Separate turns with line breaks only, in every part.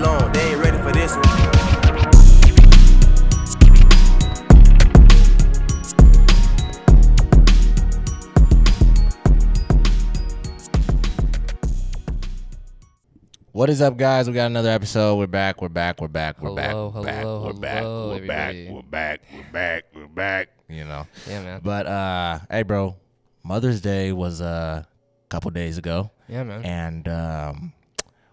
long. They ain't ready for this one.
What is up, guys? We got another episode. We're back. We're back. We're back. We're back.
Hello,
we're back.
hello,
we're back.
hello,
we're back.
everybody.
We're back. We're back. We're back. You know.
Yeah, man.
But uh, hey, bro. Mother's Day was uh, a couple days ago,
yeah, man.
and um,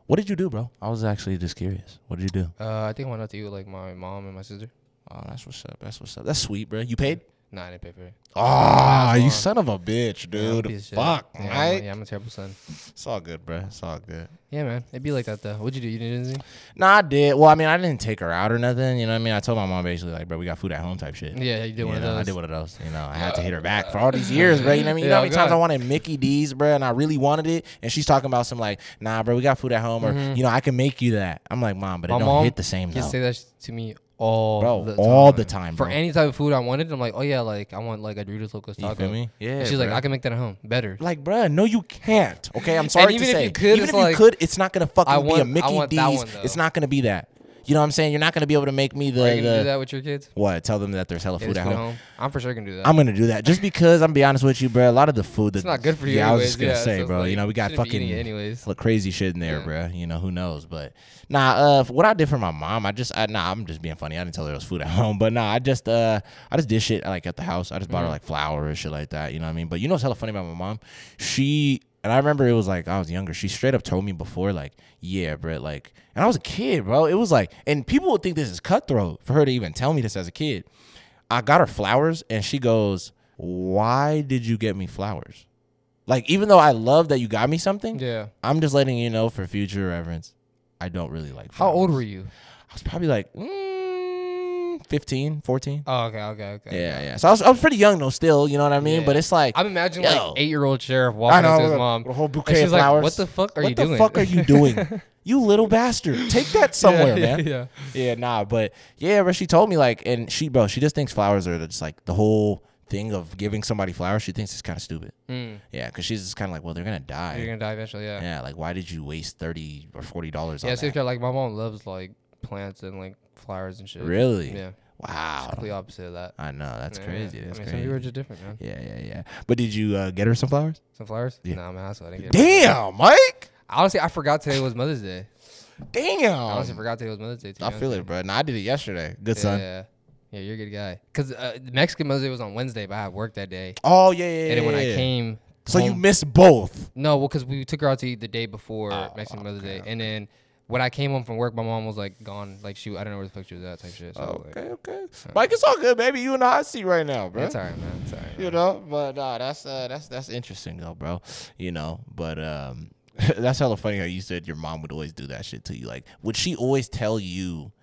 what did you do, bro? I was actually just curious. What did you do?
Uh, I think I went out to eat with like my mom and my sister.
Oh, that's what's up. That's what's up. That's sweet, bro. You paid?
Nah, I didn't pay for it.
Ah, you son of a bitch,
Yeah, I'm a
dude.
piece of shit.
Fuck,
Yeah, I'm, a-
right?
yeah, I'm a terrible son.
It's all good, bro. It's all good.
Yeah, man. It'd be like that though. What'd you do? You didn't do anything?
No, I did. Well, I mean, I didn't take her out or nothing. You know what I mean? I told my mom basically, like, bro, we got food at home type shit.
Yeah, yeah, you did one of
You know,
those. Uh,
I did one of those. You know, I had to hit her back for all these years, bro. You know what I mean? You know
Yeah,
how many
I'm
times I
glad.
wanted Mickey D's, bro, and I really wanted it, and she's talking about some like, nah, bro, we got food at home, or you know, I can make you that. I'm like, mom, but it
Mm-hmm. My
don't
mom
hit the same
used to
though,
say that sh- to me all
bro,
the time.
all the time,
For
bro.
any type of food I wanted, I'm like, oh yeah, like I want like a Doritos Locos
You
Taco.
feel me? Yeah,
And she's like,
bro.
I can make that at home, better.
like, bro, no, you can't. Okay, I'm sorry
even
to
if
say.
you could,
even
it's
if you
like,
could, it's not gonna fucking
I
be a
want- I
Mickey
want
D's.
that one, though.
it's not gonna be that. You know what I'm saying? You're not gonna be able to make me the,
Are you gonna do
the
that with your kids?
what? Tell them that there's hella
Yeah,
food
just
at
put it
home.
I'm for sure gonna do that.
I'm gonna do that just because I'm gonna be honest with you, bro. A lot of the food that's
it's not good for you.
Yeah, I was
anyways.
just gonna
Yeah, so
say,
it's
bro.
like,
you know, we got
shouldn't be
fucking
eating it anyways.
hella crazy shit in there,
Yeah.
bro. You know, who knows? But nah, uh, f- what I did for my mom, I just, I, nah, I'm just being funny. I didn't tell her there was food at home, but nah, I just, uh, I just did shit like at the house. I just bought her like flour and shit like that. You know what I mean? But you know what's hella funny about my mom? She. And I remember it was like I was younger. She straight up told me before, like, "Yeah, bro." Like, and I was a kid, bro. It was like, and people would think this is cutthroat for her to even tell me this as a kid. I got her flowers, and she goes, "Why did you get me flowers?" Like, even though I love that you got me something,
Yeah.
I'm just letting you know for future reference, I don't really like
How
flowers.
old were you?
I was probably like mm, 15, 14.
Oh, okay, okay, okay.
Yeah, yeah. So I was, I was pretty young, though, still. You know what I mean?
Yeah.
But it's like,
I'm imagining
Yo.
like eight year old sheriff walking up to his
with a-
mom.
with a whole bouquet
and she's
of
like,
flowers.
What the fuck are
what
you
the
doing?
fuck are you doing? you little bastard. Take that somewhere,
yeah,
man.
Yeah.
Yeah, nah, but yeah, but she told me like, and she, bro, she just thinks flowers are just like the whole thing of giving somebody flowers. She thinks it's kind of stupid.
Mm,
Yeah, because she's just kind of like, well, they're gonna die.
you're gonna die eventually. Yeah.
Hmm. yeah, like why did you waste thirty or forty dollars on
Yeah.
that?
So it's kinda like my mom loves like plants and like flowers and shit.
Really?
Yeah.
Wow.
Complete opposite of that.
I know that's
Yeah,
crazy.
yeah.
That's
I mean,
crazy.
Some people are just different, man.
yeah, yeah, yeah. But did you uh, get her some flowers?
Some flowers?
Yeah.
Nah, I'm an asshole. I didn't get it.
Damn, Mike.
Honestly, I forgot today was Mother's Day.
Damn.
I honestly forgot today was Mother's Day. to
Um,
be
I
honest
feel
with
it, bro. Nah, I did it yesterday. Good
you.
son.
Yeah. Yeah, you're a good guy. Cause uh, the Mexican Mother's Day was on Wednesday, but I had work that day.
Oh yeah, yeah, yeah.
and then when
yeah.
I came,
so you
home-
missed both.
No, well, because we took her out to eat the day before
Oh,
Mexican Mother's Day, and then when I came home from work, my mom was like gone, like she, I don't know where the fuck she was at, type shit. So like,
Okay, okay. Mike, it's all good, baby. You in the hot seat right now, bro.
it's alright, man. It's alright.
you know but nah, that's uh that's that's interesting though bro you know but um that's hella funny how you said your mom would always do that shit to you like would she always tell you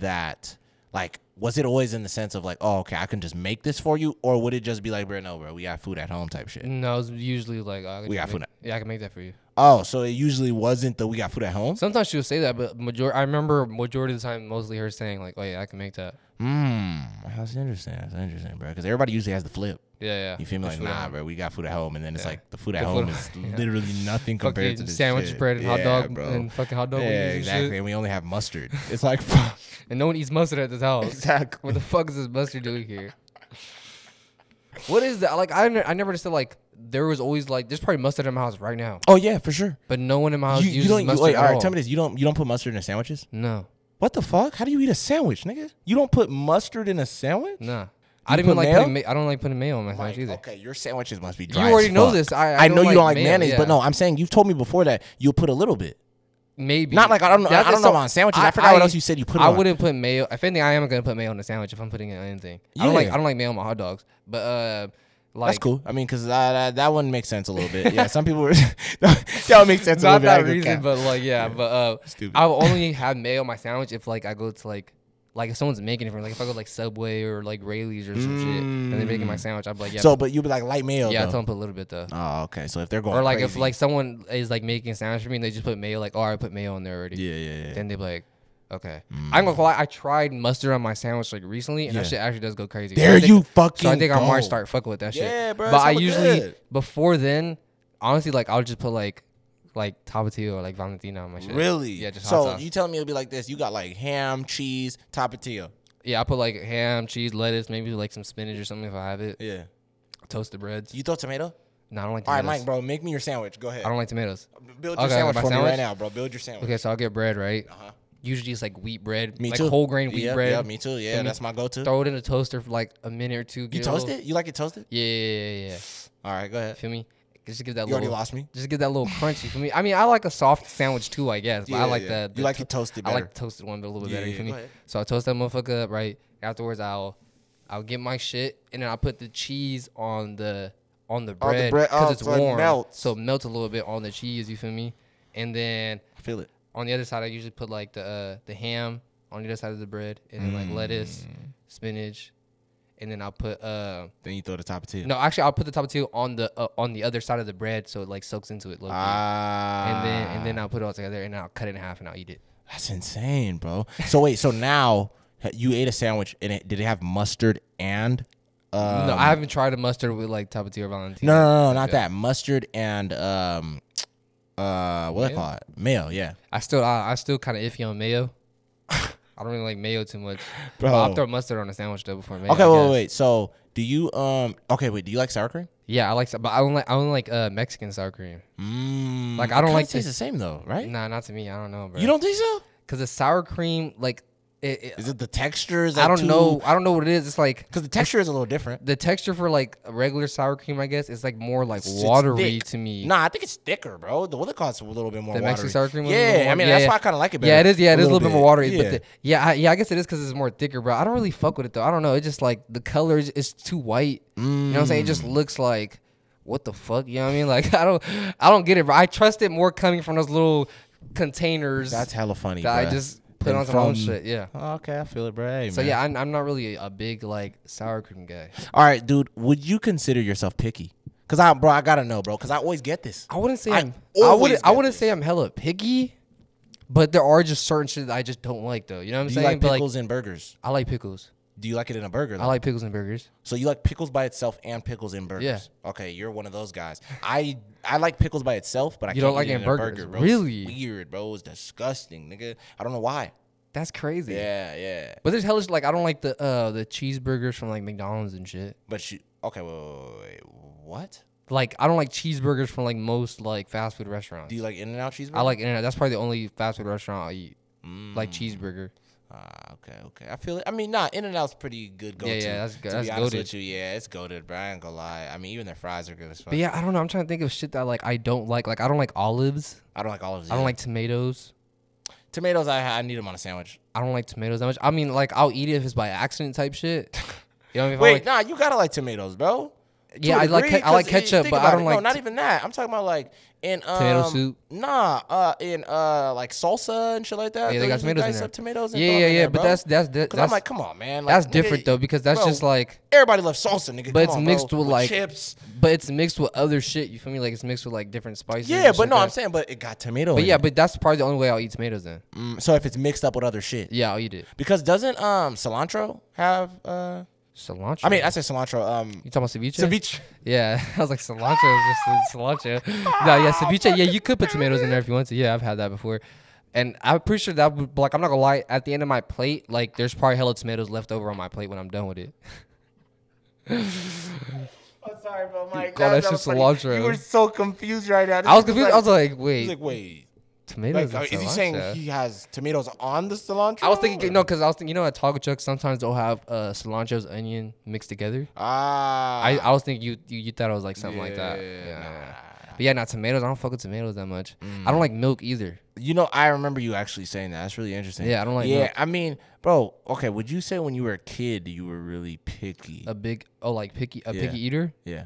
that like was it always in the sense of like oh okay i can just make this for you or would it just be like bro no bro we got food at home type shit
No, it's usually like uh,
We got food.
Yeah, I can make that for you.
oh so it usually wasn't the we got food at home
Sometimes she will say that, but major I remember majority of the time, mostly her saying like, "Oh yeah, I can make that."
Hmm, that's interesting that's interesting bro because everybody usually has the flip
Yeah, yeah.
you feel me
It's
like
food at
nah
home.
bro we got food at home and then it's
Yeah.
like the food at
The
home
food-
is literally nothing compared to
Fucking
this
sandwich
shit.
bread and hot
Yeah,
dog
bro.
and fucking hot dog
Yeah,
wings and
exactly.
shit.
And we only have mustard. It's like, fuck.
And no one eats mustard at this house.
exactly.
what the fuck is this mustard doing here? What is that? Like I, ne- I never understood. Like there was always like there's probably mustard in my house right now,
Oh yeah, for sure.
but no one in my house
You, you
uses
don't. You,
mustard
wait,
at
all right.
all.
Tell me this. You don't. You don't put mustard in a sandwiches.
No,
What the fuck? How do you eat a sandwich, nigga? You don't put mustard in a sandwich.
nah. I
You
don't even
put
like
mayo?
putting. Ma- I don't like putting mayo on my sandwich
Like,
either.
okay, your sandwiches must be
You
dry.
already
as
know
fuck.
this. I- I
know
don't
you
like
don't like
mayo,
mayonnaise, but
yeah.
no, I'm saying you've told me before that you'll put a little bit.
Maybe
Not like- I don't know- I
That's
don't
just
know
so-
about sandwiches. I forgot what else you said you put it
I
on.
wouldn't put mayo. If anything, I am gonna put mayo on the sandwich if I'm putting it on anything. I don't like.
Yeah.
I don't like mayo on my hot dogs. But uh, like
That's cool. I mean, because that, that one makes sense a little bit. Yeah, some people were. that would make sense a little
Not
bit. I
that
could
reason,
cap.
but like yeah, but uh,
Stupid.
I'll only have mayo on my sandwich if like I go to like. Like if someone's making it for me, like if I go to, like Subway or like Rayleigh's or some shit, and they're making my sandwich, I'm like, yeah,
Mm. so, but you'd be like light mayo.
yeah, I
though.
tell them put a little bit though.
Oh, okay. So if they're going
Or like if
crazy-
like someone is like making a sandwich for me and they just put mayo, like, oh, I put mayo on there already.
yeah, yeah, yeah.
Then they be like, okay. I'm gonna lie, I tried mustard on my sandwich like recently, and that
Mm. Yeah.
shit actually does go crazy.
There
I think-
you fucking
So I think I
go.
might start fucking with that shit.
Yeah, bro,
But
it's
I
hella
usually
good.
before then, honestly, like I'll just put like like tapatio or like Valentina on my shit.
Really?
Yeah, just
so
hot sauce.
you telling me it'll be like this? You got like ham, cheese, tapatio.
yeah, I put like ham, cheese, lettuce, maybe like some spinach or something if I have it.
Yeah.
Toasted breads.
You throw tomato?
no, I don't like
All right,
tomatoes.
Mike, bro, make me your sandwich. Go ahead.
I don't like tomatoes.
Build your
Okay,
sandwich
my
for me
sandwich?
right now, bro. Build your sandwich.
Okay, so I'll get bread, right? Usually it's like wheat bread,
Uh-huh. Me
like
too.
whole grain wheat
yeah,
bread.
Yeah, me too. Yeah,
Feel me?
that's my go-to.
Throw it in the toaster for like a minute or two.
you
get a
toast
little-
it? You like it toasted?
Yeah, yeah, yeah, yeah.
All right, go ahead.
Feel me? Just give that
You already
little.
lost me.
Just get that little crunchy for me. I mean, I like a soft sandwich too, I guess. But
Yeah,
I like
yeah.
the,
You
the
like
to-
it toasted
I
better.
like toasted one, but a little bit
Yeah,
better.
yeah,
you feel
go
me?
ahead.
So I toast that motherfucker up right. Afterwards, I'll I'll get my shit and then I put the cheese on the on the bread
bread- oh,
it's
so it
warm,
melts.
so it melts a little bit on the cheese. You feel me? And then
Feel it.
on the other side, I usually put like the uh, the ham on the other side of the bread, and then like lettuce,
Mm.
spinach, and then I'll put uh
Then you throw the tapatio.
no actually I'll put the tapatio on the uh, on the other side of the bread so it like soaks into it. low-key.
Ah.
and then and then I'll put it all together and I'll cut it in half and I'll eat it.
That's insane, bro. So wait, so now ha- you ate a sandwich and it, did it have mustard and? Uh,
no, I haven't tried a mustard with like tapatio or Valentina.
no, no, no, no, not that. Mustard and um, uh, what do I call it? Mayo. Yeah.
I still I, I still kind of iffy on mayo. I don't really like mayo too much. But
Bro.
I'll throw mustard on a sandwich though before mayo.
Okay,
I
wait, wait,
guess.
wait. So do you um? Okay, wait. Do you like sour cream?
Yeah, I like sa- but I don't like I don't like uh, Mexican sour cream.
Mm,
Like, I
it
don't
kinda
like
tastes
the-
the same though, right?
Nah, not to me. I don't know, bro.
You don't think so?
because the sour cream like it, it-
Is it the texture? Is
I don't know. I don't know what it is. It's like
because the texture is a little different.
the texture for like a regular sour cream, I guess, is like more like
It's- it's
watery
thick.
to me.
Nah, I think it's thicker, bro. The other cost a little bit more.
the
watery.
Mexican sour cream. was a little
Yeah, I
warm.
mean
Yeah,
that's
yeah.
why I kind of like it better.
Yeah, it is. Yeah, it is a little bit more watery. But the, yeah, I, yeah, I guess it is because it's more thicker, bro. I don't really fuck with it though. I don't know. It's just like the color is it's too white. You know what I'm saying? It just
Mm.
looks like what the fuck. You know what I mean? Like I don't, I don't get it. Bro. I trust it more coming from those little containers.
that's hella funny.
that I
bruh.
just put
Then
on some own
from-
shit. Yeah.
Okay, I feel it, bro. Hey,
So
man.
yeah, I'm, I'm not really a big like sour cream guy.
All right, dude. Would you consider yourself picky? Cause I, bro, I gotta know, bro. Cause I always get this.
I wouldn't say
I
I am I
always
wouldn't. I
get
wouldn't say I'm hella picky, but there are just certain shit that I just don't like though. You know what I'm
Do you
saying?
like
But,
pickles in burgers?
I like pickles.
Do you like it in a burger?
I
Though?
like pickles and burgers.
so you like pickles by itself and pickles in burgers?
Yeah.
Okay, you're one of those guys. I I like pickles by itself, but I
You
can't
don't like
eat
it
it
in
in a burger,
burgers.
bro. It's
Really?
weird, bro. It's disgusting, nigga. I don't know why.
That's crazy.
Yeah, yeah.
But there's hella sh- like I don't like the uh the cheeseburgers from like McDonald's and shit.
But you okay? Wait, wait, wait, wait. what?
Like I don't like cheeseburgers from like most like fast food restaurants.
Do you like In-N-Out cheeseburger?
I like internet. That's probably the only fast food restaurant I eat.
Mm.
Like cheeseburger.
Ah, okay, okay. I feel it. I mean, nah, In and Out's pretty good go to.
Yeah, yeah, that's go-
To
that's
be honest
goated.
with you, yeah, it's goaded, bro. I ain't gonna lie. I mean, even their fries are good as fuck.
But yeah, I don't know. I'm trying to think of shit that like I don't like. Like I don't like olives.
I don't like olives.
I don't
either.
like tomatoes.
tomatoes. I I need them on a sandwich.
I don't like tomatoes that much. I mean, like I'll eat it if it's by accident type shit. You know what I mean? If I
Wait,
like-
nah, you gotta like tomatoes, bro. To
Yeah,
a
I like
degree,
ke- I like
'cause it-
ketchup,
think
but
about
I
it.
don't
No,
like
not
t-
even that. I'm talking about like in um,
Tomato soup?
Nah, uh, in uh, like salsa and shit like that.
Yeah, they got
usually
tomatoes in
dice
there.
up tomatoes. And
yeah,
throw 'em
yeah,
in
yeah.
there,
but
bro.
that's that's that,
Cause
that's
I'm like, come on, man. Like,
that's
nigga,
different though because that's
bro,
just like
everybody loves salsa, nigga. come
but it's
on, bro,
mixed with like
chips.
But it's mixed with other shit. You feel me? Like it's mixed with like different spices. and
Yeah,
shit
but no,
that-
I'm saying, but it got tomato.
But
in
yeah,
it.
but that's probably the only way I'll eat tomatoes then.
Mm, so if it's mixed up with other shit,
Yeah, I'll eat it.
Because doesn't um cilantro have uh
Cilantro.
I mean I said cilantro um
you talking about ceviche?
ceviche.
Yeah, I was like cilantro is just cilantro. No, yeah, ceviche. Yeah, you could put tomatoes in there if you want to. Yeah, I've had that before, and I'm pretty sure that would like I'm not gonna lie. At the end of my plate, like there's probably hella tomatoes left over on my plate when I'm done with it. Oh,
I'm sorry, bro. Mike,
call that that was shit funny. cilantro. You were
so confused right now.
I was confused. I was like, wait,
he's like, wait, like,
tomatoes? and
is he
cilantro?
saying he has tomatoes on the cilantro?
I was thinking
or-
no, because I was thinking you know at Taco Chuck sometimes they'll have uh, cilantro's onion mixed together.
Ah,
I, I was thinking you, you you thought it was like something like that.
Yeah,
Yeah.
nah. Mm.
yeah. But yeah, not tomatoes. I don't fuck with tomatoes that much. I don't like milk either.
you know, I remember you actually saying that. That's really interesting.
Yeah, I don't like
Yeah,
milk.
I mean, bro. Okay, would you say when you were a kid you were really picky?
A big oh like picky a
Yeah.
picky eater?
yeah.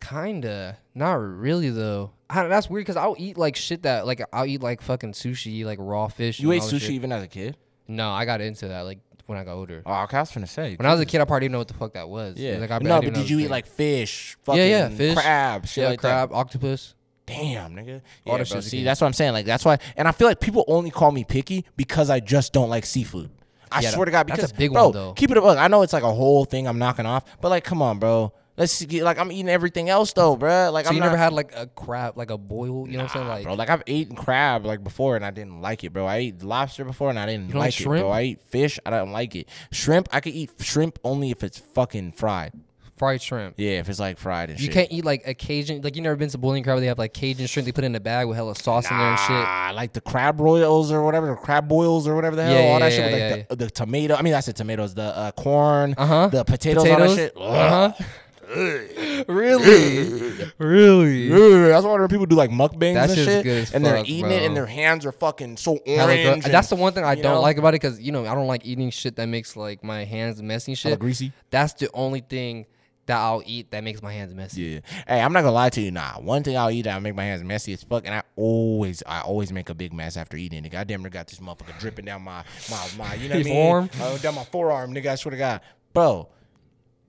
Kinda. Not really though. I, that's weird because I'll eat like shit that like I'll eat like fucking sushi like raw fish.
You
and
ate
all this
sushi
shit.
even as a kid?
No, I got into that like when I got older.
Oh, okay, I was gonna say.
When I was a kid, I probably didn't know what the fuck that was.
Yeah.
Like, I,
no,
I
but
didn't know
did you
this
eat
thing.
like fish, fucking
yeah yeah fish
crab, shit
yeah
like
crab octopus.
that? Damn, nigga.
All
Yeah,
that
bro,
shit's
see,
good.
that's what I'm saying. Like, that's why. And I feel like people only call me picky because I just don't like seafood. I
Yeah,
swear to God,
that's a
because
big
bro,
one, though.
keep it up. I know it's like a whole thing I'm knocking off, but like, come on, bro. Let's get, like I'm eating everything else though, bruh. Like
So
I'm
you
not,
never had like a crab, like a boil. You know what I'm saying?
Nah,
Like,
bro, like I've eaten crab like before and I didn't like it, bro. I ate lobster before and I didn't
don't like
like it,
shrimp?
bro. I eat fish, I don't like it. Shrimp, I could eat shrimp only if it's fucking fried.
fried shrimp.
Yeah, if it's like fried and
You
shit.
can't eat like a Cajun. Like you never been to Bowling Crab? where They have like Cajun shrimp. They put it in a bag with hella sauce in there and shit.
Ah, like the crab royals or whatever, the crab boils or whatever the hell,
Yeah,
all that
yeah,
shit with
yeah,
like the, the tomato. I mean, I said tomatoes, the uh, corn,
Uh-huh.
the potatoes, all that shit.
Uh huh. Uh-huh. really? really?
Yeah, that's why when people do like mukbangs
That
and
shit's
shit,
good as
and they're
fuck,
eating it,
bro.
and their hands are fucking so
Hella gr-
orange. and
that's the one thing I
you
don't
know?
like about it because you know I don't like eating shit that makes like my hands messy and
Hella
shit.
greasy.
That's the only thing that I'll eat that makes my hands messy.
Yeah. Hey, I'm not gonna lie to you. Nah, one thing I'll eat that I make my hands messy as fuck, and I always, I always make a big mess after eating. Nigga, I damn near got this motherfucker dripping down my, my, my. You know what I
Your
mean?
forearm?
Uh, down my forearm, nigga. I swear to God, bro.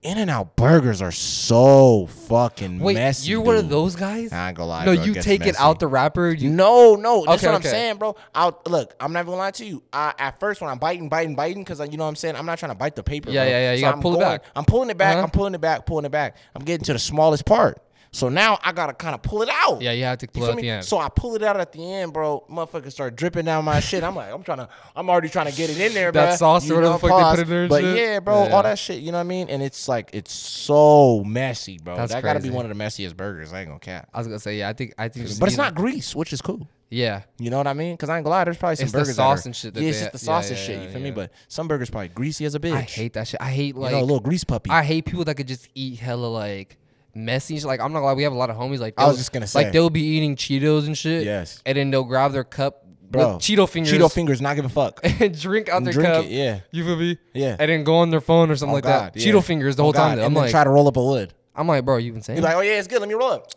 In and out burgers are so fucking
Wait,
messy.
you're one of
dude.
those guys?
I ain't gonna lie.
no,
bro,
you
gets
take it
messy.
out the wrapper. You
No, no. That's
Okay,
what I'm
okay.
saying, bro. I'll look. I'm not gonna lie to you. I, at first, when I'm biting, biting, biting, because you know what I'm saying, I'm not trying to bite the paper.
Yeah,
bro.
yeah, yeah, you gotta
I'm
pull it
going-
back.
I'm pulling it back.
Uh-huh.
I'm pulling it back. Pulling it back. I'm getting to the smallest part. So now I gotta kind of pull it out.
Yeah, you have to
You
pull
feel
out
me?
the end.
So I pull it out at the end, bro. Motherfuckers start dripping down my shit. I'm like, I'm trying to, I'm already trying to get it in there,
That
bruh.
sauce or
You
whatever
know,
the fuck they put
pause.
in there and
But
shit?
yeah, bro,
Yeah.
all that shit. You know what I mean? And it's like, it's so messy, bro.
That's
that gotta be
crazy.
one of the messiest burgers. I ain't gonna cap.
I was gonna say yeah. I think I think. just
But it's
eating-
not grease, which is cool.
Yeah.
You know what I mean? Because I ain't gonna lie, there's probably some
It's the
burgers
sauce
that are,
and shit that
yeah, it's
they
just the
add-
sauce
yeah,
and
yeah,
shit. You
yeah,
feel me?
yeah.
But some burgers probably greasy as a bitch.
I hate that shit. I hate like
you know, a little grease puppy.
I hate people that could just eat hella like messy. and shit. Like I'm not gonna lie, we have a lot of homies like
I was
they'll-
just gonna say.
like they'll be eating Cheetos and shit.
Yes.
and then they'll grab their cup,
bro.
with Cheeto fingers,
Cheeto fingers, not give a fuck.
and drink out their
Drink
cup.
it, yeah.
you feel me?
Yeah.
and then go on their phone or something
Oh,
like that.
God, yeah.
Cheeto fingers the
Oh,
whole
God,
time. though. I'm
and then
like,
try to roll up a wood.
I'm like, bro, you insane?
You're like, oh yeah, it's good. Let me roll up.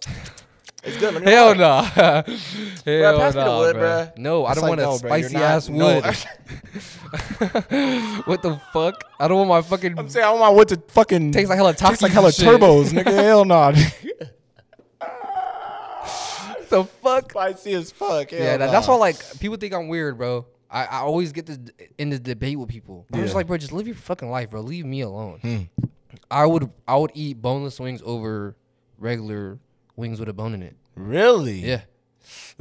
It's good. Let me roll
Hell
up.
no! Hell
pass me the
nah,
wood,
bruh.
bruh.
No, I
It's
don't
like,
want
no,
a
bruh, you're
spicy
not-
ass
no.
wood. what the fuck? I don't want my fucking
I'm saying I want my wood to fucking
Tastes like hella
tastes like
Takis
hella
and shit.
turbos, nigga. Hell no.
the fuck.
Spicy as fuck. Hell
Yeah, that,
nah.
that's why like people think I'm weird, bro. I, I always get this in the debate with people. I'm just
Yeah. Hmm.
like, bro, just live your fucking life, bro. Leave me alone. I would I would eat boneless wings over regular wings with a bone in it.
Really?
Yeah.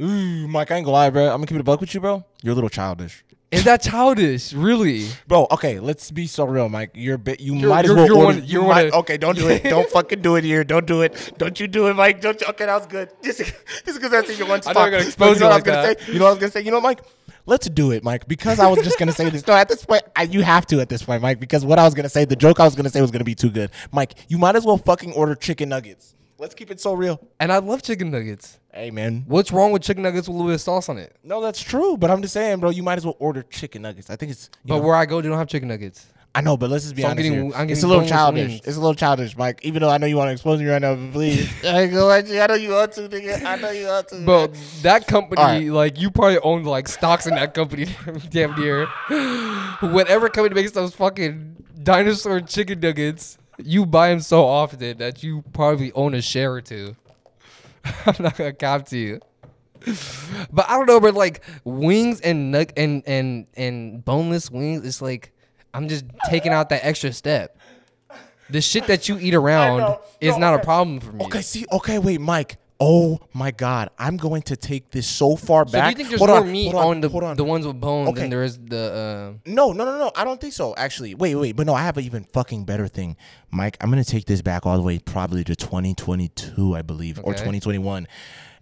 Ooh, Mike, I ain't gonna lie, bro. I'm gonna keep it a buck with you, bro. You're a little childish.
Is that childish? Really?
Bro, okay, let's be so real, Mike. You're bit. You
You're-
might as
you're-
well
you're
order.
one-
you
you're one
might,
of-
okay, don't do it. Don't fucking do it here. Don't do it. Don't you do it, Mike? Don't. You, okay, that was good. Just, just because that's in your one
I
spot.
know you're gonna
But
expose
you know
me
what
like
I was
that.
gonna say. You know what I was gonna say. You know, Mike. Let's do it, Mike. Because I was just gonna say this. No, at this point, I, you have to. At this point, Mike. Because what I was gonna say, the joke I was gonna say was gonna be too good. Mike, you might as well fucking order chicken nuggets. Let's keep it so real.
And I love chicken nuggets.
Hey, man.
What's wrong with chicken nuggets with a little bit of sauce on it?
No, that's true. But I'm just saying, bro. You might as well order chicken nuggets. I think it's. you
But
know,
where I go, they don't have chicken nuggets.
I know, but let's just be
So I'm
honest
getting-
here.
I'm
it's
getting
a little
boneless
childish.
wings.
It's a little childish, Mike. Even though I know you want to expose me right now, but please. I ain't gonna let you. I know you want to, nigga. I know you want to.
Bro, that company,
All right.
like you probably own like stocks in that company, damn near. Whatever company makes those fucking dinosaur chicken nuggets, you buy them so often that you probably own a share or two. I'm not gonna cop to you. But I don't know, but like wings and nug and and and boneless wings, it's like I'm just taking out that extra step. The shit that you eat around
know.
is
No,
not a
okay.
problem for me.
Okay, see, okay, wait, Mike. Oh my God, I'm going to take this so far
So
back.
do you think there's
hold
more
on,
meat
hold on,
on, the,
hold on.
the ones with bone
Okay.
than there is the? Uh,
No, no, no, no. I don't think so. Actually, wait, wait. But no, I have an even fucking better thing, Mike. I'm gonna take this back all the way probably to 2022, I believe, or
Okay.
2021.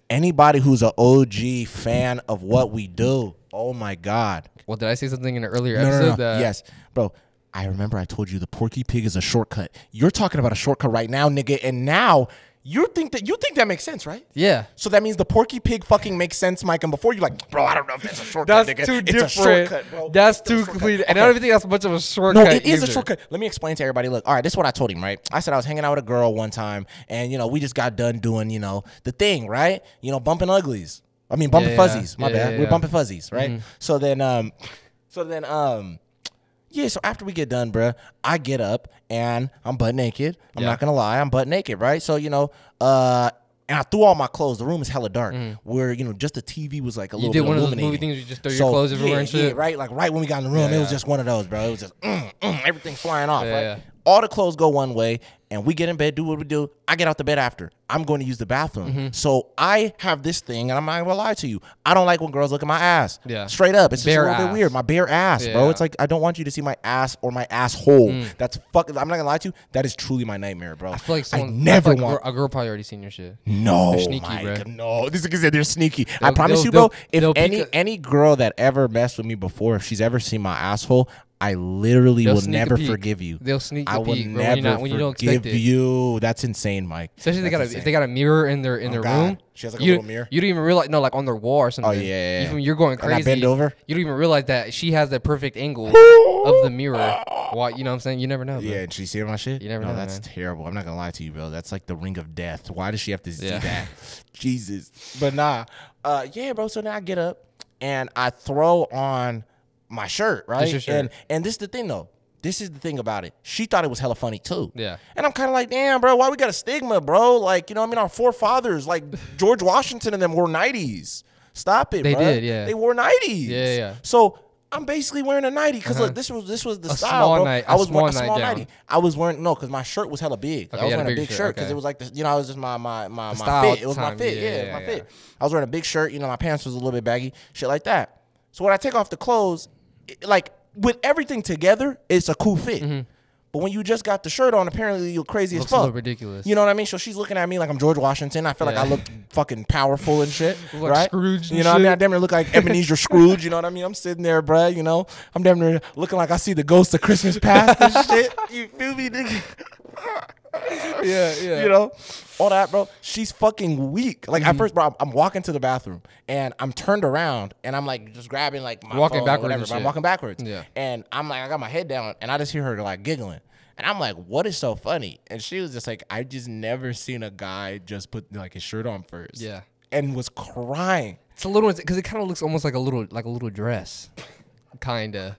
Anybody who's an OG fan of what we do, oh my God,
well, did I say something in an earlier
No,
episode?
no, no.
That,
yes, bro. I remember I told you the Porky Pig is a shortcut. You're talking about a shortcut right now, nigga. And now you think that you think that makes sense, right?
Yeah.
So that means the Porky Pig fucking makes sense, Mike. And before you're like, bro, I don't know if that's a shortcut.
That's
nigga.
too
It's
different.
A shortcut, bro.
That's
It's still a
too
shortcut.
complete, and I
Okay.
don't even think that's much of a
No,
shortcut.
it is a
either.
shortcut. Let me explain to everybody. Look, all right, this is what I told him, right? I said I was hanging out with a girl one time, and you know, we just got done doing, you know, the thing, right? You know, bumping uglies. I mean, bumping
Yeah, yeah.
fuzzies. My
Yeah,
bad.
yeah, Mm-hmm.
We're
yeah.
bumping fuzzies, right? So then, um, so then, um, yeah. So after we get done, bruh, I get up and I'm butt naked. I'm
Yeah.
not gonna lie, I'm butt naked, right? So you know, uh. And I threw all my clothes. The room is hella dark. Where you know, just the TV was like a little
Mm-hmm. did
bit
one of those movie
illuminating.
things where you just throw your clothes everywhere
yeah,
and shit?
Yeah, right, like right when we got in the room,
Yeah,
it was
yeah.
just one of those, bro. It was just mm, mm, everything flying off.
Yeah,
right?
yeah.
All the clothes go one way, and we get in bed, do what we do. I get out the bed after. I'm going to use the bathroom.
Mm-hmm.
So I have this thing, and I'm not gonna lie to you. I don't like when girls look at my ass.
Yeah.
Straight up. It's just
Bare
a little
ass.
bit weird. My bare ass,
Yeah.
bro. It's like I don't want you to see my ass or my asshole. That's fuck I'm not gonna lie to you. That is truly my nightmare, bro. I,
feel like someone,
never
I feel like
want
a girl probably already seen your shit.
no,
sneaky,
my
bro.
God, no. These niggas said they're sneaky. I
They'll-
promise
they'll-
you, bro.
they'll-
If
they'll pick
any
a-
any girl that ever messed with me before, if she's ever seen my asshole, I literally
They'll
will
sneak a
never
peek.
forgive you.
They'll sneak
I
a
will
peek, bro,
never
when, you're not, when you don't
forgive
expect it.
you. That's insane, Mike.
Especially if they got
That's
a
insane.
if they got a mirror in their in their
God.
room.
She has, like, a
you,
little mirror.
You don't even realize no, like on their wall or something.
yeah, yeah, yeah.
Even you're going
And I
crazy.
bend over?
You don't even realize that she has that perfect angle of the mirror. Why? You know what I'm saying? You never know. Bro.
Yeah, did she see my shit?
You never
no,
know,
that's
man.
terrible. I'm not gonna lie to you, bro. That's like the ring of death. Why does she have to see
Yeah.
that? Jesus. But nah. Uh yeah, bro. So now I get up and I throw on my shirt, right?
your shirt.
And and this is the thing though. This is the thing about it. She thought it was hella funny too.
Yeah.
And I'm kind of like, damn, bro, why we got a stigma, bro? Like, you know, what I mean, our forefathers, like George Washington and them, wore 90s. Stop it,
They
bro.
did, yeah.
They wore 90s.
Yeah, yeah. Uh-huh.
So I'm basically wearing a 90 because look, this was this was the
A
style,
small
bro.
night-
I
a
was wearing a
small
small
night gown.
90. I was wearing no, because my shirt was hella big.
Okay,
I
you
was
had a
wearing a big
big shirt,
shirt because
okay.
it was like this, you know, I was just my my my, my
style
fit. It was
time,
my fit.
yeah,
Yeah,
yeah,
it was my
yeah,
fit. I was wearing a big shirt. You know, my pants was a little bit baggy, shit like that. So when I take off the clothes, it- like with everything together, it's a cool fit. But when you just got the shirt on, apparently you're crazy
Mm-hmm. Looks a
as fuck.
little ridiculous.
You know what I mean? So she's looking at me like I'm George Washington. I feel
Yeah.
like I look fucking powerful and shit,
Like
right?
Scrooge and
you know what I mean?
shit.
I damn near look like Ebenezer Scrooge. You know what I mean? I'm sitting there, bruh. You know, I'm damn near looking like I see the ghost of Christmas past and shit. You feel me, nigga?
yeah, yeah. Mm-hmm.
you know, all that, bro. She's fucking weak. Like at first, bro, I'm, I'm walking to the bathroom and I'm turned around and I'm like just grabbing like my
Walking
phone or
backwards
whatever,
and
but I'm
shit.
walking backwards.
Yeah.
And I'm like, I got my head down and I just hear her like giggling. And I'm like, what is so funny? And she was just like, I just never seen a guy just put like his shirt on first.
Yeah.
And was crying.
It's a little because it kind of looks almost like a little like a little dress, kinda.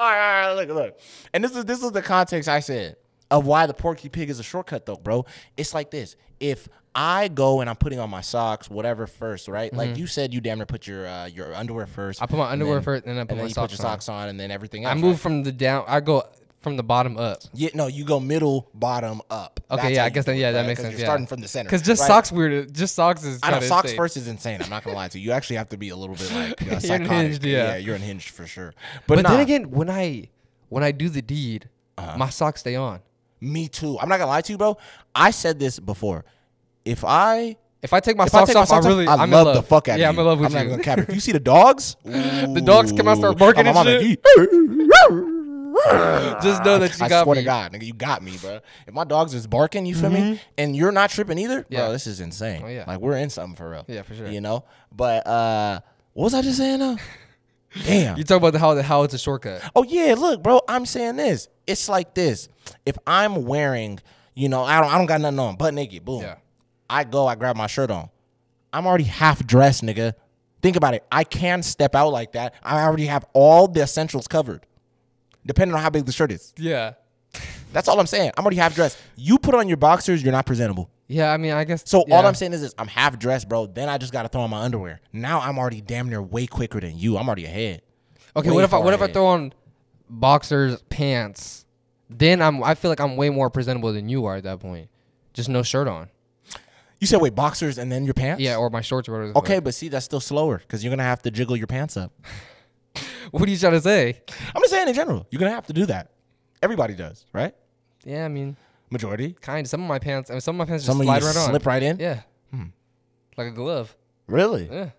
All right, all right, look, look. And this is this is the context I said of why the Porky Pig is a shortcut, though, bro. It's like this: if I go and I'm putting on my socks, whatever, first, right? Like you said, you damn near put your uh, your underwear first.
Mm-hmm. I put my
and
underwear
then-
first, and then I put
and
my
then you
socks
put your
on.
socks on, and then everything
I
else.
move
right?
from the down. I go from the bottom up.
Yeah, no, you go middle, bottom, up.
Okay,
That's
yeah,
how
I
you
guess
do
that-
it,
yeah, that
right?
makes
'Cause
sense,
You're
yeah.
starting from the center.
Cause just
right?
socks weird. Just socks is.
I know
kinda
socks
insane.
first is insane. I'm not gonna lie to you. You actually have to be a little bit like uh, psychotic.
unhinged, yeah.
you're unhinged for sure. But,
But,
nah, Uh-huh.
then again, when I when I do the deed, my socks stay on.
me too. I'm not gonna lie to you, bro. I said this before. If I
If I take my
If I
socks
take my
off,
socks
I
off,
really
I love,
am in love.
the fuck out of
yeah,
you.
I'm in love with
not
you.
gonna cap it. If you see the dogs, Oh, the
dogs come out, start barking and shit. Just know that you
I
got
swear
me.
to
Mm-hmm.
God, nigga, you got me, bro. If my dogs is barking, you feel me, and you're not tripping either,
Yeah.
bro, this is insane.
Oh, yeah.
Like we're in something for real.
Yeah, for sure.
You know, but uh, what was I just saying though? Damn.
You talk about the, how the, how it's a shortcut.
Oh yeah, look, bro. I'm saying this. It's like this. If I'm wearing, you know, I don't, I don't got nothing on, butt naked. Boom.
Yeah.
I go, I grab my shirt on. I'm already half dressed, nigga. Think about it. I can step out like that. I already have all the essentials covered. Depending on how big the shirt is.
Yeah.
That's all I'm saying. I'm already half dressed. You put on your boxers, you're not presentable.
Yeah, I mean, I guess.
So all
yeah.
I'm saying is this: I'm half dressed, bro. Then I just gotta throw on my underwear. Now I'm already damn near way quicker than you. I'm already ahead.
Okay,
way
what if I
far
what if I
ahead.
throw on boxers pants? Then I'm I feel like I'm way more presentable than you are at that point. Just no shirt on.
You said wait, boxers and then your pants?
Yeah, or my shorts or whatever. the
Okay, but see, that's still slower because you're gonna have to jiggle your pants up.
fuck. What are you trying to say?
I'm just saying in general, you're gonna have to do that. Everybody does, right?
Yeah, I mean,
Majority.
kind of. Some of my pants. I mean, some of my pants
Some
just
of
slide
you
right on.
slip right in. Hmm.
Yeah. Like a glove.
Really?
Yeah.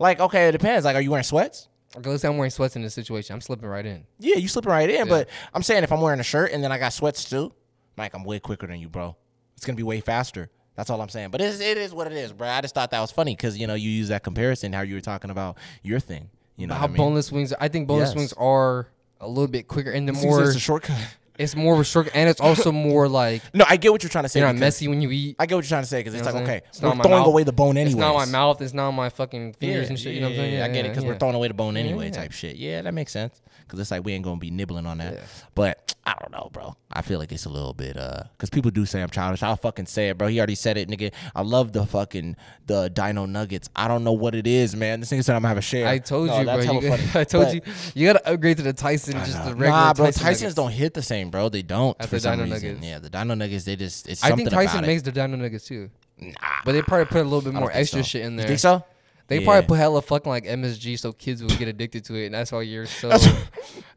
Like, okay, it depends. Like, are you wearing sweats?
Okay, let's say I'm wearing sweats in this situation. I'm slipping right in.
Yeah, you slipping right in. But I'm saying if I'm wearing a shirt and then I got sweats too, Mike, I'm way quicker than you, bro. It's gonna be way faster. That's all I'm saying. But it's, it is what it is, bro. I just thought that was funny because you know you use that comparison how you were talking about your thing. You know
How
what I mean?
boneless wings are. I think boneless
Yes.
wings are a little bit quicker and the
It's easier,
more
it's a shortcut.
it's more of a short and it's also more like
No, I get what you're trying to say.
you're not
because-
messy when you eat.
I get what you're trying to say because
You
it's
know
like
what I'm saying?
okay,
It's not
we're
my
throwing
mouth.
away the bone anyway.
It's not my mouth. It's not my fucking fingers and shit. You know what I'm saying?
yeah, I get it because
yeah.
we're throwing away the bone anyway, type shit. Yeah, that makes sense. Because it's like we ain't gonna be nibbling on that. But I don't know, bro. I feel like it's a little bit uh, cause people do say I'm childish. I'll fucking say it, bro. He already said it, nigga. I love the fucking the Dino Nuggets. I don't know what it is, man. This nigga said I'm gonna have a share.
I told
No,
you, bro.
that's
You
hella
got,
funny.
I told
But-
you, you gotta upgrade to the Tyson, just the regular.
nah, bro.
Tyson
Tyson's
nuggets.
don't hit the same, bro. They don't
At
for
the
some
Dino
reason.
Nuggets.
Yeah, the Dino Nuggets. They just it's
I
something
think Tyson
about
makes the Dino Nuggets too,
it. Nah,
but they probably put a little bit
I don't
more
think
extra
so.
shit in
You
there.
think so?
They
Yeah.
probably put hella fucking like MSG so kids will get addicted to it, and that's why you're so.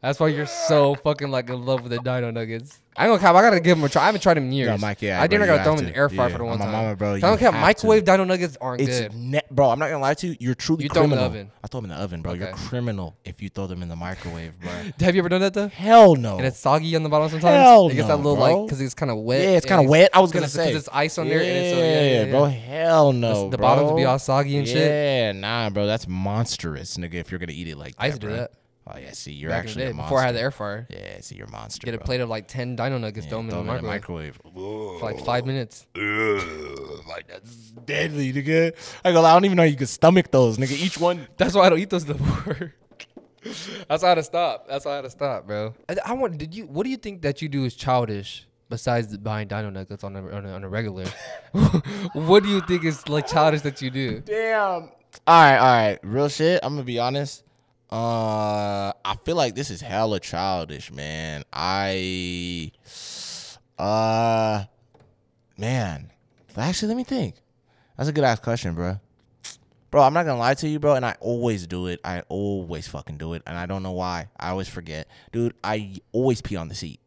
that's why you're so fucking like in love with the Dino Nuggets. I ain't gonna cop. I gotta give them a try. I haven't tried them in years.
No, Mike, yeah,
I
bro,
think I
you
gotta throw
have
them
to.
in the air fryer
Yeah,
for the one
my
time.
mama, bro,
I
you
don't
have to.
Microwave Dino Nuggets aren't
It's
good.
net, bro. I'm not gonna lie to you. You're truly
You throw 'em in the
criminal.
oven.
I throw them in the oven, bro. You're
Okay.
criminal if you throw them in the microwave, bro.
Have you ever done that though?
Hell no.
And it's soggy on the bottom sometimes.
Oh. Hell
it gets
no,
that little
bro.
like because it's kind of wet.
yeah, it's
and
kind of wet. I was
'cause
gonna
it's-
say
it's ice on there.
Yeah,
and it's so, yeah, yeah, yeah.
bro. Hell no.
the bottoms be
bro.
all soggy and
yeah,
shit.
nah, nah, bro. That's monstrous, nigga. If you're gonna eat it like that,
I used to do
bro.
that.
Oh yeah, see, you're
Back in the
actually
day,
a monster.
before I had the air fryer,
yeah, see, you're a monster.
get a
bro.
plate of like ten Dino Nuggets,
Yeah,
throw 'em
throw
in the
'em
microwave
the microwave.
for like five minutes.
Ugh, like that's deadly, nigga. I go, I don't even know how you could stomach those, nigga. Each one.
That's why I don't eat those no more. That's how to stop. That's how to stop, bro. I, I want. Did you? What do you think that you do is childish? Besides buying Dino Nuggets on a, on a, on a regular, what do you think is like childish that you do?
Damn. All right, all right. Real shit. I'm gonna be honest. Uh, I feel like this is hella childish, man. I, uh, man. Actually, let me think. That's a good ass question, bro. Bro, I'm not gonna lie to you, bro. And I always do it. I always fucking do it, and I don't know why. I always forget, dude. I always pee on the seat,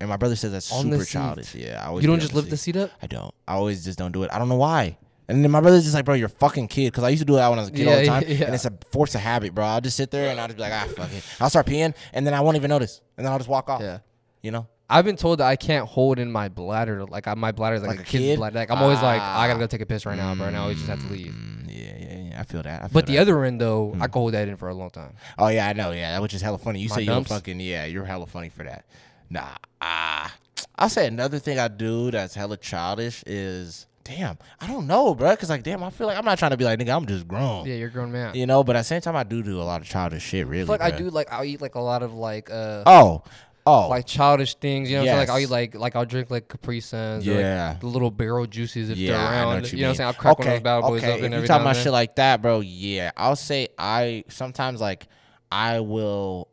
and my brother says that's
On the
super
seat.
childish. Yeah, I always
You
pee on
don't just lift the seat up.
I don't. I always just don't do it. I don't know why. And then my brother's just like, bro, you're a fucking kid. Because I used to do that when I was a kid all the
Yeah,
time.
yeah.
And it's a force of habit, bro. I'll just sit there and I'll just be like, ah, fuck it. I'll start peeing and then I won't even notice. And then I'll just walk off.
Yeah.
You know?
I've been told that I can't hold in my bladder. Like I, my bladder is like,
Like
a,
a
kid's
kid? Ah.
bladder. Like I'm always like, I gotta go take a piss right now, bro. And I always just have to leave.
Mm, yeah, yeah, yeah. I feel that. I feel
But the
that.
other end though, I can hold that in for a long time.
Oh, yeah, I know. Yeah, that was just hella funny. You
My
say you're
dumps?
fucking, yeah, you're hella funny for that. Nah. Ah. I'll say another thing I do that's hella childish is, damn, I don't know, bro. Because, like, damn, I feel like I'm not trying to be like, nigga, I'm just grown.
Yeah, you're a grown man.
You know, but at the same time, I do do a lot of childish shit, really.
Like I
bruh.
do, like I'll eat like a lot of like uh
Oh, oh,
like childish things. You know, what I'm saying? like I'll
Yes.
eat like like I'll drink like Capri Suns. or,
Yeah.
like, the little barrel juices if
yeah.
they're
I
around.
know
you
what you,
know, what I'm
mean.
saying I'll crack
okay,
one of those bad boys
okay.
up.
If
and
you're
every
talking
now
about
and
shit like that, bro, yeah, I'll say I sometimes like I will.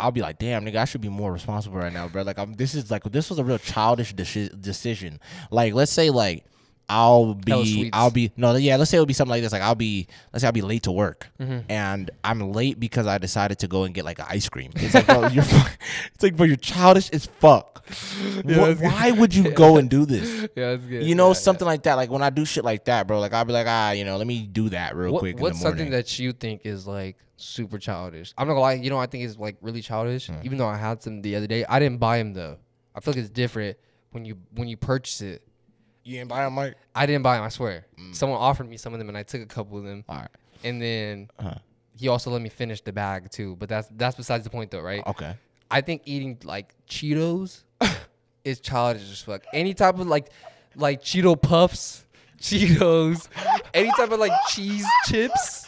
I'll be like, damn, nigga, I should be more responsible right now, bro. Like, I'm. This is like, this was a real childish deci- decision. Like, let's say, like, I'll
Hella
be,
sweets.
I'll be, no, yeah, let's say it would be something like this. Like, I'll be, let's say I'll be late to work,
Mm-hmm.
and I'm late because I decided to go and get like an ice cream. It's like, bro, you're, fu- it's like, bro, you're childish as fuck. Wh-
that's good.
why would you go and do this?
then. Yeah, that's good.
You know,
Yeah,
something like that. Like when I do shit like that, bro, like I'll be like, ah, you know, let me do that real
What-
quick in
what's
the morning.
something that you think is like super childish? I'm not gonna lie, you know, I think it's like really childish.
Hmm.
Even though I had some the other day, I didn't buy them though. I feel like it's different when you when you purchase it.
you ain't buy a mic?
I didn't buy them. I swear.
Hmm.
Someone offered me some of them, and I took a couple of them.
All right.
And then
Uh-huh.
he also let me finish the bag too. But that's that's besides the point though, right?
Okay.
I think eating like Cheetos is childish as fuck. Any type of like like Cheeto puffs, Cheetos, any type of like cheese chips.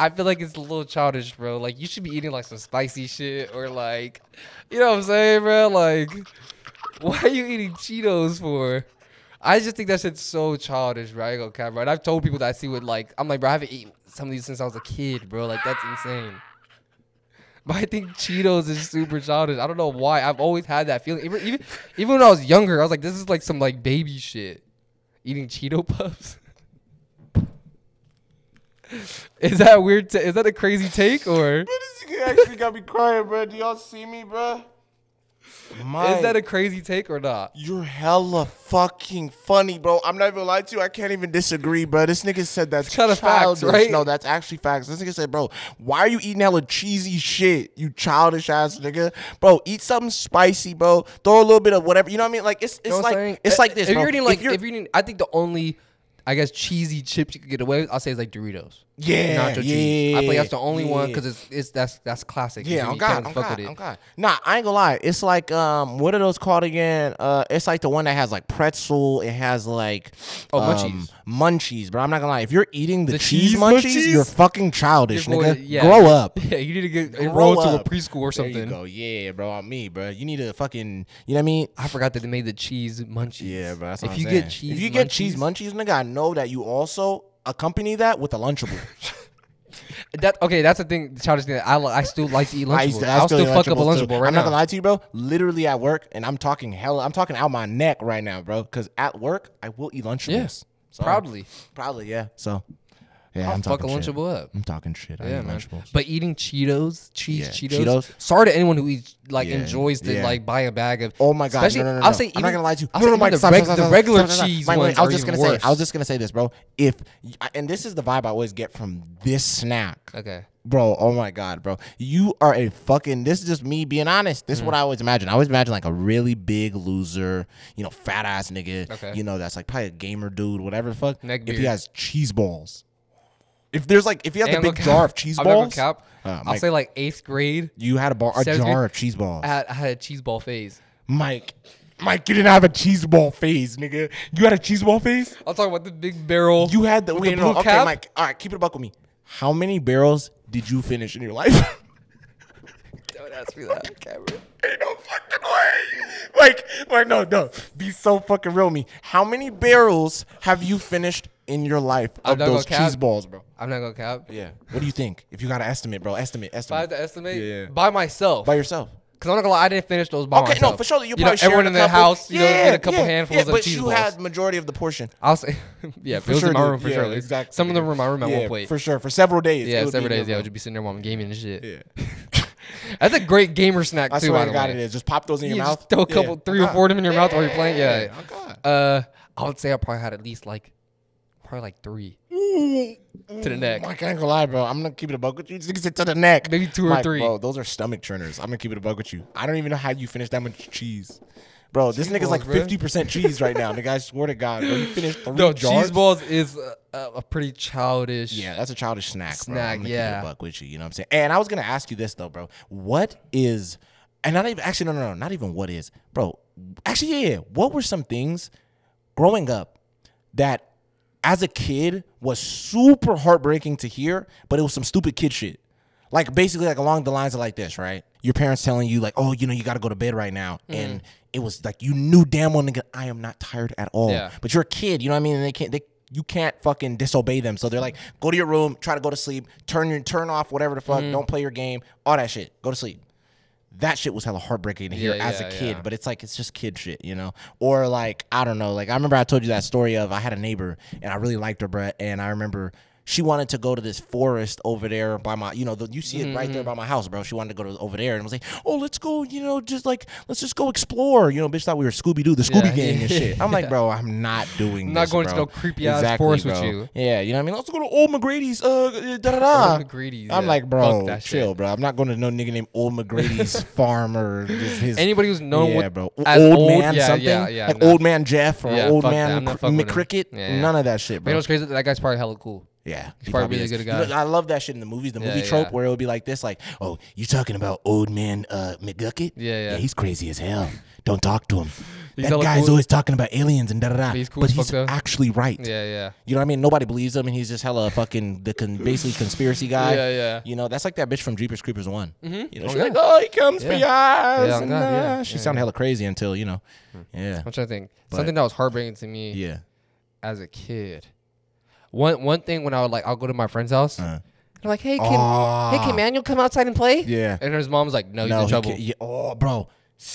I feel like it's a little childish, bro. Like you should be eating like some spicy shit or like you know what I'm saying, bro? Like why are you eating Cheetos for? I just think that shit's so childish, bro. I go, okay, bro. And I've told people that I see with like I'm like, bro, I haven't eaten some of these since I was a kid, bro. Like that's insane. But I think Cheetos is super childish. I don't know why. I've always had that feeling. Even even, even when I was younger, I was like, this is like some like baby shit. Eating Cheeto puffs. is that weird? ta- is that a crazy take or
This actually got me crying, bro. Do y'all see me, bro? My,
is that a crazy take or not?
You're hella fucking funny, bro. I'm not even lying to you. I can't even disagree, bro. This nigga said that's
kinda facts,
childish.
right?
No, that's actually facts. This nigga said, bro, why are you eating hella cheesy shit? You childish ass nigga, bro. Eat something spicy, bro. Throw a little bit of whatever. You know what I mean? Like it's it's
You know what
like
I'm saying?
it's
Uh,
like this.
If
bro.
you're eating like if
you're-
you're, eating, I think the only I guess cheesy chips you could get away with, I'll say is like Doritos.
Yeah,
nacho
yeah,
cheese. I feel like that's the only one
yeah.
because it's it's that's that's classic.
Yeah,
you
I'm
can't
God, I'm
fuck
God,
with it.
I'm God. Nah, I ain't gonna lie. It's like um, what are those called again? Uh, it's like the one that has like pretzel. It has like
Oh,
um,
munchies.
munchies. But I'm not gonna lie. If you're eating the,
The
cheese,
cheese
munchies,
munchies?
you're fucking childish,
You're
nigga.
going- yeah.
Grow up.
Yeah, you need to get
Grow
enrolled to a
up.
preschool or
There you
something.
go. Yeah, bro. On me, bro. You need to fucking. You know what I mean?
I forgot that they made the cheese munchies.
Yeah, bro. That's
if
what I'm
you
saying.
get cheese,
if you get cheese munchies, nigga, I know that you also accompany that with a lunchable.
that okay, that's the thing. The childish thing. That I li- I still like to eat
I
lunchables.
used to- I
I'll
still
still fuck up a
Lunchables too.
lunchable right
I'm
now.
not gonna lie to you, bro. Literally at work, and I'm talking hella. I'm talking out my neck right now, bro. Because at work, I will eat lunchables.
Yes,
So-
proudly.
Probably, yeah. So, yeah,
I'll
I'm
fuck a
talking shit.
lunchable up.
I'm talking shit. I
Yeah,
eat
man.
lunchables.
But eating Cheetos, cheese
Yeah,
Cheetos,
Cheetos.
Sorry to anyone who eats like
Yeah,
enjoys to
yeah.
like buy a bag of.
Oh my god!
Especially-
no, no, no,
I'll
no.
say
I'm
even,
not gonna lie to you.
I'll
no, no,
say even
Mike,
the,
stop,
reg-
stop,
the
stop,
regular
stop, stop, stop.
cheese
Mike,
ones
I
are
was just
even
gonna
worse.
say. I was just gonna say this, bro. If if and this is the vibe I always get from this snack.
okay.
Bro, oh my god, bro. You are a fucking this is just me being honest. This is what
Mm.
I always imagine. I always imagine like a really big loser, you know, fat ass nigga,
Okay.
you know, that's like probably a gamer dude, whatever the fuck.
Neck
if he
beard.
has cheese balls. If there's like if you have
Ain't
the
gonna
big
cap.
jar of cheese
I'm not gonna
balls.
cap.
Uh,
I'll
Mike,
say like eighth grade.
you had a bar a jar
Seventh grade.
of cheese balls.
I had, I had a cheese ball phase.
Mike. Mike, you didn't have a cheese ball phase, nigga. You had a cheese ball phase?
I'm talking about the big barrel.
You had the,
with
wait,
the
no,
blue
okay,
cap?
Mike. All right, keep it a buck with me. How many barrels did you finish in your life?
Don't ask me that on camera.
Ain't no fucking way. Like, like, no, no. Be so fucking real, with me. How many barrels have you finished in your life of
I'm not
those
gonna count.
cheese balls, bro?
I'm not gonna cap.
Yeah. What do you think? If you got an estimate, bro, estimate,
If I had
estimate.
to estimate
Yeah.
by myself,
By yourself.
because I'm not gonna lie, I didn't finish those by
okay,
myself.
no, for sure. You,
know,
probably shared
everyone
a
in the
couple-
house, you know,
Yeah,
get a couple
yeah,
handfuls
yeah,
of
but
cheese
you
balls.
had majority of the portion.
I'll say, yeah, if it was
sure,
in my
dude.
room for
Yeah,
sure. at least.
exactly,
Some of them
dude.
were in my room at
yeah,
one point.
for sure. For several days.
Yeah,
it would
several
be in
days. Yeah,
your
I would just be sitting there while I'm gaming and shit.
room. Yeah.
That's a great gamer snack
I
too. By
swear
the
to God,
way.
it is. Just pop those in your
You
mouth.
just throw a
Yeah. Uh-huh.
couple, three or
Okay.
four of them in your mouth while you're playing. Yeah.
Yeah, okay.
Uh, I would say I probably had at least like, probably like three to the neck.
Mike, I ain't gonna lie, bro. I'm gonna keep it a buck with you. Just get it to the neck.
Maybe two or
Mike,
three.
Bro, those are stomach churners. I'm gonna keep it a buck with you. I don't even know how you finish that much cheese. Bro, this nigga's
balls,
like
bro.
50% cheese right now. Nigga, I swear to God, bro. You finished three
No,
jars.
cheese balls is a, a, a pretty childish.
Yeah, that's a childish snack, bro.
Snack,
I'm gonna
yeah.
keep it a buck with you. You know what I'm saying? And I was gonna ask you this though, bro. What is and not even actually no no no, not even what is, bro. Actually, yeah, yeah. What were some things growing up that as a kid was super heartbreaking to hear, but it was some stupid kid shit. Like basically like along the lines of like this, right? Your parents telling you like, oh, you know, you gotta go to bed right now. And it was like you knew damn well nigga, I am not tired at all.
Yeah.
But you're a kid, you know what I mean? And they can't they you can't fucking disobey them. So they're like, go to your room, try to go to sleep, turn your turn off whatever the fuck, don't play your game, all that shit. Go to sleep. That shit was hella heartbreaking to hear
Yeah,
as
yeah,
a kid,
yeah.
but it's like it's just kid shit, you know? Or like, I don't know, like I remember I told you that story of I had a neighbor and I really liked her, bruh, and I remember she wanted to go to this forest over there by my, you know, the, you see it right there
Mm-hmm.
by my house, bro. She wanted to go to over there and was like, oh, let's go, you know, just like, let's just go explore. You know, bitch thought we were Scooby Doo, the Scooby Gang and shit. I'm like, bro, I'm not doing
I'm
this.
not going to
bro.
no creepy-ass forest with you.
Yeah, you know what I mean? Let's go to Old McGrady's. Uh, da da da.
Old McGrady's,
I'm
yeah.
like,
Fuck
bro,
that
chill, bro. I'm not going to no nigga named Old McGrady's farm or just his.
Anybody who's known
yeah,
with-
bro.
as
old,
old-
man
yeah,
something.
yeah, yeah,
like
nah.
old man Jeff or
Yeah,
old
fuck that.
man
I'm not
Cr-
fucking with him.
McCricket.
Yeah, yeah.
None of that shit,
You
bro.
know what's crazy? That guy's probably hella cool.
Yeah, he
probably a really
is.
good
You know,
guy.
I love that shit in the movies. The
Yeah,
movie
yeah.
trope where it would be like this, like, "Oh, you talking about old man uh, McGucket?
Yeah, yeah.
he's crazy as hell. Don't talk to him.
He's
that
hella
guy's
cool.
always talking about aliens and da da da.
he's cool
but
as fuck,
he's
though.
actually right.
Yeah, yeah.
You know what I mean? Nobody believes him, and he's just hella fucking the con- basically conspiracy guy.
Yeah, yeah.
You know, that's like that bitch from Jeepers Creepers one. Mm-hmm. You know, she's
yeah.
like, oh, he comes for
Yeah.
your eyes.
Yeah, oh,
and,
God, yeah.
uh, She
Yeah,
sounded hella crazy until you know, yeah,
I'm trying to think. Something that was heartbreaking to me
yeah.
as a kid. One one thing when I would like, I'll go to my friend's house.
Uh.
They're like, hey, can, hey,
Ah.
can Manuel come outside and play?
Yeah.
And his mom's like, no, he's
No,
in
he
trouble.
ca- yeah, oh, bro.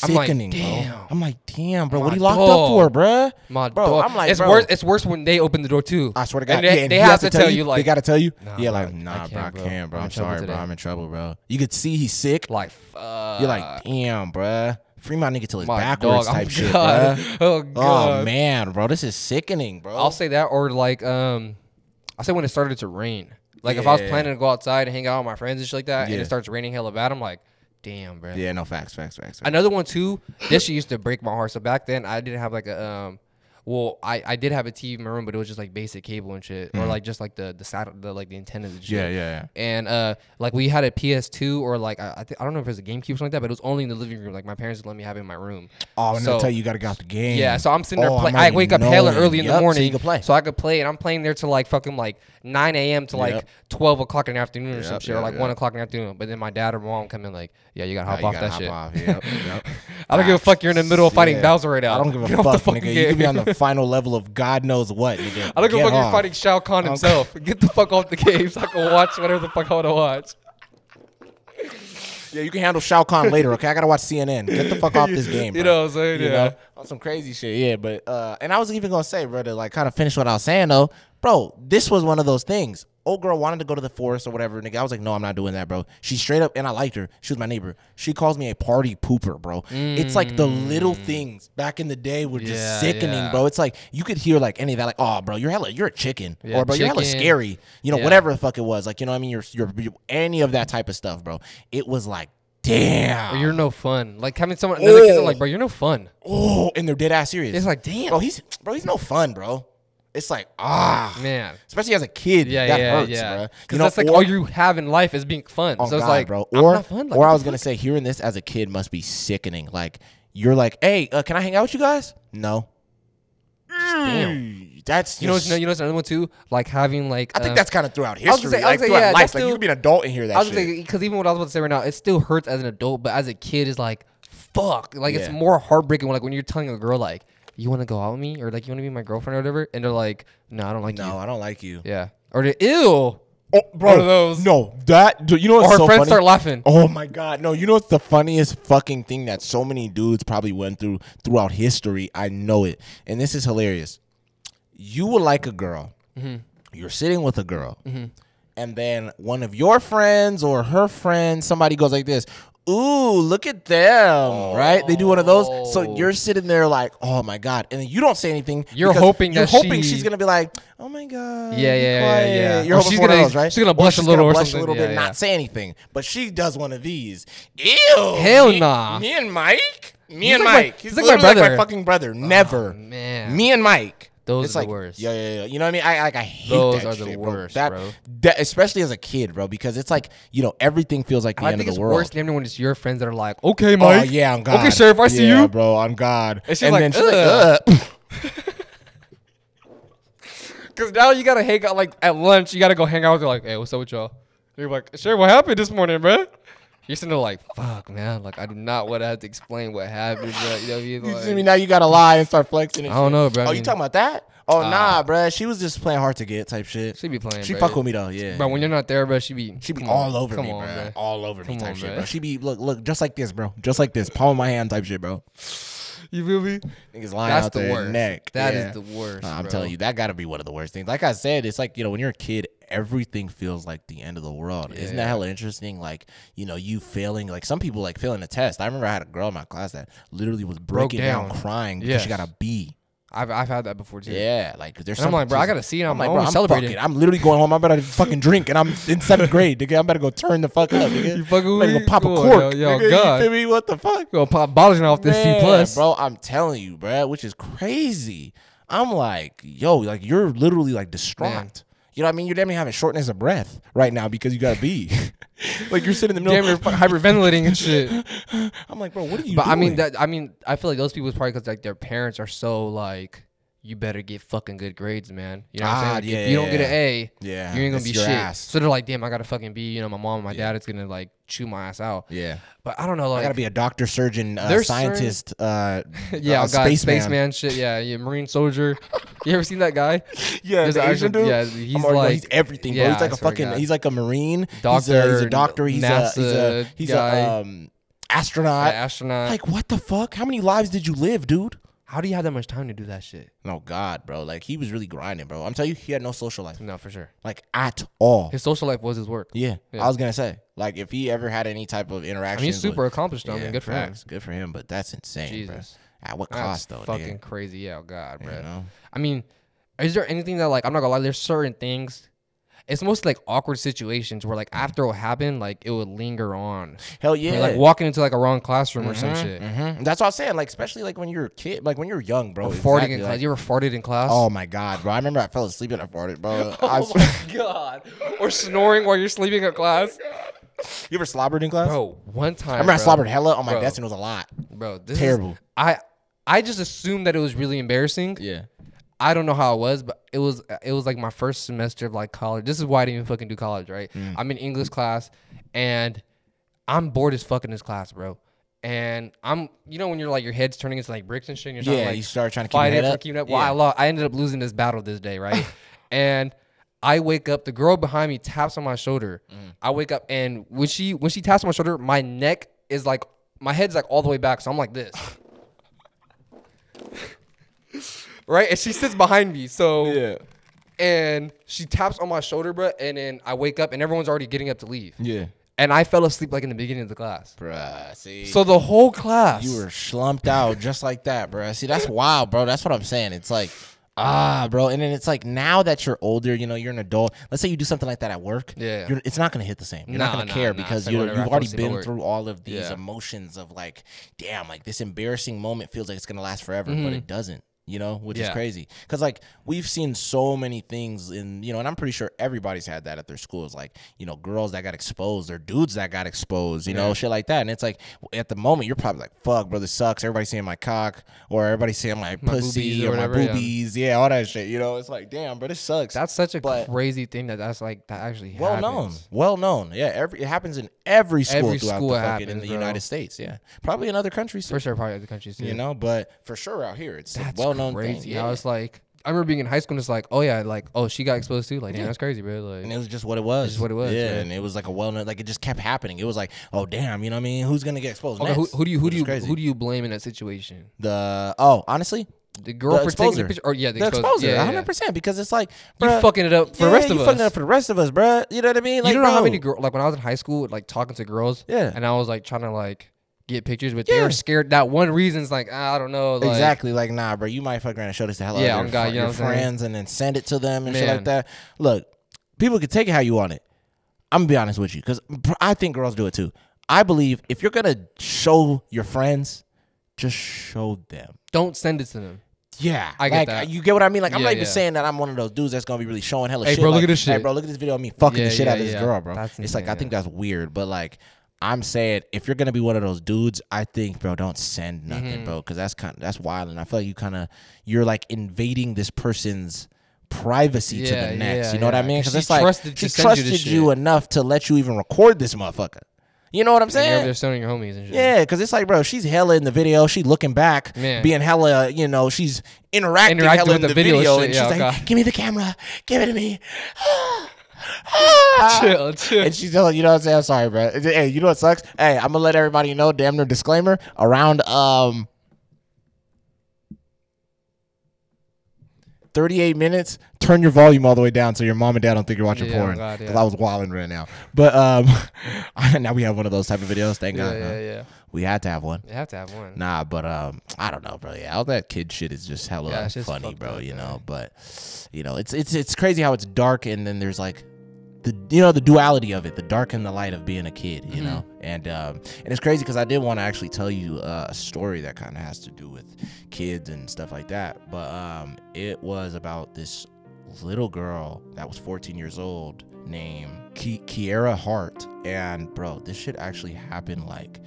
I'm like,
Sickening, bro.
damn.
I'm like, damn, bro. What
My
he locked up
dog.
for, bro?
My
bro,
dog.
I'm like,
it's
bro,
worse. It's worse when they open the door too.
I swear to God,
And they,
yeah, and
they
he
have
has
to tell you like,
they gotta tell you, yeah,
bro,
like,
I
nah, bro, I
can't, bro.
can't, bro.
I'm
I'm
in trouble
sorry, bro.
today.
I'm in trouble, bro. You could see he's sick.
like, fuck.
You're like, damn, bruh. Free my nigga till it's
Uh, my
backwards
dog.
type
oh,
shit,
God.
bruh.
Oh god.
Oh man, bro, this is sickening, bro.
I'll say that, or like, um, I'll say when it started to rain. Like if I was
Yeah.
planning to go outside and hang out with my friends and shit like that, and
Yeah.
it starts raining hella bad, I'm like, damn, bro.
yeah, no facts, facts, facts. facts.
Another one too. This shit used to break my heart. So back then, I didn't have like a um. well, I, I did have a TV in my room, but it was just like basic cable and shit, or like just like the the sat the like the antenna and shit.
Mm. Yeah, yeah, yeah.
And uh, like we had a PS2 or like I I, th- I don't know if it was a GameCube or something like that, but it was only in the living room. Like my parents would let me have it in my room.
Oh, and
So-
they'll tell you you gotta get out the game.
yeah, so I'm sitting there
Oh,
playing. I
already
wake up hella
knowing.
early in
Yup,
the morning,
So you can play.
so I could play, and I'm playing there till like fucking like 9 a.m. to like
Yep.
12 o'clock in the afternoon or some
Yup,
shit, or
yup,
like
yup.
one o'clock in the afternoon. But then my dad or mom come in like, yeah, you gotta
Nah,
hop
Oh, you
off
gotta
that
hop
shit.
off. Yep, yep.
I don't give a fuck. You're in the middle of fighting
Shit.
Bowser right now.
I don't give a
Get
fuck,
off the
nigga.
fucking
You could be
game.
on the final level of God knows what, nigga.
I don't give
Get
a fuck if you're
off.
fighting Shao Kahn himself. Get the fuck off the game so I can watch whatever the fuck I want to watch.
Yeah, you can handle Shao Kahn later, okay? I gotta watch CNN. Get the fuck off this game.
You
bro.
know what I'm saying?
You
yeah.
know? On some crazy shit, yeah. But uh, and I was even gonna say, bro, to like kind of finish what I was saying though, bro. This was one of those things. Old girl wanted to go to the forest or whatever, nigga. I was like, no, I'm not doing that, bro. She straight up, and I liked her. She was my neighbor. She calls me a party pooper, bro. It's like the little things back in the day were just
Mm. Yeah,
sickening,
yeah.
bro. It's like you could hear like any of that, like, oh, bro, you're hella, you're a chicken,
Yeah,
or bro, you're hella
chicken.
scary, you know,
Yeah.
whatever the fuck it was, like, you know, what I mean, you're, you're, you any of that type of stuff, bro. It was like, damn,
Or you're no fun. Like having someone another kid's
Oh.
like, bro, you're no fun.
oh, and they're dead ass serious.
It's like, damn,
Bro, he's bro, he's no fun, bro. It's like ah,
man.
especially as a kid,
Yeah,
that
yeah,
hurts,
yeah.
bro.
Because that's like all you have in life is being fun.
oh,
so it's
God,
like,
bro.
I'm
Or
not fun. Like,
or
what
I
the
was gonna say, hearing this as a kid must be sickening. Like you're like, hey, uh, can I hang out with you guys? No. Damn, that's
You know, what's-
just-
you know, what's another one too. Like having like.
I think
uh,
that's kind of throughout
was
history,
gonna say- I
like
was gonna
throughout
say,
life.
yeah, that's
Like you
still-
could be an adult and hear that
I was
shit.
because even what I was about to say right now, it still hurts as an adult, but as a kid, it's like, fuck, like it's
Yeah.
more heartbreaking. Like when you're telling a girl, like, you want to go out with me, or like you want to be my girlfriend, or whatever, and they're like, no, I don't like
no,
you.
I don't like you.
Yeah, or they, ew,
Oh, bro,
One of those.
No, that dude, you know what's
or her
so
friends
funny?
start laughing.
Oh my god. No, you know what's the funniest fucking thing that so many dudes probably went through throughout history? I know it. And this is hilarious. You would like a girl.
Mm-hmm.
You're sitting with a girl. And then one of your friends or her friends, somebody goes like this. Ooh, look at them, right? They do one of those. So
Oh.
you're sitting there like, oh my god, and then you don't say anything.
You're
because
hoping
you're
that
hoping
she-
she's gonna be like, oh my god,
Yeah,
be
yeah, yeah, yeah,
quiet."
yeah.
You're
Or
hoping
she's
for one of
gonna-
those, right?
she's gonna
Or
blush a
she's
little
gonna
or
blush a
something.
little bit,
Yeah,
not
yeah.
say anything, but she does one of these. Ew.
Hell
me,
nah.
Me and Mike. Me
He's
and
like my-
Mike. he's
he's like my
literally like my
brother.
fucking brother. Never.
man.
Me and Mike.
Those
It's
are the
like,
worst.
Yeah, yeah, yeah. You know what I mean? I like. I hate
Those
that
are the
shit,
worst,
That,
bro.
that- especially as a kid, bro, because it's like you know everything feels like the
I
end
think
of
it's
the world.
worse than when it's your friends that are like, okay,
oh
Mike.
yeah, on God.
Okay, Sheriff, I see
Yeah,
you.
bro. On God.
And she's like,
like, "Ugh."
Because now you gotta hang out like at lunch. You gotta go hang out with her. Like, hey, what's up with y'all? You're like, sure, what happened this morning, bruh? You're sitting there like, fuck, man. Like, I do not want to have to explain what happened. Bro. You know what I mean?
You
Like,
see me now? You gotta lie and start flexing. And
I don't
shit.
know, bro. I
Oh, you
mean- ah.
talking about that? Oh nah, bro. She was just playing hard to get type shit.
She be playing,
She
bro.
fuck with me though. Yeah.
Bro, when you're not there, bro, she be
She be
come on,
all over
come
me,
on,
bro.
bruh.
All over me
Come
type
on,
shit,
bruh.
bro. She be look, look, just like this, bro. Just like this, palm of my hand type shit, bro.
You feel me?
Niggas lying
That's
out
the
their
worst.
neck.
That is
Yeah.
the worst.
Nah, I'm
bro.
telling you, that got to be one of the worst things. Like I said, it's like you know when you're a kid, everything feels like the end of the world. Isn't that
Yeah.
hella interesting? Like you know, you failing. Like some people like failing a test. I remember I had a girl in my class that literally was breaking down.
down.
crying because she
Yes.
got a B.
I've, I've had that before too.
Yeah, like there's.
And I'm
some-
like, bro, I
she's-
gotta see it. I'm, like,
bro,
bro, I'm celebrating.
fucking- I'm literally going home. I better fucking drink, and I'm in seventh grade, nigga. I better go turn the fuck up, nigga.
You fucking
I better go
weak?
pop a
Come on,
cork,
yo, yo,
nigga.
God.
You feel me? What the fuck?
Gonna pop bottles and off this
Man,
C plus.
bro. I'm telling you, bro, which is crazy. I'm like, yo, like you're literally like distraught.
Man.
You know what I mean? You're damn near having shortness of breath right now because you got to be. like you're sitting in the
Damn, you're
middle.
fucking hyperventilating and shit.
I'm like, bro, what are you?
But I mean,
doing?
that I mean, I feel like those people is probably because like their parents are so like, you better get fucking good grades, man. You know what
Ah,
I'm saying? Like,
yeah,
if you don't get an
yeah.
A,
Yeah,
you ain't gonna
it's
be
your
shit.
ass.
So they're like, damn, I gotta fucking be. You know, my mom and my dad is gonna like chew my ass out.
yeah.
But I don't know,
I
like,
gotta be a doctor, surgeon, uh,
There's
scientist, uh,
yeah,
uh,
oh God,
spaceman.
spaceman shit. Yeah, yeah, marine soldier. you ever seen that guy?
Yeah,
There's
the
an
Asian
actual-
dude.
yeah,
I'm
he's
already going,
like-
he's everything, bro.
yeah,
He's like
I
a
swear to
fucking,
God.
he's like a marine, doctor, he's a, he's a
Doctor,
doctor, he's a, he's a,
NASA
he's
guy.
a um, astronaut.
An astronaut.
Like, what the fuck? How many lives did you live, dude?
How do you have that much time to do that shit?
No, God, bro. Like, he was really grinding, bro. I'm telling you, he had no social life,
No, for sure.
like, at all.
His social life was his work.
Yeah,
Yeah.
I was gonna say, like, if he ever had any type of interaction,
I mean, he's super accomplished. though. I mean, good for him.
Good for him, but that's insane,
Jesus.
bro. At what
That's
cost, though?
fucking
Fucking,
crazy. Yeah, oh God, bro.
you know?
I mean, is there anything that like I'm not gonna lie? There's certain things. it's mostly like awkward situations where like after it happened, like it would linger on.
Hell
Or,
yeah.
Like walking into like a wrong classroom or some shit.
Mhm. That's what I'm saying. Like, especially like when you're a kid, like when you're young, bro.
Farting
Oh, Exactly,
in class.
like-
you ever farted in class?
oh my god, bro! I remember I fell asleep and I farted, bro. I
Oh my god. Or snoring while you're sleeping in class.
You ever slobbered in class?
Bro, one time.
I remember I
bro,
slobbered hella on my
Bro.
desk and it was a lot.
Bro, this is-
Terrible.
I I just assumed that it was really embarrassing.
Yeah.
I don't know how it was, but it was it was like my first semester of like college. This is why I didn't even fucking do college, right?
Mm.
I'm in English class and I'm bored as fuck in this class, bro. And I'm you know when you're like your head's turning into like bricks and shit and you're trying to
Yeah,
like
you start trying to keep your
fight
head
it for
up.
keeping up. Well, I lost I ended up losing this battle this day, right? and I wake up, the girl behind me taps on my shoulder.
Mm.
I wake up and when she when she taps on my shoulder, my neck is like my head's like all the way back, so I'm like this. right? And she sits behind me. So
Yeah.
and she taps on my shoulder, bro, and then I wake up and everyone's already getting up to leave.
Yeah.
And I fell asleep like in the beginning of the class.
Bruh, see.
So the whole class
you were slumped out just like that, bro. See, that's wild, bro. That's what I'm saying. It's like, ah, bro. And then it's like now that you're older, you know, you're an adult. Let's say you do something like that at work.
Yeah.
you're- it's not gonna hit the same. You're not
Nah,
gonna
nah,
care
nah.
because
It's like
you
whenever I
you've
fall
already
asleep at
been
work.
through all of these
Yeah.
emotions of like, damn, like this embarrassing moment feels like it's gonna last forever, but it doesn't. You know, which is
Mm-hmm. Yeah.
crazy, because like we've seen so many things in you know, and I'm pretty sure everybody's had that at their schools, like you know, girls that got exposed or dudes that got exposed, you know, shit like that. And it's like at the moment you're probably like, "Fuck, bro, this sucks." Everybody's seeing my cock, or everybody's seeing my,
boobies
pussy,
or
or,
whatever,
my
yeah.
boobies, yeah. all that shit. You know, it's like, damn, bro, this sucks.
That's such a
But-
crazy thing that that's like that actually
well known,
happens.
well known. Yeah, every it happens in every school
Every
throughout
school
the
it
fucking in
happens,
the
bro.
United States. Yeah, probably in other countries, too,
For sure, probably other countries too.
you know. But for sure out here, it's
that's
a well known
crazy.
thing. Yeah.
I was like, I remember being in high school and it's like, oh yeah, like oh she got exposed too. Like damn, that's crazy, bro. Like
And it was just what it was.
just what it was,
Yeah,
yeah.
and it was like a well known. Like it just kept happening. It was like, oh damn, you know what I mean? Who's gonna get exposed?
Okay, who,
next?
who do you who
Which
do
is
you
crazy.
who do you blame in that situation?
the oh honestly.
The girl for taking the
exposer.
picture, or yeah, the,
the
exposer.
exposure,
Yeah, yeah,
one
yeah.
hundred percent. Because it's like
You
bruh,
fucking it up for the
yeah,
rest of
you
us.
fucking it up for the rest of us, bruh. You know what I mean? Like,
you don't know how
bro.
many girls like when I was in high school, like talking to girls.
Yeah.
And I was like trying to like get pictures, but they
Yeah.
were scared. That one reason's like ah, I don't know. Like,
exactly. Like, nah, bro, you might fuck around and show this to hell
Yeah,
out
I'm
of your,
God,
fr-
you know
your
what I'm saying?
friends and then send it to them and shit
Man.
like that. Look, people can take it how you want it. I'm gonna be honest with you, because I think girls do it too. I believe if you're gonna show your friends, just show them.
Don't send it to them.
Yeah,
I get
like,
that.
You get what I mean? Like, I'm
Yeah,
not even
yeah.
saying that I'm one of those dudes that's gonna be really showing hella
Hey,
shit.
bro, look
like,
at this
Hey,
shit."
bro, look at this video of me fucking
Yeah,
the shit
yeah,
out of this
yeah.
girl, bro.
That's
it's like
insane,
I think that's weird, but like. I'm saying if you're gonna be one of those dudes, I think, bro, don't send nothing,
Mm-hmm.
bro, because that's kind of that's wild, and I feel like you kind of you're like invading this person's privacy
Yeah,
to the next.
yeah,
you know what I
yeah.
mean? Because
'Cause she
it's like
trusted
she
to send you
trusted
this
you,
shit.
enough to let you even record this motherfucker. You know what I'm
And you're over
saying?
there showing your homies and shit.
Yeah, because it's like, bro, she's hella in the video. She looking back,
Man.
being hella, you know, she's interacting,
Interacting
hella
with
in
the
the,
video
video,
shit,
and
yeah,
she's like,
okay.
"Give me the camera, give it to me." Ah.
Chill, chill.
And she's telling, you know what I'm saying? I'm sorry, bro. Hey, you know what sucks? Hey, I'm gonna let everybody know. Damn near disclaimer around um. 38 minutes. Turn your volume all the way down so your mom and dad don't think you're watching
Yeah, oh
porn.
God,
Because
yeah.
I was wilding right now. But um, now we have one of those type of videos. Thank
Yeah,
God. huh?
yeah, yeah.
We had to have one.
You have to have one.
Nah, but um, I don't know, bro. Yeah, all that kid shit is just hella
Yeah, it's just
funny,
fucked
bro.
up,
you
man.
know, but you know, it's it's it's crazy how it's dark and then there's like the you know the duality of it, the dark and the light of being a kid,
Mm-hmm.
you know. And um, and it's crazy because I did want to actually tell you uh, a story that kind of has to do with kids and stuff like that. But um, it was about this little girl that was 14 years old named Ki- Kiera Hart. And bro, this shit actually happened like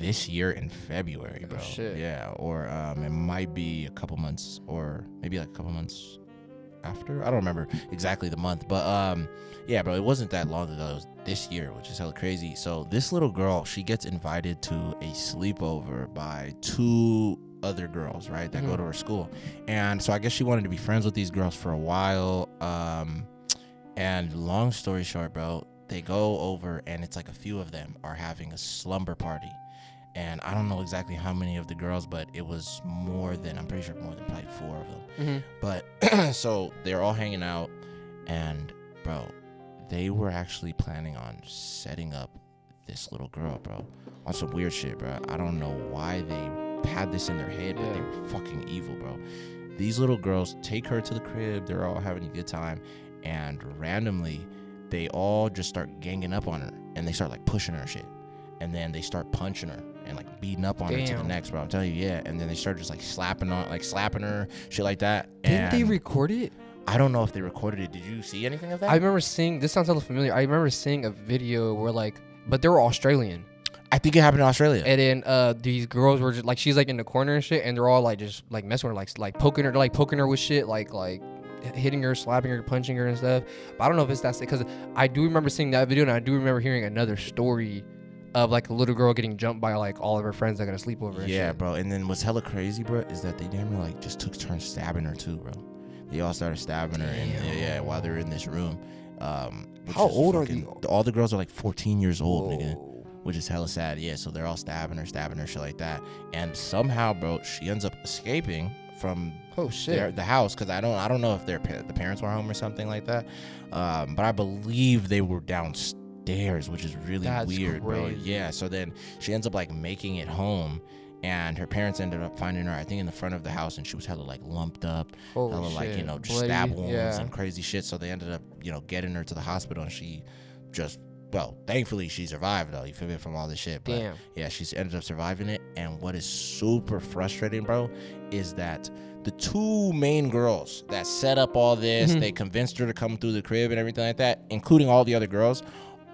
this year in February, bro.
shit.
Yeah, or um, it might be a couple months, or maybe like a couple months after. I don't remember exactly the month, but um, yeah, bro, it wasn't that long ago. It was this year, which is hella crazy. So this little girl, she gets invited to a sleepover by two other girls, right, that go to her school, and so I guess she wanted to be friends with these girls for a while. Um, and long story short, bro, they go over and it's like a few of them are having a slumber party. And I don't know exactly how many of the girls, but it was more than, I'm pretty sure more than probably four of them. But so they're all hanging out, and bro, they were actually planning on setting up this little girl, bro, on some weird shit, bro. I don't know why they had this in their head, but they
Yeah.
were fucking evil, bro. These little girls take her to the crib. They're all having a good time, and randomly they all just start ganging up on her and they start like pushing her and shit and then they start punching her and like beating up on her to the
Damn.
next bro i'm telling you yeah and then they start just like slapping on like slapping her shit like that
Didn't they
And
record it?
i don't know if they recorded it did you see anything of that
I remember seeing this sounds a little familiar. I remember seeing a video where like, but they were Australian,
I think it happened in australia
and then uh, these girls were just like, she's like in the corner and shit, and they're all like just like messing with her, like like poking her, they're, like poking her with shit, like like h- hitting her, slapping her, punching her and stuff. But I don't know if it's that because I do remember seeing that video, and I do remember hearing another story of like a little girl getting jumped by like all of her friends that got a sleepover. and
Yeah,
shit.
bro. And then what's hella crazy, bro, is that they damn near like just took turns stabbing her too, bro. They all started stabbing her, and yeah, yeah, while they're in this room. Um, which
How
is
old are they
All the girls are like 14 years old, nigga, which is hella sad. Yeah, so they're all stabbing her, stabbing her, shit like that. And somehow, bro, she ends up escaping from
Oh shit.
their, the house because I don't I don't know if their pa- the parents were home or something like that, um, but I believe they were downstairs, which is really
That's
weird, bro.
crazy.
Yeah. So then she ends up like making it home, and her parents ended up finding her I think in the front of the house, and she was hella like lumped up,
Holy
hella like you
shit,
know just
bloody,
stab wounds
yeah.
and crazy shit. So they ended up you know getting her to the hospital, and she just well thankfully she survived though. You feel me from all this shit, but
Damn.
yeah, she's ended up surviving it. And what is super frustrating, bro, is that the two main girls that set up all this,
Mm-hmm.
they convinced her to come through the crib and everything like that, including all the other girls,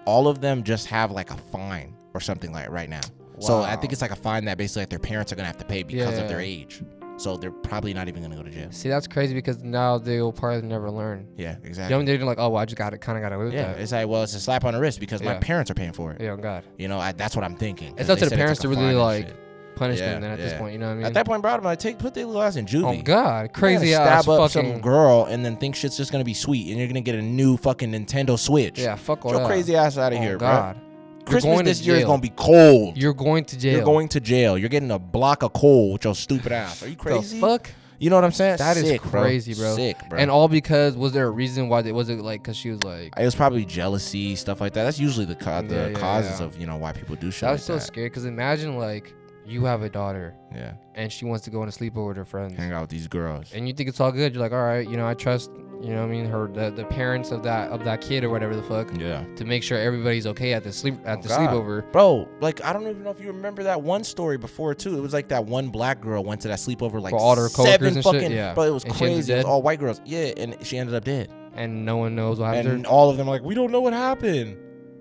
all of them just have like a fine or something like right now. So I think
Wow.
it's like a fine that basically like their parents are gonna have to pay because of their
Yeah.
age. So they're probably not even gonna go to jail.
See, that's crazy because now they'll probably never learn.
Yeah, exactly.
Young, they're like, oh, well, I just got it, kind of got away with
yeah,
that.
it's like well, it's a slap on the wrist because my
Yeah.
parents are paying for it.
Yeah, oh, God.
You know, I, that's what I'm thinking. 'cause
It's up
they
to the
said
parents
like,
to
a
really
fine and
like
shit.
punish
Yeah,
them. Then at
yeah.
this point, you know what I mean?
At that point, bro, I'm like, take put the glass in juvie.
oh
You're
God,
gonna
crazy ass
stab
fucking.
up some girl and then think shit's just gonna be sweet and you're gonna get a new fucking Nintendo Switch.
yeah, fuck all
Get your
that.
crazy ass out of
oh
here,
God,
bro. Christmas
going to
this year is
jail.
gonna be cold.
you're going to jail.
You're going to jail. You're getting a block of coal with your stupid ass. Are you crazy?
The fuck.
You know what I'm saying?
That is
Sick,
crazy, bro.
Sick, bro.
And all because was there a reason why they was it like because she was like
it was probably jealousy, stuff like that. That's usually the ca- the
Yeah, yeah,
causes
yeah.
of you know why people do shit.
that was
like
so scary because imagine like you have a daughter
Yeah,
and she wants to go on a sleepover with her friends
hang out with these girls.
and you think it's all good. You're like, all right, you know, I trust you know what I mean her the, the parents of that of that kid or whatever the fuck.
Yeah.
to make sure everybody's okay at the sleep at the
Oh, God.
sleepover.
Bro, like I don't even know if you remember that one story before too. It was like that one black girl went to that sleepover like
For all her coworkers
seven
and shit?
fucking.
Yeah.
Bro, it was
And she ended
crazy. It was
dead?
all white girls. Yeah, and she ended up dead.
and no one knows what happened.
and all of them were like, we don't know what happened.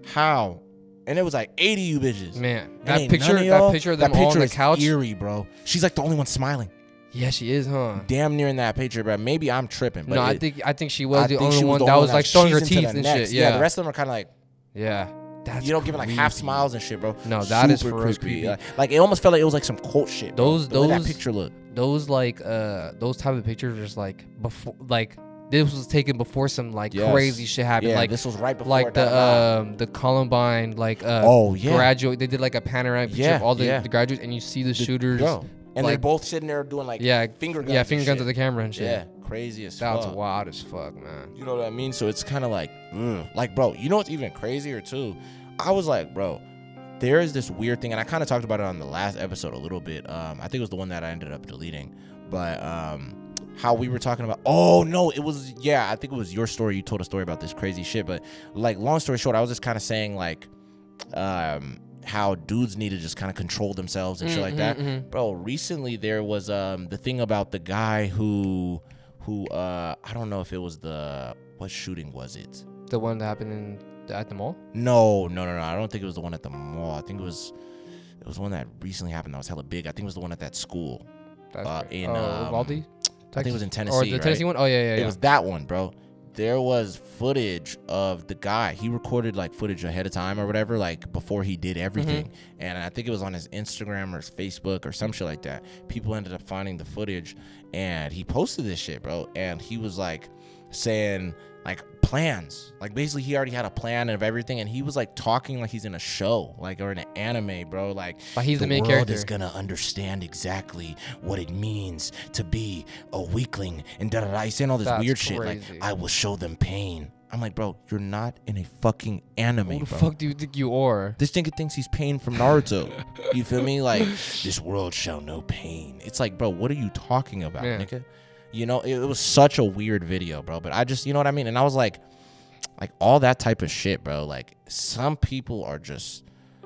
How? And it was like eighty you bitches.
to her. Man,
And
that
ain't none
picture,
y'all-
that picture of them
that picture
all on the
is
couch.
eerie, bro. She's like the only one smiling.
Yeah, she is, huh?
Damn near in that picture, bro. Maybe I'm tripping, but
no, I
it-
think I think she was
I
the
think
only
she
one
the
that
only
was
one
like showing her
cheeks into
teeth
the
and
necks.
shit. Yeah,
the rest of them are kind of like
yeah. That's
you don't give it like half
creepy.
smiles and shit, bro.
No, that is
Super
for real creepy.
Like, like, it almost felt like it was like some cult shit. bro,
Those-
the way that
those-
picture looked.
Those like uh those type of pictures are just like before like this was taken before some like
Yes.
crazy shit happened.
Yeah,
like
this was right before
like the
da-da-da.
um the Columbine like uh
Oh, yeah.
graduate they did like a panoramic picture
Yeah,
of all the,
yeah.
the graduates and you see the, shooters
Bro. and they're
like-
both sitting there doing like
yeah
finger guns
yeah
and
finger guns
shit.
at the camera and shit
yeah crazy as
That's
fuck.
wild as fuck, man.
You know what I mean? So it's kind of like, ugh. like, bro, you know what's even crazier too? I was like, bro, there is this weird thing, and I kind of talked about it on the last episode a little bit. Um, I think it was the one that I ended up deleting, but um, how we were talking about, oh no, it was yeah, I think it was your story. You told a story about this crazy shit, but like, long story short, I was just kind of saying like, um, how dudes need to just kind of control themselves and shit like
Mm-hmm,
that. Bro, recently there was um the thing about the guy who who uh I don't know if it was the what shooting was it?
The one that happened in the, at the mall.
No, no, no, no. I don't think it was the one at the mall. I think it was it was one that recently happened that was hella big. I think it was the one at that school.
That's
Uh,
crazy.
in,
oh,
um,
Uvalde?
I think it was
Texas?
in
Or
Tennessee,
the
right?
Tennessee one? Oh yeah, yeah, yeah.
It was that one, bro. There was footage of the guy. He recorded like footage ahead of time or whatever, like before he
Mm-hmm.
did everything. And I think it was on his Instagram or his Facebook or some shit like that. People ended up finding the footage and he posted this shit, bro. And he was like saying like plans. Like basically he already had a plan of everything and he was like talking like he's in a show, like or in an anime, bro. Like
Like, he's the main
world is
character.
gonna understand exactly what it means to be a weakling and da da da. He's saying all this
That's
weird shit. Like
crazy.
I will show them pain. I'm like, bro, you're not in a fucking anime,
Who the
bro.
fuck do you think you are?
This nigga thinks he's pain from Naruto. you feel me? Like this world shall know pain. It's like, bro, what are you talking about,
Yeah.
nigga? You know, it, it was such a weird video, bro. But I just, you know what I mean? And I was like, like all that type of shit, bro. Like some people are just,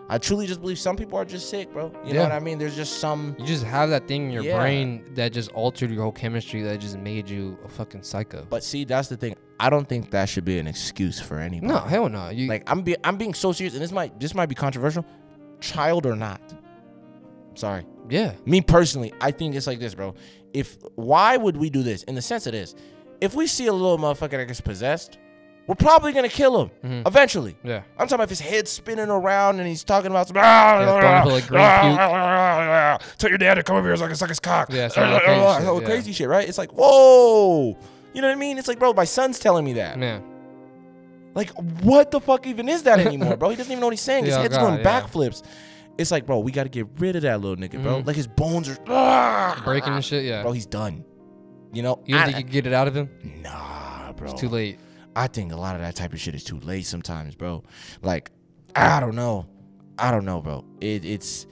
I truly just believe some people are just sick, bro. You know
Yeah.
what I mean? There's just some.
You just have that thing in your
Yeah.
brain that just altered your whole chemistry that just made you a fucking psycho.
But see, that's the thing. I don't think that should be an excuse for anybody.
no, hell no. You
Like I'm be, I'm being so serious, and this might this might be controversial, child or not. Sorry,
yeah.
me personally, I think it's like this, bro. If why would we do this? In the sense of this, if we see a little motherfucker that gets possessed, we're probably gonna kill him
Mm-hmm.
eventually.
Yeah.
I'm talking about if his head's spinning around and he's talking about some.
throwing up, like, green
Tell your dad to come over here so I can suck his cock.
Yeah, some of that crazy shit,
Oh,
yeah.
crazy shit, right? It's like, whoa. You know what I mean? It's like, bro, my son's telling me that.
Yeah.
Like, what the fuck even is that anymore, bro? He doesn't even know what he's saying. His
Yeah,
head's
God,
going
yeah.
backflips. It's like, bro, we got to get rid of that little nigga, bro. Like his bones are
Mm-hmm. Breaking and shit, yeah.
Bro, he's done. You know,
you don't
I-
think you could get it out of him?
nah, bro.
It's too late.
I think a lot of that type of shit is too late sometimes, bro. Like, I don't know. I don't know, bro. It, it's,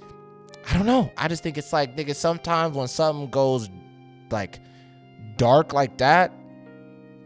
I don't know. I just think it's like, nigga, sometimes when something goes like dark like that,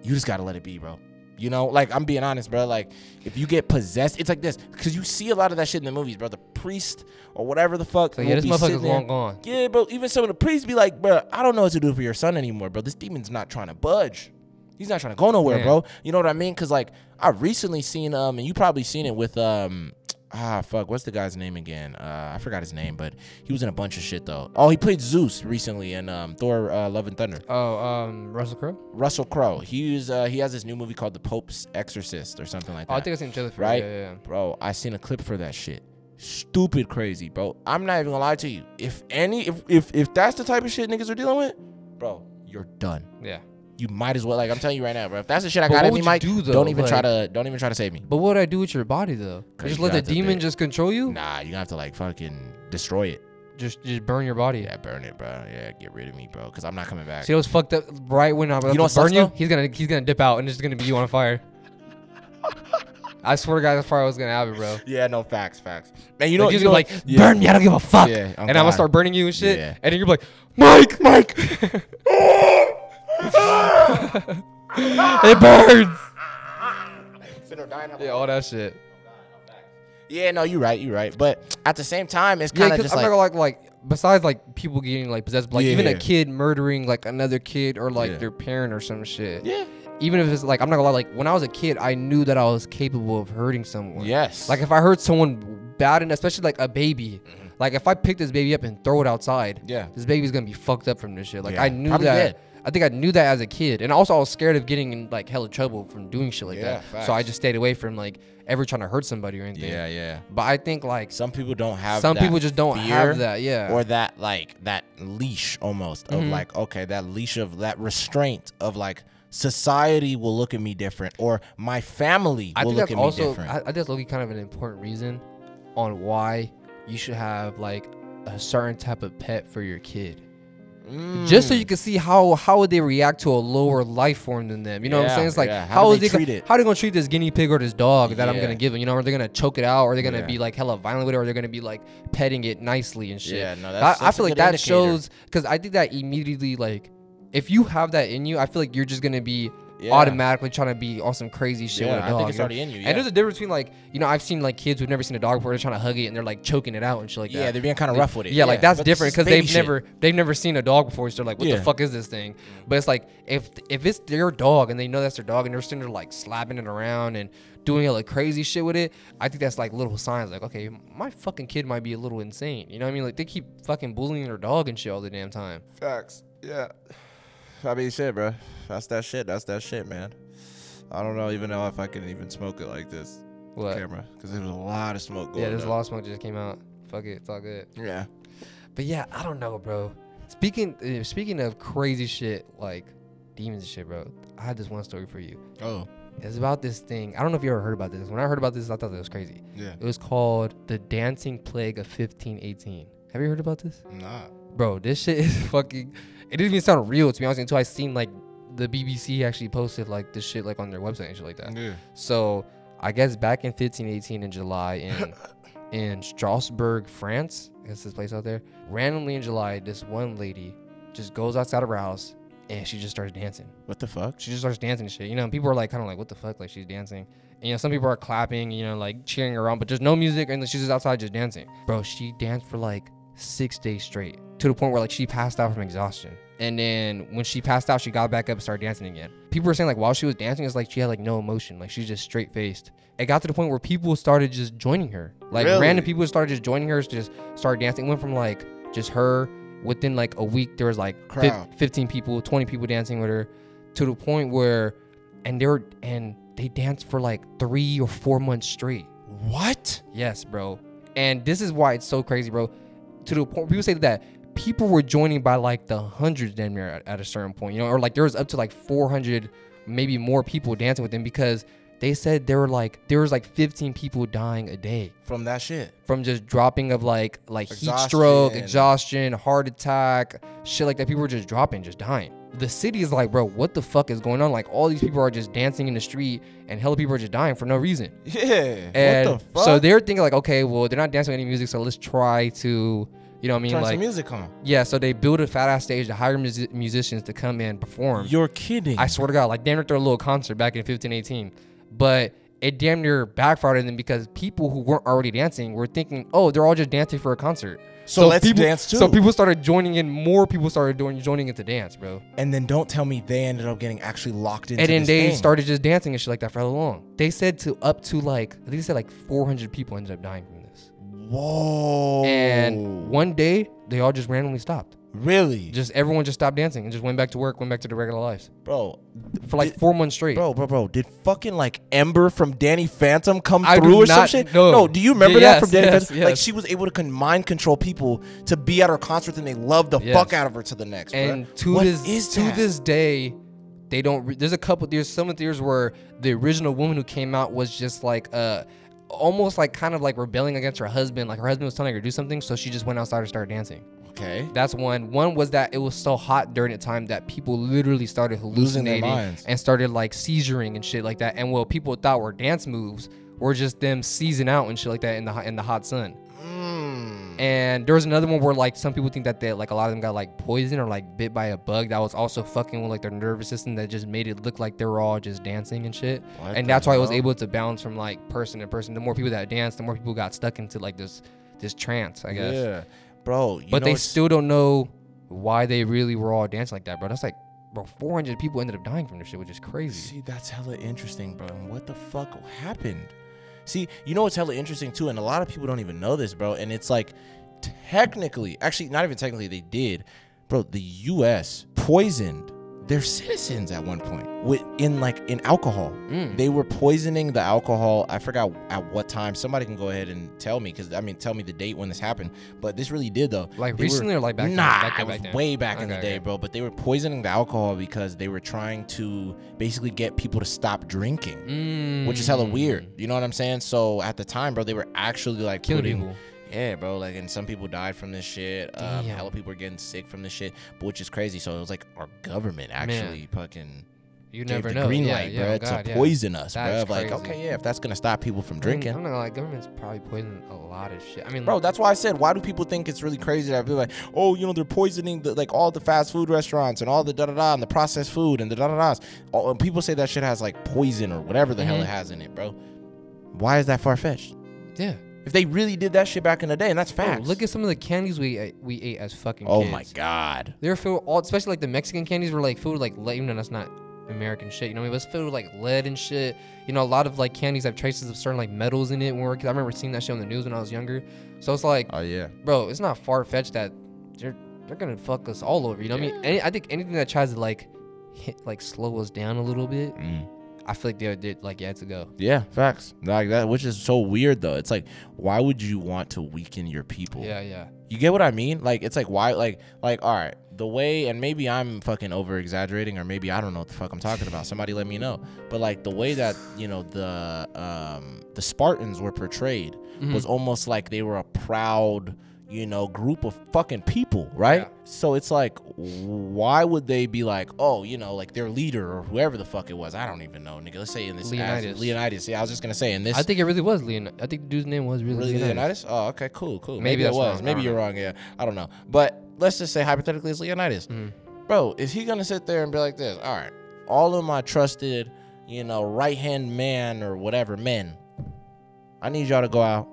you just gotta let it be, bro. You know, like I'm being honest, bro. Like if you get possessed, it's like this because you see a lot of that shit in the movies, bro. The priest or whatever the fuck.
So
will
yeah, this
be
motherfucker's
sitting there-
long gone.
Yeah, bro. Even some of the priests be like, bro, I don't know what to do for your son anymore, bro. This demon's not trying to budge. He's not trying to go nowhere,
Yeah.
bro. You know what I mean? Cause like I recently seen um, and you probably seen it with um, ah fuck, what's the guy's name again? Uh, I forgot his name, but he was in a bunch of shit though. Oh, he played Zeus recently in um Thor: uh, Love and Thunder.
Oh, um, Russell Crowe?
Russell Crowe. He was, uh, he has this new movie called The Pope's Exorcist or something like that.
Oh, I think I seen the trailer for it,
right,
Yeah, yeah, yeah.
bro. I seen a clip for that shit. Stupid crazy, bro. I'm not even gonna lie to you. If any, if if if that's the type of shit niggas are dealing with, bro, you're done.
Yeah.
You might as well, like I'm telling you right now, bro. If that's the shit I
But
got in
what
me,
would you
Mike,
do, though?
don't even try to,
Like-
don't even try to save me.
But what would I do with your body though?
Cause
Just
you
let the
got the
demon
bit.
just control you?
Nah, you gonna have to like fucking destroy it.
Just just burn your body.
Yeah, burn it, bro. Yeah, get rid of me, bro. Cause I'm not coming back.
See, it was fucked up right when I'm about
know what
to
sucks,
burn you.
though?
He's gonna he's gonna dip out and it's gonna be you on fire. I swear to God, that's probably what's gonna happen, bro.
yeah, no facts, facts. Man, you
You know,
know,
like, he's
you know yeah.
gonna like burn me. I don't give a fuck.
Yeah, I'm
and
fine.
I'm gonna start burning you and shit.
Yeah.
And then you're like, Mike, Mike. it burns. Yeah, all that shit.
Yeah, no, you're right, you're right. But at the same time, it's
Yeah,
kind of
because
just like,
I'm not gonna like, like besides like people getting like possessed, but, like even a
Yeah.
kid murdering like another kid or like
Yeah.
their parent or some shit.
yeah,
Even if it's like I'm not gonna lie, like when I was a kid, I knew that I was capable of hurting someone.
yes,
Like if I hurt someone bad and especially like a baby, like if I pick this baby up and throw it outside,
Mm-hmm. Yeah.
this baby's gonna be fucked up from this shit. Like
Yeah,
I knew
probably
that.
dead.
I think I knew that as a kid, and also I was scared of getting in like hella trouble from doing shit like
Yeah,
that. So I
facts.
just stayed away from like ever trying to hurt somebody or anything.
yeah, yeah.
But I think like
Some people don't have.
Some
that
people just don't have
fear
that, Mm-hmm. yeah.
Or that like that leash almost of like okay, that leash of that restraint of like society will look at me different or my family
I
will
think
look
that's
at me
also
different.
I, I think Loki kind of an important reason on why you should have like a certain type of pet for your kid.
Hmm. Mm.
Just so you can see how how would they react to a lower life form than them. You know what
Yeah,
I'm saying? It's like
yeah. How
how
do
is
they
they gonna-
treat it?
how are they gonna treat this guinea pig or this dog that I'm
Yeah.
gonna give them? You know, are they gonna choke it out? Or are they gonna
Yeah.
be like hella violent with it? Or are they gonna be like petting it nicely and shit?
Yeah, no,
I-
that's-
I,
that's a
feel like
good
that
indicator.
shows because I think that immediately like if you have that in you, I feel like you're just gonna be
Yeah.
automatically trying to be on some crazy shit with
Yeah,
a
I think
dog,
it's
you know?
already in you, yeah.
And there's a difference between like you know I've seen like kids who've never seen a dog before they're trying to hug it and they're like choking it out and shit like
yeah,
that.
they're being kind of rough with it.
Yeah, like that's
but this
different
is
because
baby
they've
shit.
never they've never seen a dog before. So they're like, what
Yeah.
the fuck is this thing? But it's like if if it's their dog and they know that's their dog and they're sitting there like slapping it around and doing all the crazy shit with it, I think that's like little signs like, okay, my fucking kid might be a little insane. You know what I mean? Like they keep fucking bullying their dog and shit all the damn time.
Facts. Yeah. I mean, shit, bro. That's that shit. That's that shit, man. I don't know even know if I can even smoke it like this
What?
camera because there's a lot of smoke going.
yeah, this
up.
law smoke just came out. Fuck it, it's all good.
Yeah.
But yeah, I don't know, bro. Speaking uh, speaking of crazy shit like demons and shit, bro. I had this one story for you.
Oh.
It's about this thing. I don't know if you ever heard about this. When I heard about this, I thought that was crazy.
Yeah.
It was called the Dancing Plague of 1518. Have you heard about this?
Nah.
Bro, this shit is fucking. It didn't even sound real to be honest until I seen like the BBC actually posted like this shit like on their website and shit like that.
Yeah.
So I guess back in 1518 in July in in Strasbourg, France, I guess this place out there. Randomly in July, this one lady just goes outside of her house and she just started dancing.
What the fuck?
She just starts dancing and shit. You know, and people are like kind of like, what the fuck? Like she's dancing. And you know, some people are clapping, you know, like cheering her on, but there's no music and she's just outside just dancing. Bro, she danced for like six days straight to the point where like she passed out from exhaustion. And then when she passed out, she got back up and started dancing again. People were saying like while she was dancing, it's like she had like no emotion. Like she's just straight faced. It got to the point where people started just joining her. Like
Really?
random people started just joining her to just start dancing. It went from like just her within like a week there was like fif-
Crowd.
15 people 20 people dancing with her to the point where and they were and they danced for like three or four months straight
What?
yes bro and this is why it's so crazy bro to the point people say that people were joining by like the hundreds damn near at, at a certain point you know or like there was up to like 400 maybe more people dancing with them because they said there were like there was like 15 people dying a day
From that shit.
from just dropping of like like heat stroke,
Exhaustion.
exhaustion, heart attack, shit like that. People were just dropping, just dying. The city is like, bro, what the fuck is going on? Like all these people are just dancing in the street and hella people are just dying for no reason.
Yeah.
And
what the fuck?
so they're thinking like, okay, well, they're not dancing with any music, so let's try to you know what I mean?
turn
like
some music on.
yeah, so they build a fat ass stage to hire mus- musicians to come in perform.
You're kidding.
I swear to God, like damn near threw a little concert back in 1518. But it damn near backfired on them because people who weren't already dancing were thinking, oh, they're all just dancing for a concert.
So let's
people,
dance too.
So people started joining in. More people started doing, joining in to dance, bro.
and then don't tell me they ended up getting actually locked into
and then
this
they
thing.
started just dancing and shit like that for how long? They said to up to like, I think they said like 400 people ended up dying from this.
Whoa.
And one day, they all just randomly stopped.
really,
Just everyone just stopped dancing and just went back to work, went back to their regular lives
bro,
for like four months straight.
bro, bro, bro. Did fucking like Ember from Danny Phantom come
I do
through or some
not
shit?
know.
No. Do you remember
Yeah,
that from
yes,
Danny
yes,
Phantom? Like
yes.
she was able to con- mind control people to be at her concerts and they loved the
Yes.
fuck out of her to the next. bruh.
And to
What
this
is
to
that?
this day, they don't. Re- there's a couple. There's some theories where the original woman who came out was just like uh, almost like kind of like rebelling against her husband. Like her husband was telling her to do something, so she just went outside and started dancing.
Okay.
That's one. One was that it was so hot during the time that people literally started
Losing their
hallucinating
minds.
and started like seizuring and shit like that. And what people thought were dance moves were just them seizing out and shit like that in the hot- in the hot sun.
Mm.
And there was another one where like some people think that they like a lot of them got like poisoned or like bit by a bug that was also fucking with like their nervous system that just made it look like they were all just dancing and shit.
What
and
the
that's why I was
hell?
able to bounce from like person to person. The more people that danced, the more people got stuck into like this this trance, I guess.
Yeah, bro. You
but
know
they
it's-
still don't know why they really were all dancing like that, bro. That's like bro, 400 people ended up dying from this shit, which is crazy.
See, that's hella interesting, bro. And what the fuck happened? See, you know what's hella interesting too, and a lot of people don't even know this, bro. And it's like technically, actually, not even technically, they did, bro. The U.S. poisoned their citizens at one point with in like in alcohol.
Hmm. Mm,
They were poisoning the alcohol. I forgot at what time. Somebody can go ahead and tell me, because I mean, tell me the date when this happened. But this really did though.
Like
They were-
recently or like back then?
Nah,
Back then,
it was
back then.
way back in the
Okay,
day,
okay.
bro. But they were poisoning the alcohol because they were trying to basically get people to stop drinking,
Mm.
which is hella weird. You know what I'm saying? So at the time, bro, they were actually like
Killing
putting-
people.
Yeah, bro. Like, and some people died from this shit. Um,
Damn.
hella people were getting sick from this shit, but which is crazy. So it was like our government actually fucking
You
gave
never
the
know.
green
yeah,
light,
yeah,
bro,
oh God,
to
yeah.
poison us,
That's
bro. Like,
crazy. Mm,
okay, yeah, if that's gonna stop people from
I mean,
drinking.
I'm not gonna lie, government's probably poisoning a lot of shit. I mean,
Bro, that's why I said, why do people think it's really crazy that people like, oh, you know, they're poisoning the like all the fast food restaurants and all the da da da and the processed food and the da da da's. Oh, and people say that shit has like poison or whatever the hell it
Mhm.
has in it, bro. Why is that far fetched?
yeah.
If they really did that shit back in the day, and that's
Bro,
facts.
look at some of the candies we ate, we ate as fucking.
oh
kids.
my god,
They were filled with all, especially like the Mexican candies were like filled with like lead. Even though that's not American shit, you know, what I mean, it was filled with like lead and shit. You know, a lot of like candies have traces of certain like metals in it. When we were, 'cause I remember seeing that shit on the news when I was younger. So it's like,
oh yeah,
bro, it's not far fetched that they're they're gonna fuck us all over. You know what I mean? Any, I think anything that tries to like hit like slow us down a little bit, I feel like they did like yeah, it's a go.
Mm. yeah, facts like that, which is so weird though. It's like, why would you want to weaken your people?
Yeah, yeah.
You get what I mean? Like it's like why like like all right, the way and maybe I'm fucking over exaggerating or maybe I don't know what the fuck I'm talking about. Somebody let me know. But like the way that, you know, the um the Spartans were portrayed
Mm-hmm.
was almost like they were a proud, you know, group of fucking people, right?
Yeah.
So it's like why would they be like, "Oh, you know, like their leader or whoever the fuck it was. I don't even know, nigga. Let's say in this
Leonidas.
Leonidas. Yeah, I was just going to say in this
I think it really was Leon. I think the dude's name was really,
Really
Leonidas.
Leonidas? Oh, okay, cool, cool. Maybe,
Maybe
it
that's
was.
wrong. I
Maybe
don't
you're wrong. Yeah, I don't know. But let's just say hypothetically it's Leonidas.
Mm-hmm.
bro, is he gonna sit there and be like this? All right, all of my trusted, you know, right hand man or whatever men, I need y'all to go out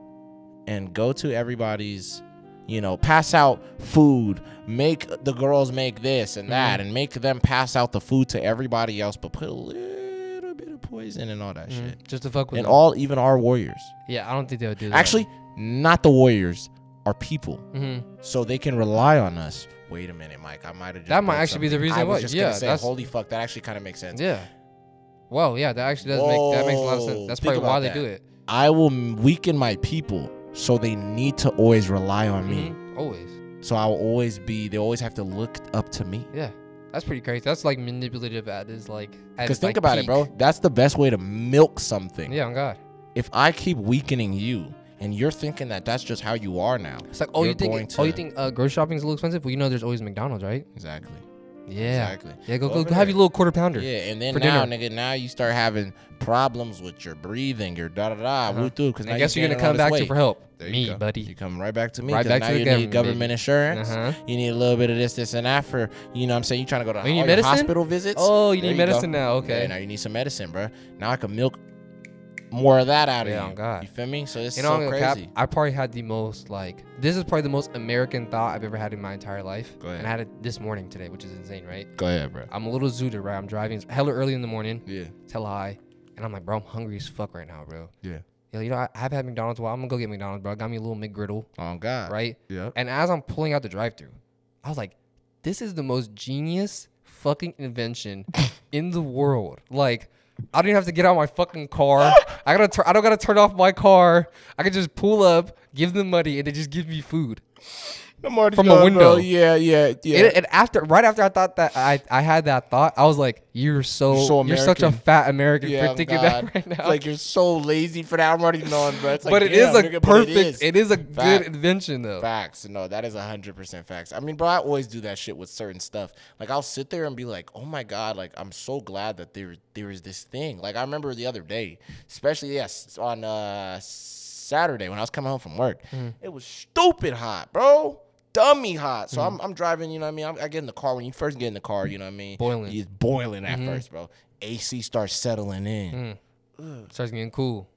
and go to everybody's, you know, pass out food, make the girls make this and that,
Mm-hmm.
and make them pass out the food to everybody else, but put a little bit of poison and all that shit.
Mm-hmm. Just to fuck with
And
them.
all, even our warriors.
yeah, I don't think they would do that.
Actually, not the warriors, our people
hmm
so they can rely on us. Wait a minute, Mike. I might have just
That might
broke
actually be the
something.
reason
I was
why.
just gonna
Yeah,
say,
that's-
holy fuck, that actually kind of makes sense.
yeah. Wow, yeah, that actually does make that makes a lot of
Whoa,
sense. That's
think
probably why
about
they do
that.
it.
I will m- weaken my people, so they need to always rely on me.
Mhm. Always.
So I will always be. They always have to look up to me.
Yeah. That's pretty crazy. That's like manipulative at is like at
Because
its,
think
like,
about it,
peak.
bro. That's the best way to milk something.
Yeah, on God.
If I keep weakening you, and you're thinking that that's just how you are now.
It's like oh, you
you're
think
going
oh, you
to-
think uh, grocery shopping is a little expensive? Well, you know, there's always McDonald's, right?
Exactly.
Yeah.
Exactly.
Yeah, go
Go
go,
over
go have
there.
your little quarter pounder.
Yeah, and then
for
now,
dinner.
nigga, now you start having problems with your breathing, your da da da,
Uh-huh.
woo doo. Because
And guess you're gonna come back to for help.
There you
Me,
go. You
buddy.
come right back to me.
Right
'cause
back
now
to the
you need
government,
government
baby.
insurance.
Uh-huh.
You need a little bit of this, this, and that for you know. what I'm saying you trying to go to
Oh, you need
all your
medicine?
hospital visits.
Oh, you
There
need
go.
medicine now,
Yeah,
okay.
now you need some medicine, bro. Now I can milk more of that out of
Yeah,
you.
oh, God.
You feel me? So it's
You know,
so
I'm gonna cap,
crazy.
I probably had the most like this is probably the most American thought I've ever had in my entire life.
Go ahead.
And I had it this morning today, which is insane, right?
Go ahead, bro.
I'm a little zooted, right? I'm driving it's hella early in the morning.
Yeah,
It's hella high. And I'm like, bro, I'm hungry as fuck right now, bro.
yeah.
Yo, you know, I, I've had McDonald's. Well, I'm gonna go get McDonald's, bro. I got me a little McGriddle,
Oh God.
right?
Yeah.
And as I'm pulling out the drive-through, I was like, this is the most genius fucking invention in the world. Like, I don't even have to get out of my fucking car. I gotta tur- I don't gotta turn off my car. I can just pull up, give them money, and they just give me food. From a window.
Yeah, yeah, yeah.
And, and after right after I thought that I, I had that thought, I was like, You're so,
You're
you're,
so
such a
American."
fat American for
oh,
thinking
God.
that right now.
It's Like you're so lazy for that. I'm already knowing, bro. It's like,
but it is
damn,
a
nigga, but
perfect it is, a good
Fact.
invention though.
Facts. No, that is hundred percent facts. I mean, bro, I always do that shit with certain stuff. Like I'll sit there and be like, oh my god, like I'm so glad that there there is this thing. Like I remember the other day, especially yes, on uh Saturday when I was coming home from work,
Mm-hmm.
it was stupid hot, bro. Dummy hot. So
Mm-hmm.
I'm, I'm driving, you know what I mean? I'm, I get in the car. When you first get in the car, you know what I mean?
Boiling. Mm-hmm.
It's boiling at first, bro. AC starts settling in.
Starts getting cool.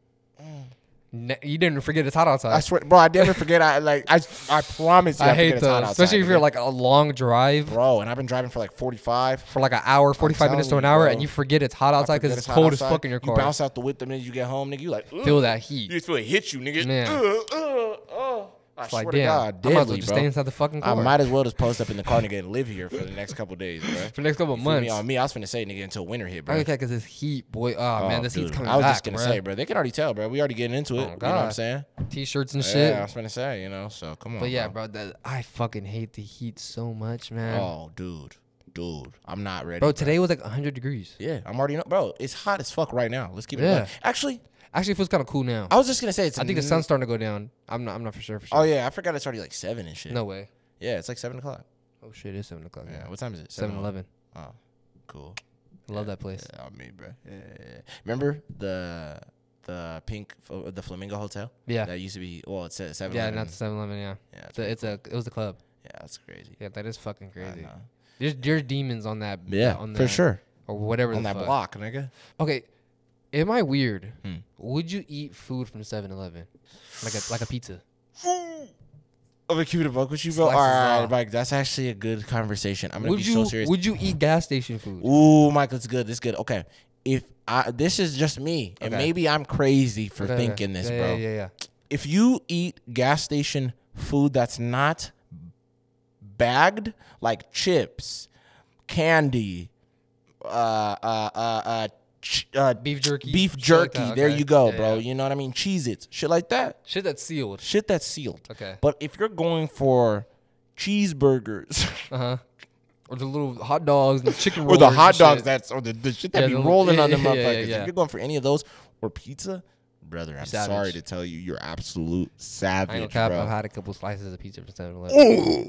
Ne- you didn't forget it's hot outside.
I swear, bro, I never forget. I like, I, I promise you, I,
I hate
forget it's hot
those,
outside,
especially if
nigga.
you're like a long drive
bro, and I've been driving for like 45.
for like an hour, 45 minutes to
telling
an
you,
hour,
bro.
and you forget it's hot outside because
Forget
it's
hot
cold as
outside.
fuck in your
You
car.
bounce out the whip the minute you get home, nigga. You like,
Feel
ugh.
that
You
heat.
just feel it hit you, nigga.
Man.
Ugh, ugh, ugh. I
It's
swear
like,
to
damn,
God,
I might
deadly,
as well just
bro.
stay inside the fucking
I
car
might as well just post up in the car nigga and live here for the next couple days, bro.
for the next couple of
Feel me?
months.
on me, I was finna say, nigga, until winter hit,
I
bro.
don't care because it's heat, boy. Oh, man,
Oh,
this heat's
dude,
coming
I was
back,
just gonna
bruh. Oh,
say, bro, they can already tell, bro. We already getting into it. you know what I'm
God.
saying?
T-shirts and
Yeah, I
shit.
was finna say, you know. So come on.
But yeah, bro, that, I fucking hate the heat so much, man.
Oh, dude, dude, I'm not ready,
bro, today was like 100 degrees.
Yeah, I'm already know, bro. It's hot as fuck right now. Let's keep it.
Yeah.
real. Actually,
Actually, it feels kind of cool now.
I was just gonna say it's.
I think the
n-
sun's starting to go down. I'm not. I'm not for sure. For sure.
Oh yeah, I forgot it's already like seven and shit.
No way.
Yeah, it's like seven o'clock.
Oh shit, it's seven o'clock.
Yeah.
Yeah.
What time is it?
Seven
o'clock.
Eleven.
Oh, cool.
I love that place.
Yeah, I mean, bro. Yeah, yeah, yeah. Remember the the pink fl- the flamingo hotel?
Yeah.
That used to be. Well, it's seven.
Yeah, not the 7-Eleven, yeah.
Yeah, it's
It's, a, it's a it was the club.
yeah, that's crazy.
Yeah, that is fucking crazy.
know.
There's there's demons on that. uh,
Yeah,
on
for
that-
sure.
Or whatever
On
the
that
fuck.
block, Hmm. nigga.
Okay, am I weird? Would you eat food from 7-Eleven, like a like a pizza?
I'm gonna keep it a buck with you, bro. All
Slices
right,
off.
Mike. That's actually a good conversation. I'm gonna
Would
be
you
so serious.
would you eat gas station food?
Ooh, Mike, it's good. This good. Okay. If I this is just me, and
Okay.
maybe I'm crazy for
Yeah, yeah,
thinking this,
yeah,
bro.
Yeah, yeah, yeah.
If you eat gas station food that's not bagged, like chips, candy, uh, uh, uh, uh, ch- uh
Beef jerky,
beef
shit like
jerky.
that,
There
okay.
you go,
Yeah,
bro.
yeah.
You know what I mean? Cheez Its, shit like that.
Shit that's sealed.
Shit that's sealed.
Okay.
But if you're going for cheeseburgers
Uh huh. Or the little hot dogs and chicken rolls.
or the hot
and
dogs
shit.
that's or the, the shit that
Yeah,
be
the-
rolling
yeah,
on them
yeah,
motherfuckers.
yeah, yeah.
If you're going for any of those or pizza, brother, I'm
Savage.
sorry to tell you, you're absolute
I ain't
savage,
gonna cap.
bro.
I've had a couple slices of pizza from 7-Eleven.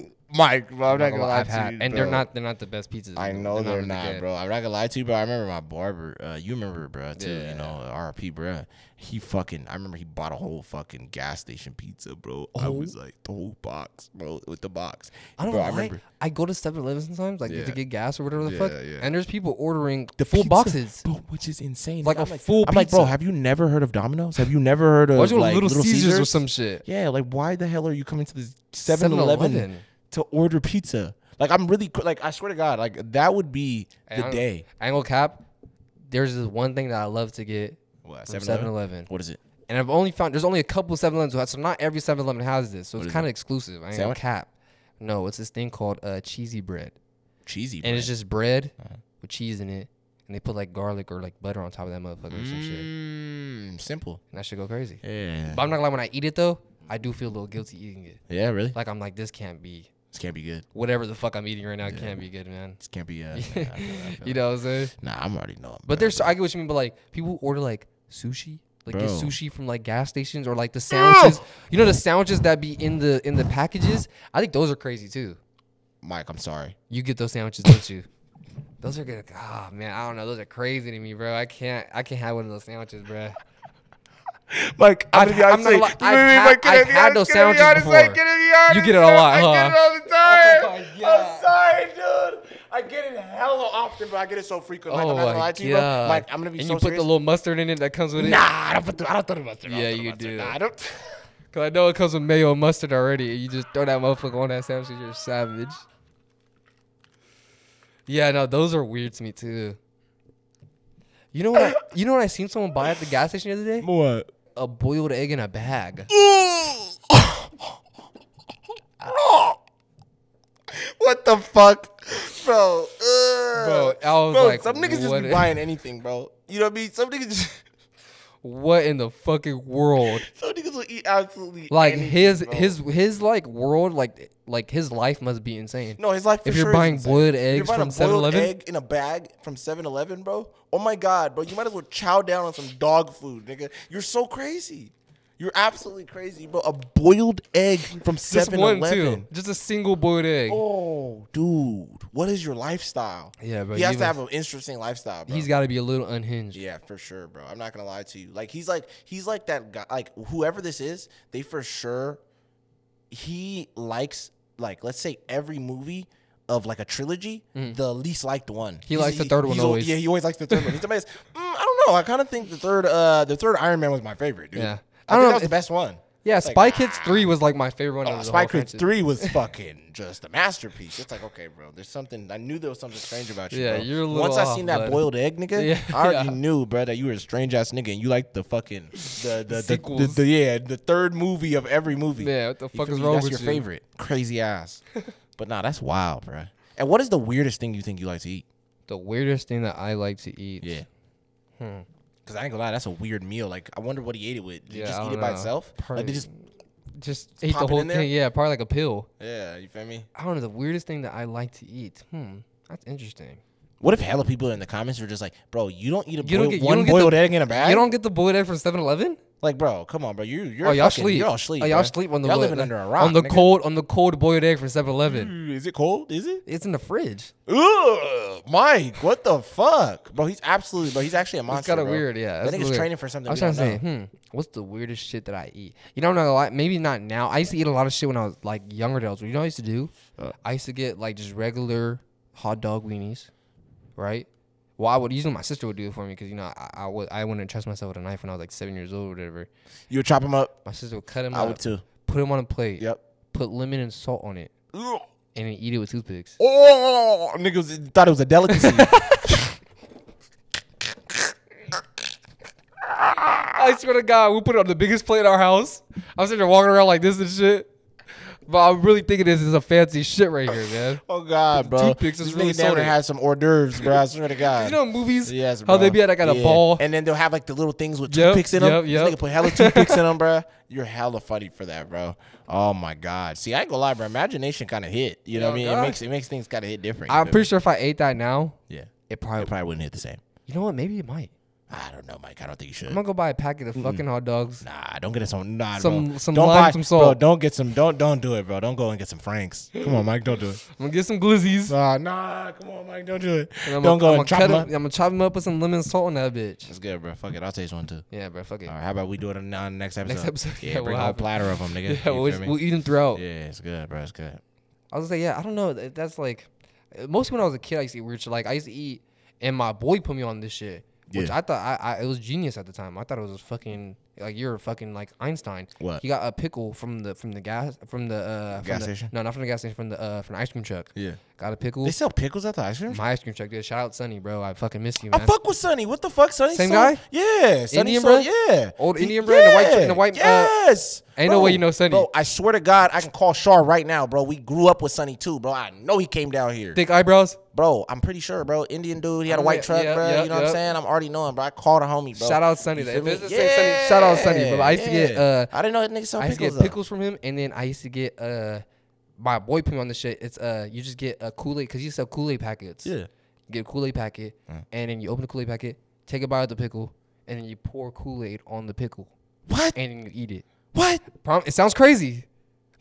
Ooh, Mike, bro. I'm not
I've
gonna lie to
had-
you,
and they're
bro.
not they're not the best pizzas.
I know they're
really
not,
good.
bro. I'm not gonna lie to you, bro. I remember my barber. Uh, you remember, bro, too.
Yeah.
You know, RP, bro. He fucking. I remember he bought a whole fucking gas station pizza, bro. I was like the whole box, bro, with the box.
Oh. I don't
bro,
lie.
I remember
I go to 7-Eleven sometimes, like
Yeah.
to get gas or whatever the
Yeah,
fuck,
yeah.
and there's people ordering
the
full
pizza,
boxes.
bro, which is insane.
Like
nigga.
a
I'm
full
I'm like, bro,
pizza.
have you never heard of Domino's? Have you never heard of
What's your
like,
Little, Caesars, or
Caesars?
some shit?
Yeah, like why the hell are you coming to the 7-Eleven
7-Eleven.
to order pizza? Like I'm really cr- like I swear to God, like that would be
And
the
I-
day.
Angle cap. There's this one thing that I love to get
What,
from 7-Eleven,
What is it?
and I've only found there's only a couple 7-Elevens who have, so not every 7-Eleven has this, so
What
it's
is
kind of exclusive. I ain't gonna
Sandwich?
cap. No, it's this thing called uh, cheesy bread,
Cheesy.
and it's
bread.
just bread
Uh-huh.
with cheese in it, and they put like garlic or like butter on top of that motherfucker or some shit, and
Mm, simple.
that should go crazy.
Yeah.
But I'm not gonna lie, when I eat it though, I do feel a little guilty eating it.
Yeah, really?
Like I'm like, this can't be
This can't be good.
whatever the fuck I'm eating right now can't be good, man.
This can't be uh, nah, I feel it, I feel
you
it.
know what I'm saying?
Nah, I'm already knowing.
But there's I get what you mean, but like people who order like sushi. Like get
Bro.
sushi from like gas stations or like the sandwiches. You know the sandwiches that be in the in the packages? I think those are crazy too.
Mike, I'm sorry.
You get those sandwiches, don't you? Those are good. Ah man, I don't know. Those are crazy to me, bro. I can't I can't have one of those sandwiches, bro.
Mike,
I've- I'm not gonna lie, I've had- I've had those sandwiches before. You get it a lot, huh?
it
Oh
all the
my
time.
God.
I'm sorry, dude. I get it hella often, but I get it so frequently.
oh
I'm not
my
gonna lie to you, bro.
god!
Mike, I'm gonna be
and
so
you put
serious.
the little mustard in it that comes with it.
nah, I don't put the, I don't throw the mustard. I
Yeah,
don't throw the
you
mustard.
do.
Nah, I don't.
Cause I know it comes with mayo and mustard already, and you just throw that motherfucker on that sandwich. You're a savage. Yeah, no, those are weird to me too. You know what? I, you know what? I seen someone buy at the gas station the other day.
What?
A boiled egg in a bag.
What the fuck, bro? Bro,
I was
bro,
like,
some niggas just
what
be
is-
buying anything, bro. You know what I mean? Some niggas, just,
What in the fucking world?
some niggas will eat absolutely
Like
anything,
his
bro.
his his like world like like his life must be insane.
No, his life. For
If you're
sure is
buying
insane.
boiled
If you're
eggs
buying
from
a boiled
7-Eleven?
egg in a bag from 7-Eleven, bro. Oh my god, bro, you might as well chow down on some dog food, nigga. You're so crazy. You're absolutely crazy, bro. A boiled egg from
just one
7-Eleven.
too. Just a single boiled egg.
Oh, dude, what is your lifestyle?
Yeah, bro,
He has
you
to
know-
have an interesting lifestyle, bro.
He's got to be a little unhinged.
Yeah, for sure, bro. I'm not gonna lie to you. Like he's like he's like that guy. Like whoever this is, they for sure he likes like let's say every movie of like a trilogy, the least liked one.
Mm. He likes the third one
he's al-
always.
Yeah, he always likes the third one. He's the best. Mm, I don't know. I kind of think the third uh the third Iron Man was my favorite, dude.
Yeah.
I,
I
think
don't know,
that was the
it-
best one.
Yeah,
Like,
Spy Kids 3 was like my favorite one.
Oh,
of the
Spy
whole
Kids
franchise.
3 was fucking just a masterpiece. It's like, okay, bro, there's something. I knew there was something strange about you.
Yeah,
bro.
you're a little
Once I seen
off,
that
bud.
boiled egg, nigga,
Yeah,
I already
yeah.
knew, bro, that you were a strange ass nigga and you liked the fucking. The, the, the, the,
Sequels.
the- yeah, the third movie of every movie.
Yeah, what the
You
fuck
feel
is
me?
wrong
That's
with
your
you?
favorite. Crazy ass. but nah, that's wild, bro. And what is the weirdest thing you think you like to eat?
The weirdest thing that I like to eat.
Yeah. Because Hmm. I ain't gonna lie, that's a weird meal. Like, I wonder what he ate it with. Did
Yeah,
he just
I
eat it
don't
by
know.
itself? Like,
Probably-
they just.
Just eat
pop
the
it
whole
in there?
thing. Yeah, probably like a pill.
Yeah, you feel me?
I don't know. The weirdest thing that I like to eat. Hmm. That's interesting.
What if hella people in the comments are just like, bro, you don't eat a
You don't
boil-
get- you
one
don't get
boiled
the-
egg in a bag?
You don't get the boiled egg from 7 Eleven?
like, bro, come on, bro, you you're
Oh, y'all
fucking-
sleep.
You're all sleep.
Oh, y'all
bro.
sleep on the
y'all
boiled-
living under a rock
On the
nigga.
cold, on the cold boiled egg from 7 Eleven.
Is it cold? Is it?
It's in the fridge.
Ugh, Mike, what the fuck, bro? He's absolutely, bro. He's actually a monster.
It's kind of
bro.
weird, yeah.
That
That's
nigga's
weird.
training for something.
I was
we
trying to say,
don't know.
hmm, what's the weirdest shit that I eat? You know, I'm not gonna lie, maybe not now. I used to eat a lot of shit when I was like younger adults. You know what I used to do?
Uh.
I used to get like just regular hot dog weenies, right? Well, I would usually my sister would do it for me because you know I, I would I wouldn't trust myself with a knife when I was like seven years old or whatever.
You would chop him up.
My sister would cut him
I
out,
would too.
put him on a plate,
Yep.
put lemon and salt on it,
Ugh.
and then eat it with toothpicks.
Oh, niggas thought it was a delicacy.
I swear to God, we put it on the biggest plate in our house. I'm sitting there walking around like this and shit. But I'm really thinking this is a fancy shit right here, man.
oh God, bro.
Toothpicks is
this
really
nigga down there
sorted.
had some hors d'oeuvres, bro. I swear to God.
You know in movies
Yes, bro.
how they be at like at a
Yeah.
ball.
And then they'll have like the little things with
Yep,
toothpicks in them.
yep,
This
yep.
nigga put hella toothpicks in them, bro. You're hella funny for that, bro. Oh my god. See, I ain't gonna lie, bro. Imagination kind of hit. You know what I
Oh,
mean?
God.
It makes it makes things kind of hit different. you feel
I'm
me?
pretty sure if I ate that now,
yeah.
it
It
probably.
probably wouldn't hit the same.
You know what? Maybe it might.
I don't know, Mike. I don't think you should.
I'm gonna go buy a packet of fucking hot dogs.
Nah, don't get it some. Nah,
Some-
bro.
some
don't
lime,
buy,
some
Bro,
salt.
don't get some. Don't don't do it, bro. Don't go and get some Franks. Come on, Mike. Don't do it.
I'm gonna get some glizzies.
Nah, nah. Come on, Mike. Don't do it.
and I'm
don't
gonna,
go
I'm
and
gonna
chop
cut
them
'em-
up.
I'm gonna chop them up with some lemon salt on that bitch.
That's good, bro. Fuck it. I'll taste one too.
Yeah, bro. Fuck it.
All right. How about we do it on, on next episode?
Next episode,
Yeah,
yeah,
bring
we'll
a whole
have it.
platter of them, nigga.
Yeah, oh.
You feel
we'll,
me?
we'll eat them throughout.
yeah, it's good, bro. It's good.
I was gonna say, yeah, I don't know. that- That's like, uh, mostly when I was a kid, I used to eat weird shit. Like I used to eat, and my boy put me on this shit, which
Yeah.
I thought I, I it was genius at the time. I thought it was fucking like you're fucking like Einstein.
What?
He got a pickle from the from the gas from the uh, from
Gas
the-
station?
No, not from the gas station. From the uh, from the ice cream truck.
Yeah.
Got a pickle.
They sell pickles at the ice cream. shop?
my ice cream truck, dude. Shout out Sonny, bro. I fucking miss you,
I
man.
fuck with Sonny. What the fuck, Sonny?
Same
Son-
guy?
Yeah, Sonny
Indian
Son-
bruh?
Yeah,
Old
He-
Indian bruh and the white-
yeah,
and the white, uh,
Yes.
ain't no way you know Sonny.
Bro, I swear to God, I can call Shaw right now, bro. We grew up with Sonny too, bro. I know he came down here,
Thick eyebrows.
bro. I'm pretty sure, bro. Indian dude. He had a
Oh,
white
yeah,
truck,
yeah,
bro.
yeah,
you know what
yeah.
I'm saying? I'm already knowing, bro. I called a homie, bro.
Shout out Sonny,
You
though.
feel
If
me?
it's the same Sonny- shout out Sonny, bro. I used to get, uh,
I didn't know that nigga sell
I used to
pickles.
get pickles from him, and then I used to get uh, my boy put me on this shit. It's uh, you just get a Kool Aid because you sell Kool Aid packets.
Yeah.
get a Kool Aid packet,
Mm.
and then you open the Kool Aid packet, take a bite of the pickle, and then you pour Kool Aid on the pickle,
What?
and then you eat it.
What?
Prom- it sounds crazy.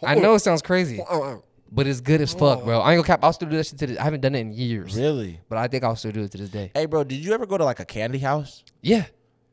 I know it sounds crazy,
Uh,
but it's good as fuck, bro. I ain't gonna cap. I'll still do that shit to this. I haven't done it in years,
Really?
but I think I'll still do it to this day.
Hey, bro. Did you ever go to like a candy house?
Yeah,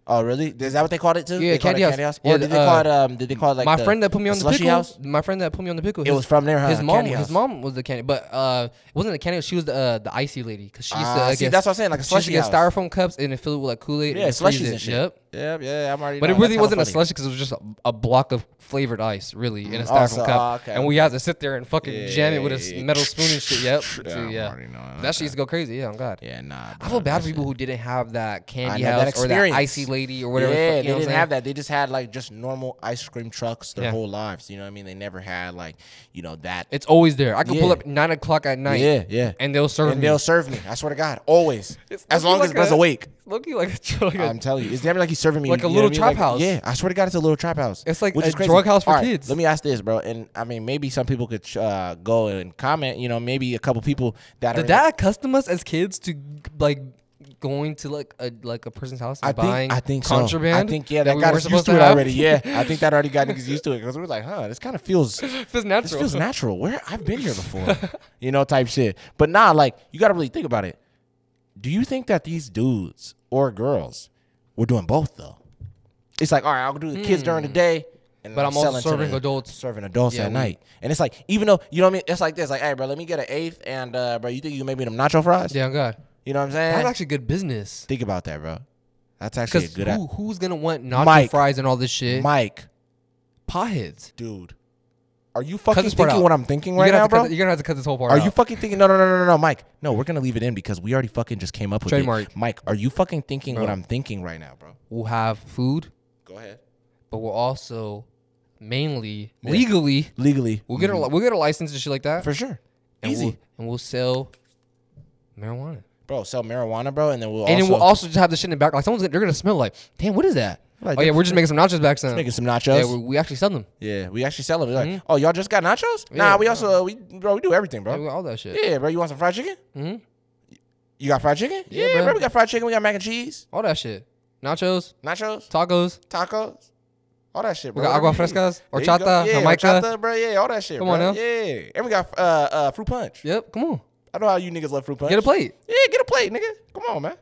Oh, really? Is that what they called it too?
Yeah,
they called
candy
it
house.
candy house.
Yeah,
Or did they
uh,
call it? Um, did they call it like
my
the-
friend that put me
the
on the
slushy
pickle.
house?
My friend that put me on the pickle.
It was from there, huh?
His mom,
Candy
his
house.
mom was the candy, but uh, it wasn't the candy. She was the uh, the icy lady because she used to.
Ah,
uh,
see,
get-
that's what I'm saying, like a
she used
slushy
to get
house.
styrofoam cups and then fill it with like Kool Aid.
Yeah, slushies and shit.
Yep.
Yep, yeah, I'm already.
But
knowing.
it really
That's
wasn't a
hella funny.
slushy because it was just a, a block of flavored ice, really, in a
Oh,
styrofoam
so-
cup.
oh, okay,
and we had to sit there and fucking
Yeah,
jam it with a
yeah,
s-
yeah.
metal spoon and shit. Yep.
Yeah,
Dude,
I'm
yeah.
already knowing.
That shit used to go crazy. Yeah, on God.
Yeah, nah.
I
bro,
feel bad
that
for
shit-
people who didn't have that candy
know, that
house or that
experience.
icy lady or whatever. the
Yeah,
fuck, you
they
know what I'm
didn't
saying?
have that. They just had like just normal ice cream trucks their
Yeah.
whole lives. You know what I mean? They never had like you know that.
It's always there. I could pull
Yeah.
up nine o'clock at night.
Yeah, yeah.
And they'll serve
and
me.
they'll serve me. I swear to God, always.
It's
as
looking
long as
like
Buzz
a-
awake.
Looking like a, like a
I'm telling you, it's damn near like he's serving me
Like a
you know
little
what I mean?
trap
Like-
house.
Yeah, I swear to God, it's a little trap house.
It's like
which
a
is crazy.
drug house for
All right,
kids.
Let me ask this, bro, and I mean, maybe some people could uh, go and comment. You know, maybe a couple people that are
Did
in
that accustom us as kids to like going to like a like a person's house and
I
buying
think I think so.
contraband?
I think yeah, that,
we
got
weren't
us used
supposed
to it
have?
already. Yeah, I think that already got niggas used to it because we were like, huh, this kind of feels
feels
this
natural.
feels natural. Where I've been here before, you know, type shit. But nah, like you got to really think about it. Do you think that these dudes or girls were doing both though? It's like, all right, I'll do the kids during the day. And
Hmm. But I'm also
selling to
serving
the-
adults.
serving adults
Yeah,
at
we-
night, and it's like, even though you know what I mean, it's like this, like, hey, bro, let me get an eighth, and uh, bro, you think you can make me them nacho fries?
Damn God,
You know what I'm saying?
that's actually good business.
think about that, bro. That's actually a
Because
good.
who, eh? who's gonna want nacho
Mike.
fries and all this shit?
Mike,
Potheads.
dude, are you fucking
this part
thinking
out.
what I'm thinking
You're
right
gonna,
now,
have to cut
bro?
th- you're gonna have to cut this whole part.
Are
out.
you fucking thinking? No, no, no, no, no, no, Mike. No, we're gonna leave it in because we already fucking just came up with it.
Trademark.
Mike, are you fucking thinking what
Bro.
I'm thinking right now, bro?
we'll have food,
Go ahead.
but we'll also mainly legally
Legally,
we'll get a we'll get a license and shit like that.
for sure. Mm-hmm.
and
Easy,
we'll, and we'll sell marijuana.
bro. Sell marijuana, bro, and then we'll
And
also
then we'll also just have the shit in the back. Like someone's gonna, they're gonna smell like, damn, what is that?
Like,
oh yeah,
that's-
we're just making some nachos back then.
making some
Yeah,
nachos.
we, we actually sell them.
yeah, we actually sell them. They're like, oh, y'all just got nachos?
Yeah,
nah, we also uh, we bro, we do everything,
Yeah,
bro.
we- all that shit.
Yeah, bro. You want some fried chicken? Mm-hmm. You got fried chicken?
Yeah,
bro.
bro.
We got fried chicken. We got mac and cheese,
All that shit. Nachos,
nachos.
tacos.
tacos, all that shit, bro.
got
Whatever
agua
you need.
frescas,
There you
horchata,
go. yeah,
jamaica.
horchata, bro. Yeah, all that shit.
Come
bro.
on now.
yeah. And we got uh, uh, fruit punch.
Yep, come on,
I know how you niggas love fruit punch.
get a plate.
Yeah, get a plate, nigga. Come on, man.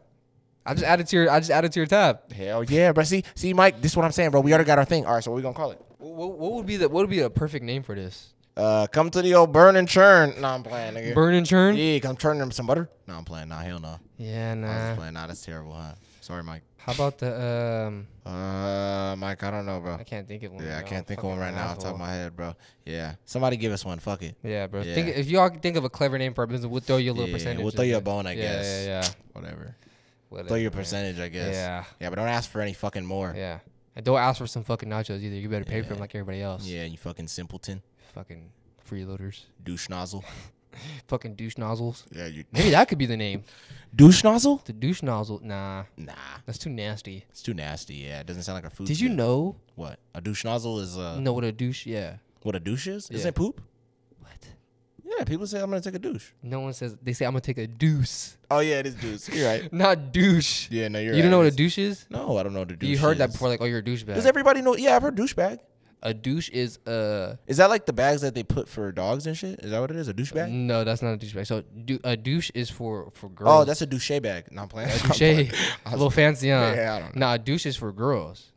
I just added to your, I just added to your tab.
Hell yeah, bro. See, see, Mike. This is what I'm saying, bro. We already got our thing. All right, so what we gonna call it?
What, what would be the, what would be a perfect name for this?
Uh, come to the old burn and churn. Nah, I'm playing, nigga.
Burn and churn.
Yeah, come turn them some butter. Nah, I'm playing. Nah, hell no. I
Yeah,
was just
nah.
playing. Nah, that's terrible, huh? Sorry, Mike.
How about the um?
Uh, Mike, I don't know, bro.
I can't think of one.
Yeah, I
right now.
can't
I'm
think of
fucking
one right
an
now off the top
asshole.
of my head, bro. Yeah, somebody give us one. Fuck it.
Yeah, bro.
Yeah.
Think if y'all think of a clever name for our business, we'll throw you a little
Yeah,
percentage.
We'll throw
in
you a
it.
bone, I
Yeah,
guess.
Yeah, yeah.
Whatever. Throw
Whatever,
your
man.
percentage, I guess.
Yeah.
Yeah, but don't ask for any fucking more. Yeah,
Yeah. And don't ask for some fucking nachos either. You better pay for them like everybody else.
you fucking simpleton.
Fucking freeloaders.
Douche nozzle.
Fucking douche nozzles.
Yeah, you
Maybe that could be the name.
douche nozzle?
The douche nozzle. Nah,
Nah.
that's too nasty.
It's too nasty. Yeah, it doesn't sound like a food.
Did you
shit.
know?
what? A douche nozzle is uh
know what a douche? Yeah.
what a douche is?
Yeah.
Isn't it poop?
What?
Yeah, Yeah, people say I'm gonna take a douche.
No one says they say I'm gonna take a deuce,
Oh yeah, it is douche. You're right.
not douche.
Yeah, no, you're
you don't know
right.
what a douche is?
No, I don't know what a douche.
you heard that
is.
before, like oh you're a douchebag.
Does everybody know? Yeah, I've heard douchebag.
a douche is a
Is that like the bags that they put for dogs and shit? Is that what it is? A douchebag?
no, that's not a douchebag. So do, a douche is for for girls.
Oh, that's a douche bag. Not playing. I'm playing.
Touche. a little fancy, huh?
Yeah, I don't
Nah, a douche is for girls.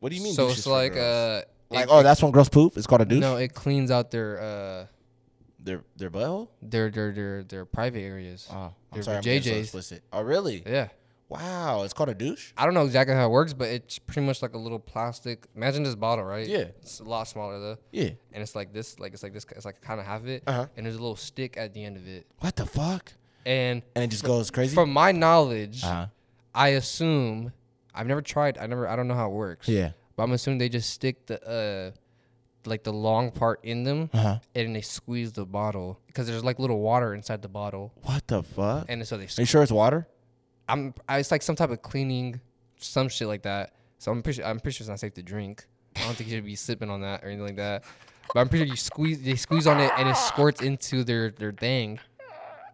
What do you mean?
so
douche
it's
is for
like
girls?
uh,
like
it-
oh, that's when girls poop. It's called a douche.
no, it cleans out their uh
Their their butthole.
their their their their private areas.
Oh, I'm
Their
sorry. I'm getting so
JJs.
explicit. Oh, really?
Yeah.
Wow, it's called a douche.
I don't know exactly how it works, but it's pretty much like a little plastic. Imagine this bottle, right?
Yeah.
It's a lot smaller though.
Yeah.
And it's like this, like it's like this, it's like kind of half of it,
Uh-huh.
and there's a little stick at the end of it.
What the fuck?
And
And it just goes crazy.
from my knowledge,
uh-huh.
I assume I've never tried. I never. I don't know how it works.
Yeah.
But I'm assuming they just stick the uh, like the long part in them,
Uh-huh.
and they squeeze the bottle because there's like little water inside the bottle,
What the fuck?
and so they.
Are you sure it's water?
I'm. I, it's like some type of cleaning, some shit like that. So I'm pretty. sure- I'm pretty sure it's not safe to drink. I don't think you should be sipping on that or anything like that. But I'm pretty sure you squeeze. They squeeze on it, and it squirts into their their thing,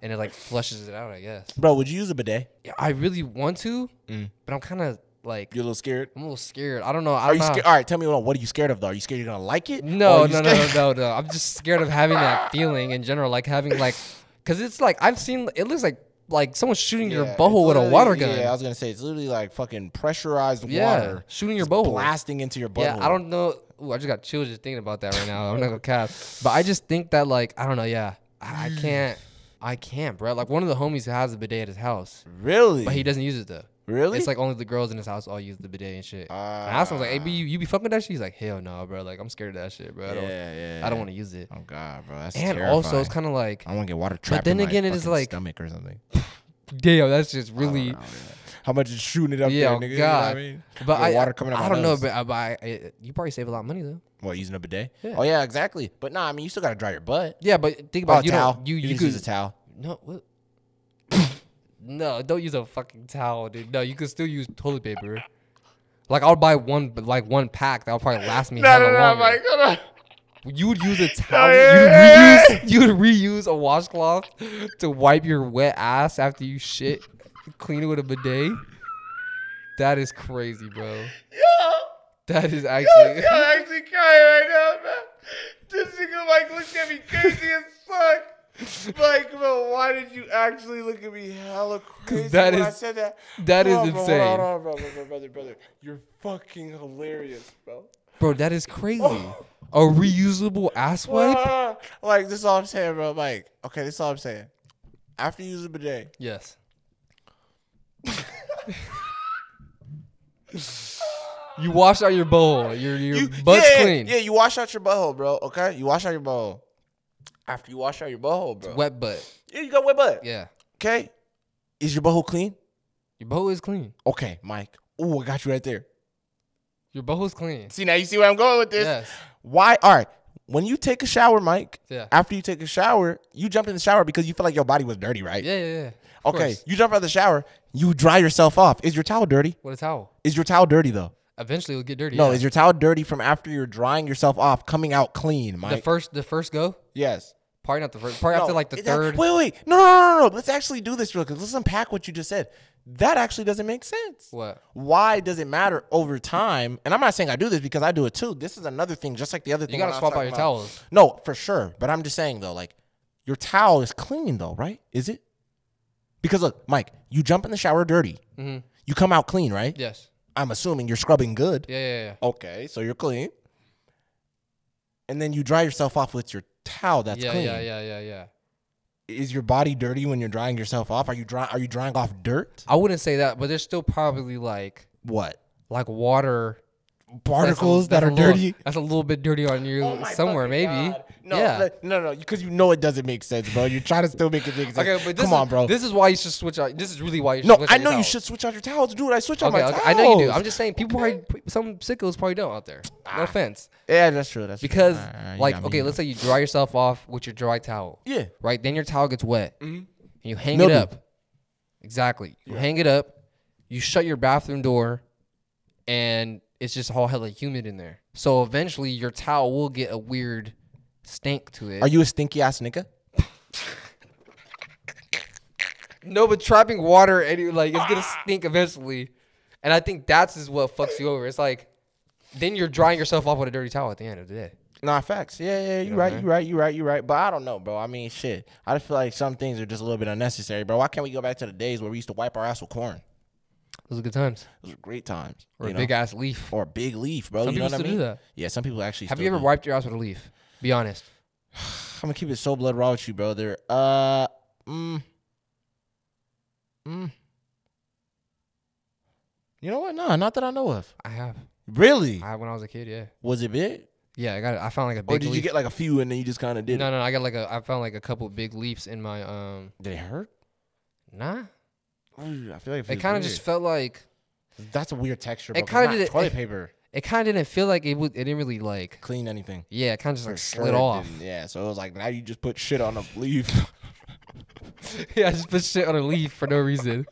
and it like flushes it out. I guess.
Bro, would you use a bidet?
Yeah, I really want to, but I'm kind of like.
Mm. You're a little scared.
I'm a little scared. I don't know. I
Are
don't
you
know.
scared? All right, tell me what. What are you scared of though? Are you scared you're gonna like it? Or
No,
are you
no, no, no,
scared-
no, no. I'm just scared of having that feeling in general, like having like, cause it's like I've seen. It looks like like someone's shooting your
Yeah,
butthole
it's
with a
literally-
water gun.
Yeah, I
Yeah,
was gonna say it's literally like fucking pressurized water
shooting your
just
butthole.
blasting into your butthole.
yeah, I don't know. Ooh, I just got chills just thinking about that right now. I'm not gonna cap, but I just think that like I don't know. Yeah, I, I can't. I can't, bro. Like one of the homies has a bidet at his house,
really.
but he doesn't use it though.
Really? Ah.
It's like only the girls in his house all use the bidet and shit. and I asked him I was like, "Hey, B, you, you be fucking with that shit?" He's like, "Hell no, bro. Like I'm scared of that shit, bro. I don't,
yeah,
I don't want to use it."
Oh god, bro, that's
and
terrifying.
also, it's kind of like
I want to get water trapped.
then
in my
again, it is
fucking
like-
stomach or something. Oh,
Damn, that's just really.
How much is shooting it up
Yeah, oh
there, nigga?
God.
You know what I mean?
But
Your
I,
water coming out.
I
my
don't know,
nose.
but I, but I, I- you probably save a lot of money though.
what using a bidet? Oh yeah, exactly. But nah, I mean, you still gotta dry your butt.
Yeah, but think
Oh,
about it, you
towel.
don't you you,
can just
could
use a towel.
no what. No, don't use a fucking towel, dude. No, you could still use toilet paper. Like I'll buy one, like one pack that'll probably last me. hella longer. You would use a towel.
Oh,
you would reuse. You would reuse a washcloth to wipe your wet ass after you shit. Clean it with a bidet. That is crazy, bro. That is actually.
I'm actually crying right now, man. This nigga like looked at me crazy as fuck. Like, bro, why did you actually look at me hella crazy
that
when I
is-
said that?
that is
Hold on, bro, hold
insane.
on, hold on, bro, bro, bro, brother, brother. You're fucking hilarious, bro.
Bro, that is crazy. A reusable ass wipe?
Ah, like, this is all I'm saying, bro. Like, okay, this is all I'm saying. After you use a bidet,
Yes. you wash out your bowl. Your your
you,
butt's
yeah,
clean.
Yeah, you wash out your butthole, bro. Okay, you wash out your butthole. After you wash out your butthole, bro.
Wet butt.
Yeah, you got wet butt.
Yeah.
Okay, is your butthole clean?
Your bowl is clean.
Okay, Mike. Ooh, I got you right there.
Your bowl is clean.
See now, you see where I'm going with this.
Yes.
Why? All right. When you take a shower, Mike,
Yeah.
after you take a shower, you jump in the shower because you feel like your body was dirty, right?
Yeah, yeah, yeah. Of
Okay.
course.
You jump out of the shower, you dry yourself off. Is your towel dirty?
With a towel.
Is your towel dirty though?
Eventually it'll get dirty.
No,
yeah.
is your towel dirty from after you're drying yourself off, coming out clean, Mike?
the first the first go?
yes.
Probably not the first probably after
No,
like the
it-
third.
Wait, wait. No, no, no, no, no. Let's actually do this real quick. Let's unpack what you just said. That actually doesn't make sense.
What?
Why does it matter over time? And I'm not saying I do this because I do it too. This is another thing, just like the other thing.
gotta
when I was
swap out
talking
your
about-
towels.
No, for sure. But I'm just saying though, like your towel is clean though, right? Is it? Because look, Mike, you jump in the shower dirty. You come out clean, right?
Mm-hmm. Yes.
I'm assuming you're scrubbing good.
Yeah, yeah, yeah.
Okay, so you're clean. And then you dry yourself off with your towel that's
yeah,
clean.
yeah, yeah, yeah, yeah.
Is your body dirty when you're drying yourself off? Are you dry are you drying off dirt?
I wouldn't say that, but there's still probably like
What?
like water that's a-
Particles that
that's
are
a little-
dirty?
That's a little bit dirty on you
Oh
somewhere, maybe.
No,
yeah.
le- no, no, because you know it doesn't make sense, bro. You're trying to still make it make sense.
okay, but this
come
is,
on, bro.
This is why you should switch out. This is really why you should.
no,
switch out
I
your
know you
towels.
should switch out your towels, dude. I switch out
Okay,
my
okay,
towels.
I know you do. I'm just saying, people probably some sickos probably don't out there. No offense,
yeah, that's true. That's true.
because
All right, you
like
got me,
okay,
you
let's say you dry yourself off with your dry towel.
Yeah. Mm-hmm.
Right. Then your towel gets wet, and you hang
Mildew.
it up. Exactly. You hang it up. You shut your bathroom door, and it's just all hella humid in there. So eventually, your towel will get a weird stink to it.
know. are you a stinky ass nigga?
No, but trapping water and you like it's gonna stink eventually, and I think that's is what fucks you over. It's like then you're drying yourself off with a dirty towel at the end of the day.
Nah, facts. Yeah, yeah, you, right, you right, you right, you right. But I don't know, bro. I mean, shit. I just feel like some things are just a little bit unnecessary, bro. Why can't we go back to the days where we used to wipe our ass with corn?
Those are good times.
Those were great times.
Or
you
a
know?
big ass leaf.
or a big leaf, bro.
Some
you know
people
what I
still
mean?
do that.
Yeah, some people actually.
Have
still
you ever
do.
wiped your ass with a leaf? Be honest.
I'm gonna keep it so blood raw with you, bro. There, uh, mm, mm. You know what? Nah, not that I know of.
I have.
Really?
I have when I was a kid. Yeah.
Was it big,
Yeah, I got. it. I found like a big.
or Oh, did
leaf.
you get like a few and then you just kind of did?
No,
it?
no, I got like a. I found like a couple big leaves in my um.
Did it hurt?
Nah,
Ooh, I feel like
it kind of just felt like
That's a weird texture.
It
It kind
kinda
of
did it-
toilet
it-
paper
it kind of didn't feel like it would. It didn't really like.
clean anything.
Yeah, it kind of just
For
like
sure
slid
it
off.
didn't. Yeah, so it was like now you just put shit on a leaf.
yeah, I just put shit on a leaf for no reason.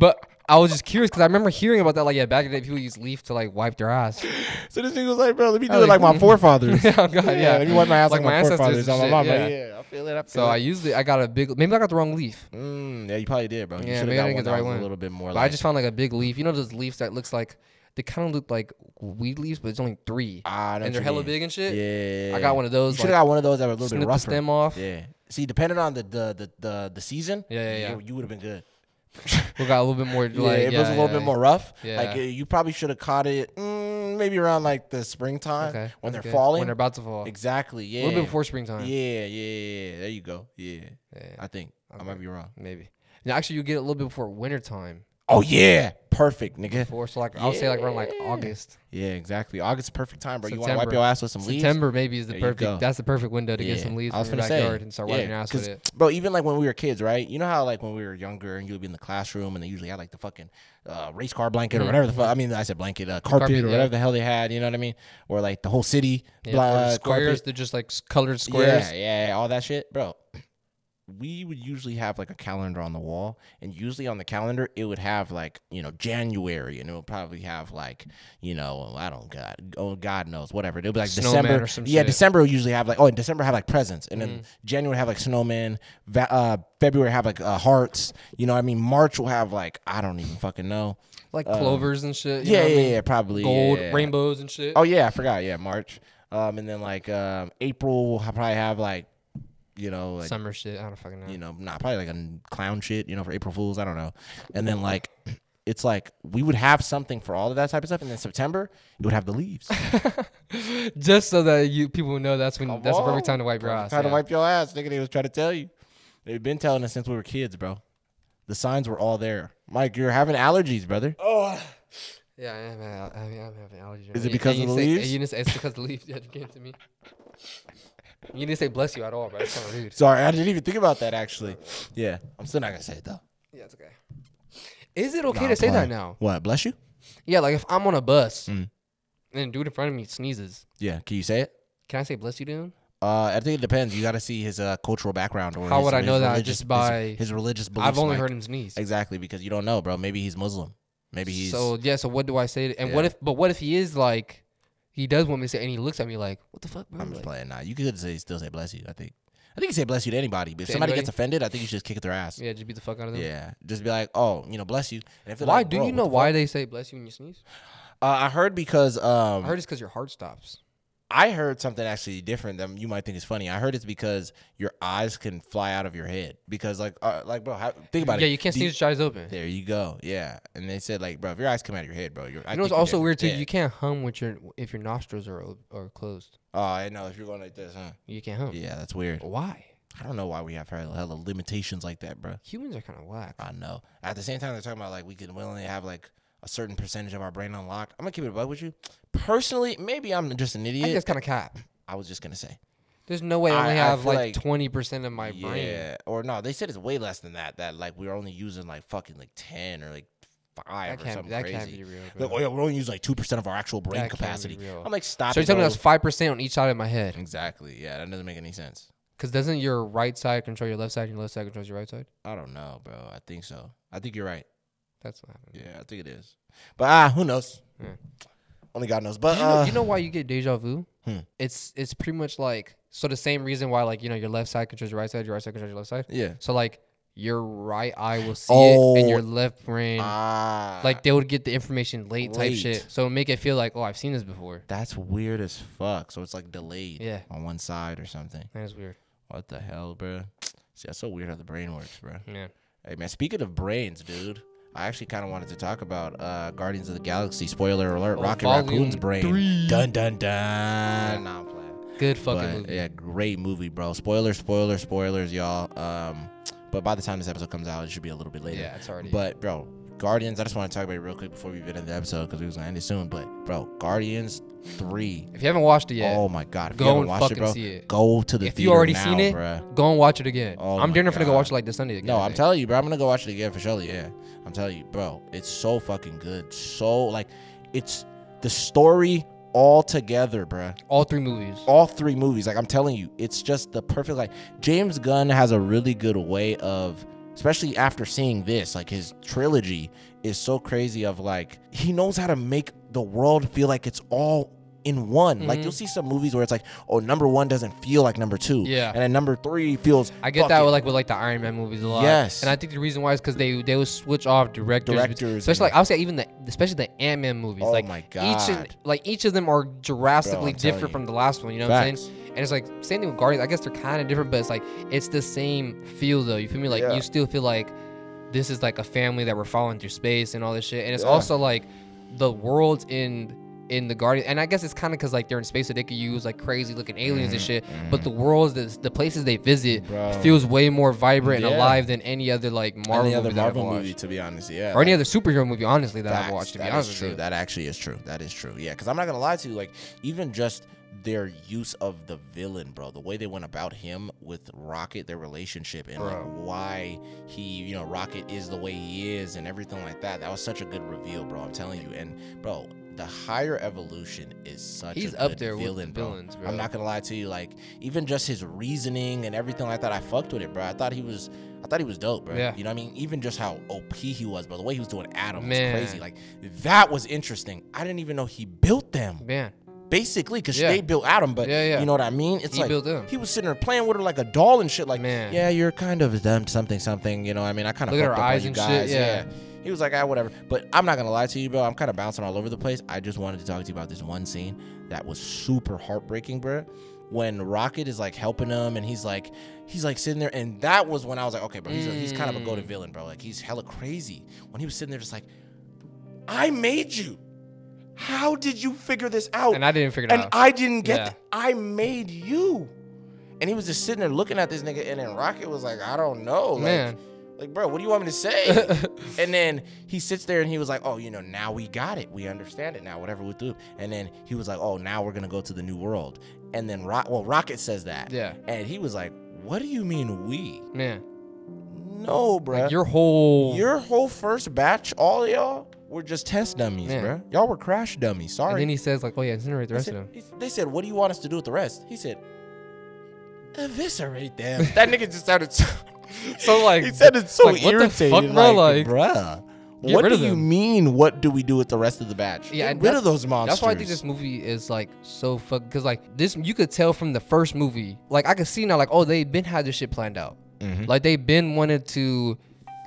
but I was just curious because I remember hearing about that. Like, yeah, back in the day, people used leaf to like wipe their ass.
so this nigga was like, bro, let me do
I
it
was
like
like,
my
mm.
forefathers.
Yeah, oh, God, yeah.
let me wipe my ass like,
Like my
my,
ancestors
forefathers.
and
on my mom.
shit, yeah.
Like, yeah, I feel it. I feel
So
it.
I usually I got a big. Maybe I got the wrong leaf.
Mm, yeah, you probably did, bro. You
Yeah,
should have
maybe I
got
didn't
one
get the
that
right
was a
one.
little bit more.
But I
like,
just found like a big leaf. You know those leaves that looks like they kind of look like weed leaves, but it's only three,
ah, I know what
and they're
you
hella
mean.
big and shit.
Yeah,
I got one of
You
those.
should
Like,
have got one of those that were a little
snip
bit
the
rougher.
stem off.
Yeah. See, depending on the the the the, the season,
Yeah, yeah, yeah.
you, you would have been good.
we got a little bit more.
Yeah,
like,
if it was a little bit
yeah.
more rough, like
Yeah.
uh, you probably should have caught it mm, maybe around like the springtime
Okay,
when they're
that's good.
falling.
When they're about to fall.
exactly. Yeah.
A little bit before springtime.
Yeah, yeah, yeah, yeah. There you go. Yeah.
Yeah.
I think I might be wrong.
Maybe. No, actually, you get it a little bit before wintertime.
Oh yeah, perfect, nigga.
Before, so like I would say like around like
Yeah.
August,
Yeah, exactly. August is perfect time, bro. You want to wipe
September.
your ass with some leaves.
September maybe is the
There you go.
perfect. That's the perfect window to get some leaves from your
finna
backyard and start wiping your ass
'cause,
with it.
Bro, even like when we were kids, right? You know how like when we were younger and you would be in the classroom and they usually had like the fucking uh, race car blanket or whatever the fuck. I mean, I said blanket, uh, carpet,
Mm. Carpet,
or
yeah.
whatever the hell they had. You know what I mean? Or like the whole city
Yeah,
bla-
or
uh,
squares.
carpet.
They're just like s- colored squares.
Yeah, yeah, yeah, all that shit, bro. We would usually have like a calendar on the wall, and usually on the calendar it would have like you know January, and it would probably have like you know I don't god oh God knows whatever. It'll be like
Snowman
December
or some
yeah,
shit.
December would usually have like oh, and December have like presents, and then January have like snowmen. Va- uh, February have like uh, hearts. You know what I mean? March will have like I don't even fucking know.
Like clovers and shit. you know
Uh, Yeah,
what I
yeah,
mean?
yeah, probably
Gold
yeah.
rainbows and shit.
Oh yeah, I forgot. Yeah, March. Um, and then like um, April, we'll ha- probably have like, you know, like,
Summer shit. I don't fucking know.
you know, not probably like a n- clown shit, you know, for April Fools. I don't know. And then like, it's like we would have something for all of that type of stuff. And then September, you would have the leaves.
Just so that you people know that's when that's the
on.
perfect time to wipe your ass.
Trying to
yeah.
wipe your ass, nigga. They was trying to tell you. They've been telling us since we were kids, bro. The signs were all there. Mike, you're having allergies, brother.
Yeah, I am. al- I mean, I'm having allergies.
Is it because of the leaves?
You didn't say, it's because the leaves that you gave to me. You didn't say bless you at all, bro. That's kind of rude.
Sorry, I didn't even think about that actually. Yeah, I'm still not gonna say it though.
Yeah, it's okay. Is it okay
Nah,
to say
playing.
that now?
What? Bless you.
Yeah, like if I'm on a bus and a dude in front of me sneezes,
Yeah. Can you say it?
can I say bless you to him?
Uh, I think it depends. You got to see his uh, cultural background or
How
his-
would I
his
know that?
religious-
Just by-
his, his religious beliefs.
I've only
Mike.
heard him sneeze.
exactly because you don't know, bro. Maybe he's Muslim. Maybe he's
So yeah, so what do I say? To, and
Yeah.
what if? But what if he is like, he does want me to say, and he looks at me like, what the fuck, bro?
I'm just
Like,
playing. Nah, you could say still say bless you. I think. I think you say bless you to anybody. But if somebody
anybody?
gets offended, I think you should just kick their ass. Yeah.
yeah, just beat the fuck out of them.
Just be like, oh, you know, bless you. And if they're
Why
like,
do
bro,
you
what
know
the
why they say bless you when you sneeze?
fuck? Uh, I heard because um,
I heard it's because your heart stops.
I heard something actually different that you might think is funny. I heard it's because your eyes can fly out of your head because like uh, like bro, how, think about
Yeah,
it.
you can't
Do
sneeze with your eyes open.
There you go. Yeah. And they said like, bro, if your eyes come out of your head, bro, you're. I
You
think
know it's
you're
also
dead.
weird too.
Yeah.
You can't hum with your if your nostrils are op- are closed.
Oh, I know. If you're going like this, huh?
You can't hum.
Yeah, that's weird.
Why?
I don't know why we have hella, hella limitations like that, bro.
Humans are kind of whack.
I know. At the same time, they're talking about like we can willingly have like a certain percentage of our brain unlocked. I'm gonna keep it a buck with you. Personally, maybe I'm just an
I think
idiot.
that's kind of cap.
I, was just gonna say.
There's no way I only
I- I
have
feel
like
like-
twenty percent of my
yeah.
brain.
Or no, they said it's way less than that. That like we're only using like fucking like ten or like five
That
or
can't-
something
that
crazy.
can't be real,
Like,
bro.
oh yeah, we're only using like two percent of our actual brain
That can't be
capacity.
real.
I'm like, stop.
So
it,
you're telling me
bro.
that's five percent on each side of my head?
Exactly. Yeah, that doesn't make any sense.
Because doesn't your right side control your left side, and your left side controls your right side?
I don't know, bro. I think so. I think you're right.
That's what happened.
Yeah, I think it is. But ah, who knows?
Yeah.
Only God knows. But
Hmm. You, know,
uh,
you know why you get deja vu?
Hmm.
It's it's pretty much like so the same reason why like you know your left side controls your right side, your right side controls your left side.
yeah,
So like your right eye will see it
Oh.
and your left brain
Ah,
like they would get the information late type
Late.
shit. So it make it feel like, oh, I've seen this before.
that's weird as fuck. So it's like delayed.
Yeah.
On one side or something.
That is weird.
What the hell, bro? See, that's so weird how the brain works, bro.
Yeah.
Hey man, speaking of brains, dude, I actually kind of wanted to talk about uh, Guardians of the Galaxy. Spoiler alert:
Oh,
Rocket
volume
Raccoon's brain.
three.
Dun dun dun. Nah, I'm playing.
Good fucking
But,
movie.
Yeah, great movie, bro. Spoilers, spoilers, spoilers, y'all. Um, but by the time this episode comes out, it should be a little bit later.
Yeah, it's already-
eh, But bro, Guardians. I just want to talk about it real quick before we get into the episode because we was gonna end it soon. But bro, Guardians three.
If you haven't watched it yet,
Oh my god! If
Go
you haven't
and
watched it,
fucking
bro,
see it.
go to the
if you
theater
already
now,
seen it,
bruh.
go and watch it again.
Oh
I'm
my
definitely gonna
God.
watch it like this Sunday again.
No,
I
I'm
think.
telling you, bro. I'm gonna go watch it again for sure. Yeah, I'm telling you, bro. It's so fucking good. So like, it's the story all together, bro.
all three movies.
All three movies. Like I'm telling you, it's just the perfect. Like James Gunn has a really good way of, especially after seeing this, like his trilogy is so crazy. Of like he knows how to make the world feel like it's all. In one, like
Mm-hmm.
you'll see some movies where it's like, oh, number one doesn't feel like number two,
Yeah.
and then number three feels.
I get
fucking-
that with like with like the Iron Man movies a lot.
Yes.
and I think the reason why is because they they will switch off directors, bet-
Directors
especially
and-
like I would say even the especially the Ant Man movies.
Oh
like
my
each
God.
and, like each of them are drastically
telling you.
different from the last one. You know what I'm
Facts.
saying? And it's like same thing with Guardians. I guess they're kind of different, but it's like it's the same feel though. You feel me? Like
Yeah.
you still feel like this is like a family that we're following through space and all this shit. And it's
Yeah.
also like the worlds in in the Guardian, and I guess it's kind of because like they're in space, so they could use like crazy looking aliens
Mm-hmm.
and shit. But the worlds, the, the places they visit,
Bro.
feels way more vibrant
Yeah.
and alive than any other like Marvel
any other
movie that I've
Marvel
watched.
movie, to be honest. Yeah.
or any other superhero movie, honestly, that I've
Facts.
watched. To be
That is
honest, with
true.
you.
That actually is true. That is true. Yeah, because I'm not gonna lie to you. Like, even just their use of the villain, bro, the way they went about him with Rocket, their relationship, and like why he, you know, Rocket is the way he is, and everything like that. That was such a good reveal, bro. I'm telling you. And bro, the higher evolution is such.
He's
a
up
good
there with the
villain, bro.
villains, bro.
I'm not gonna lie to you. Like, even just his reasoning and everything like that, I fucked with it, bro. I thought he was. I thought he was dope, bro.
Yeah.
You know what I mean? Even just how OP he was, bro. The way he was doing Adam was
Man.
crazy. Like that was interesting. I didn't even know he built them.
man,
Basically, because
Yeah.
they built Adam, but
Yeah, yeah.
you know what I mean? It's
He
like
built them.
he was sitting there playing with her like a doll and shit. Like,
Man.
yeah, you're kind of them something something. You know, what I mean, I kind of
Look at her
fucked up
eyes
on you
and shit,
guys.
yeah.
He was like, ah, whatever. But I'm not gonna lie to you, bro. I'm kind of bouncing all over the place. I just wanted to talk to you about this one scene that was super heartbreaking, bro. When Rocket is like helping him, and he's like, he's like sitting there, and that was when I was like, okay, bro, he's, a, he's kind of a
Mm.
go-to villain, bro. Like he's hella crazy. When he was sitting there, just like, I made you. How did you figure this out?
and I didn't figure it
Oh. and
out.
I didn't get.
Yeah.
th- I made you. And he was just sitting there looking at this nigga, and then Rocket was like, "I don't know, like,
Man.
like, bro, what do you want me to say?" and then he sits there and he was like, "Oh, you know, now we got it, we understand it now, whatever we do." And then he was like, "Oh, now we're gonna go to the new world." And then, Ro- well, Rocket says that,
Yeah.
and he was like, "What do you mean we?
man,
No, bro,
your whole
your whole first batch, all y'all were just test dummies,
Man.
bro. Y'all were crash dummies. Sorry."
and then he says like, oh yeah, incinerate the rest of them.
He said- he- they said, "What do you want us to do with the rest?" He said, "Eviscerate them." that nigga just sounded so.
So like,
he sounded so
like, what the
irritated.
fuck, bro?
like,
Like,
bruh,
get
what
rid
do
of
you
them."
mean? What do we do with the rest of the batch?
Yeah,
get
and
rid
that's-
of those monsters.
That's why I think this movie is like so fuck. Because like this, you could tell from the first movie. Like I could see now, like oh, they've been had this shit planned out.
Mm-hmm. Hmm?
Like they've been wanted to,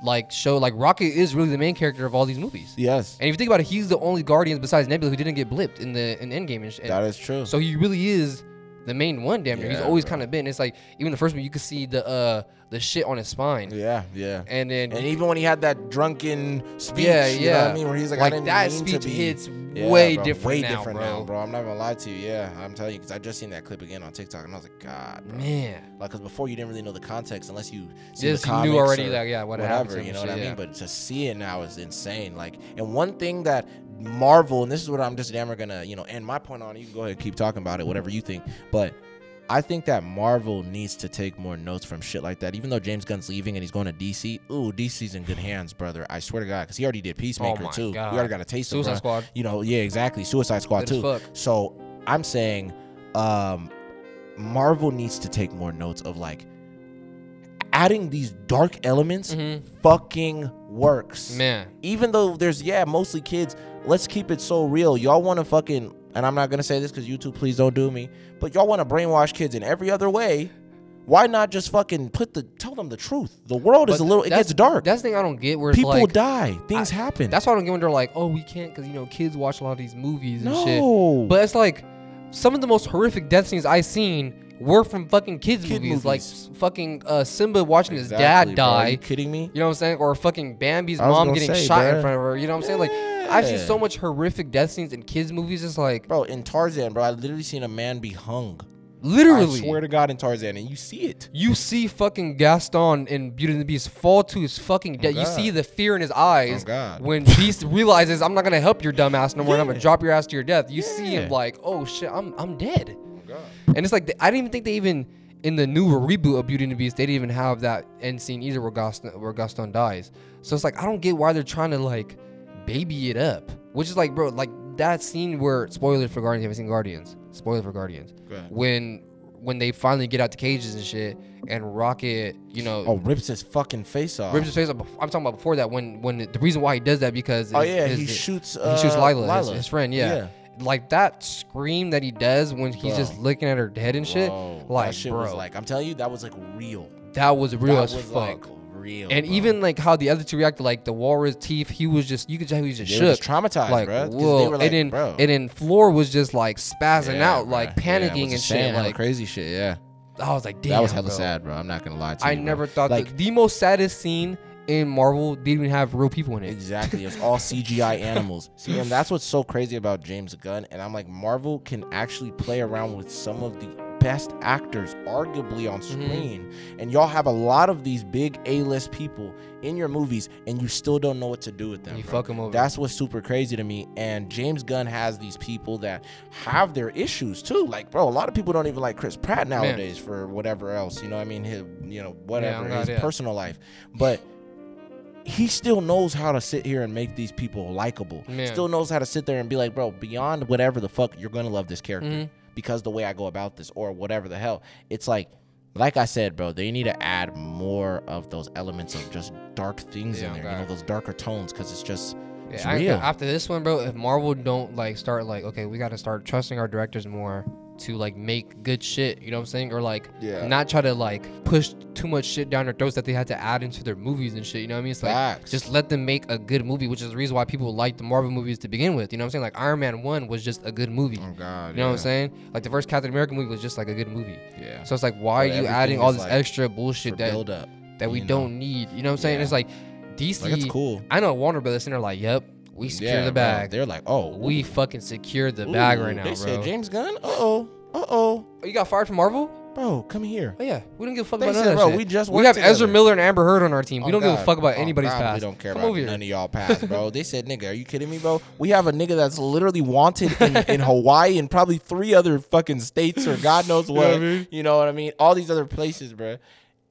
like show like Rocket is really the main character of all these movies.
Yes,
And if you think about it, he's the only Guardians besides Nebula who didn't get blipped in the in Endgame and shit.
that is true.
So he really is the main one, damn near. he's
Yeah,
always
bro.
kind of been. It's like even the first one, you could see the uh the shit on his spine.
yeah, yeah.
And then
And even when he had that drunken speech,
yeah,
you
yeah,
know what I mean, where he's like,
Like,
I didn't
that
mean
speech
to be.
hits way
bro,
different
way
now,
different
bro.
now, bro. I'm not gonna lie to you. Yeah, I'm telling you, because I just seen that clip again on TikTok, and I was like, God, bro.
man,
Like, cause before you didn't really know the context unless you see
Just
the
you knew
comics
already,
or
like, yeah, what happens
whatever.
and
You know what
shit,
I mean?
yeah.
But to see it now is insane. Like, and one thing that Marvel, and this is what I'm just never gonna, you know, end my point on. You can go ahead and keep talking about it, whatever you think. But I think that Marvel needs to take more notes from shit like that. Even though James Gunn's leaving and he's going to DC, ooh, DC's in good hands, brother. I swear to God, because he already did Peacemaker
Oh my
too.
God.
You already got a taste
Suicide
of bruh.
Squad.
You know, yeah, exactly. Suicide Squad
Good as
too.
fuck.
So I'm saying, um, Marvel needs to take more notes of like adding these dark elements
Mm-hmm.
fucking works.
man,
Even though there's yeah, mostly kids, let's keep it so real. Y'all want to fucking and I'm not going to say this cuz YouTube please don't do me, but y'all want to brainwash kids in every other way Why not just fucking put the tell them the truth? The world is a little. It
that's-
gets dark.
That's the thing I don't get. Where it's
People
like,
die. Things happen.
That's why I don't get when they're like, oh, we can't because you know kids watch a lot of these movies and
No.
shit. But it's like some of the most horrific death scenes I've seen were from fucking kids
Kid
movies, like
movies.
fucking uh, Simba watching
Exactly,
his dad
bro. Are
die.
you kidding me?
You know what I'm saying? Or fucking Bambi's
I was
mom
gonna
getting
say,
shot in
bruh.
front of her. You know what I'm saying? Like I've seen
Yeah.
so much horrific death scenes in kids movies. It's like
Bro, in Tarzan, bro, I literally seen a man be hung. I
literally.
swear to God, in Tarzan, and you see it.
you see fucking Gaston in Beauty and the Beast fall to his fucking death. you
Oh God.
see the fear in his eyes
Oh, God.
when Beast realizes I'm not gonna help your dumb ass no more. and I'm gonna
Yeah.
drop your ass to your death. You see him
Yeah.
like, oh shit, I'm I'm dead. And it's like th- I didn't even think they even in the new reboot of Beauty and the Beast they didn't even have that end scene either where Gaston where Gaston dies. So it's like I don't get why they're trying to like baby it up, which is like bro like that scene where spoiler for Guardians. Have you seen Guardians? Spoiler for Guardians.
Go ahead.
When when they finally get out the cages and shit, and Rocket, you know,
Oh, rips his fucking face off.
rips his face up. I'm talking about before that when when the reason why he does that because
Oh,
his-
yeah,
his-
he
his-
shoots,
he shoots
uh,
Lila, his-
Lila.
His, friend. Yeah.
Yeah.
Like that scream that he does when he's just
Bro.
looking at her head and shit,
Bro,
like
that shit
bro,
was like I'm telling you, that was like real.
that was real
that
as
was
fuck.
like real.
and
bro.
even like how the other two reacted, like the walrus teeth, he was just you could tell he was just
They
shook,
were just traumatized,
like
bro, 'cause they
whoa,
were like,
and then
bro.
and then floor was just like spazzing
Yeah,
out,
bro.
like
Yeah, I was
panicking and
just
shit.
saying, hella
Like
crazy shit. Yeah,
I was like, damn,
that was hella
bro.
sad, bro. I'm not gonna lie to you.
I
bro.
never thought
like
that the most saddest scene in Marvel didn't even have real people in it.
Exactly. It's all CGI animals. See, and that's what's so crazy about James Gunn. And I'm like, Marvel can actually play around with some of the best actors, arguably, on
Mm-hmm.
screen. And y'all have a lot of these big A list people in your movies, and you still don't know what to do with them.
You
bro.
fuck 'em over.
That's what's super crazy to me. And James Gunn has these people that have their issues too. Like, bro, a lot of people don't even like Chris Pratt nowadays for whatever else. You know what I mean? His, you know, whatever,
God,
his
yeah.
personal life. But he still knows how to sit here and make these people likable.
Man.
Still knows how to sit there and be like, bro, beyond whatever the fuck, you're gonna love this character
Mm-hmm.
because the way I go about this or whatever the hell. It's like, like I said, bro, they need to add more of those elements of just dark things
Yeah,
in there.
God.
You know, those darker tones because it's just it's
Yeah, I-
real.
after this one, bro, if Marvel don't like start like, okay, we gotta start trusting our directors more to like make good shit, you know what I'm saying? Or like
Yeah.
not try to like push too much shit down their throats that they had to add into their movies and shit, you know what I mean? It's like
Facts.
just let them make a good movie, which is the reason why people like the Marvel movies to begin with. You know what I'm saying? Like Iron Man One was just a good movie.
Oh, God,
You know what I'm
yeah.
saying? Like the first Captain America movie was just like a good movie.
Yeah.
So it's like why
But
are
everything
you adding all
is,
this
like,
extra
for
bullshit that
build up
that we
you know?
don't need. You know what I'm saying?
Yeah.
It's like DC.
Like, that's cool.
I know Warner Brothers and they're like, "Yep, we secure
Yeah,
the
bro.
bag.
They're like, oh,
we fucking secure the bag right now,
They
bro."
said James Gunn. Uh oh. Uh oh.
oh, you got fired from Marvel?
Bro, come here.
Oh yeah, we don't give a fuck
They
about none
said,
of that
"Bro,
shit.
we just
we
worked
have Ezra
together."
Miller and Amber Heard on our team. we
Oh,
don't give a
God.
fuck about
Oh,
anybody's
God,
past.
We don't care
Come
about
over here.
none of y'all past, bro. they said, nigga, are you kidding me, bro? We have a nigga that's literally wanted in, in Hawaii and probably three other fucking states or God knows what.
I mean?
You know what I mean? All these other places, bro.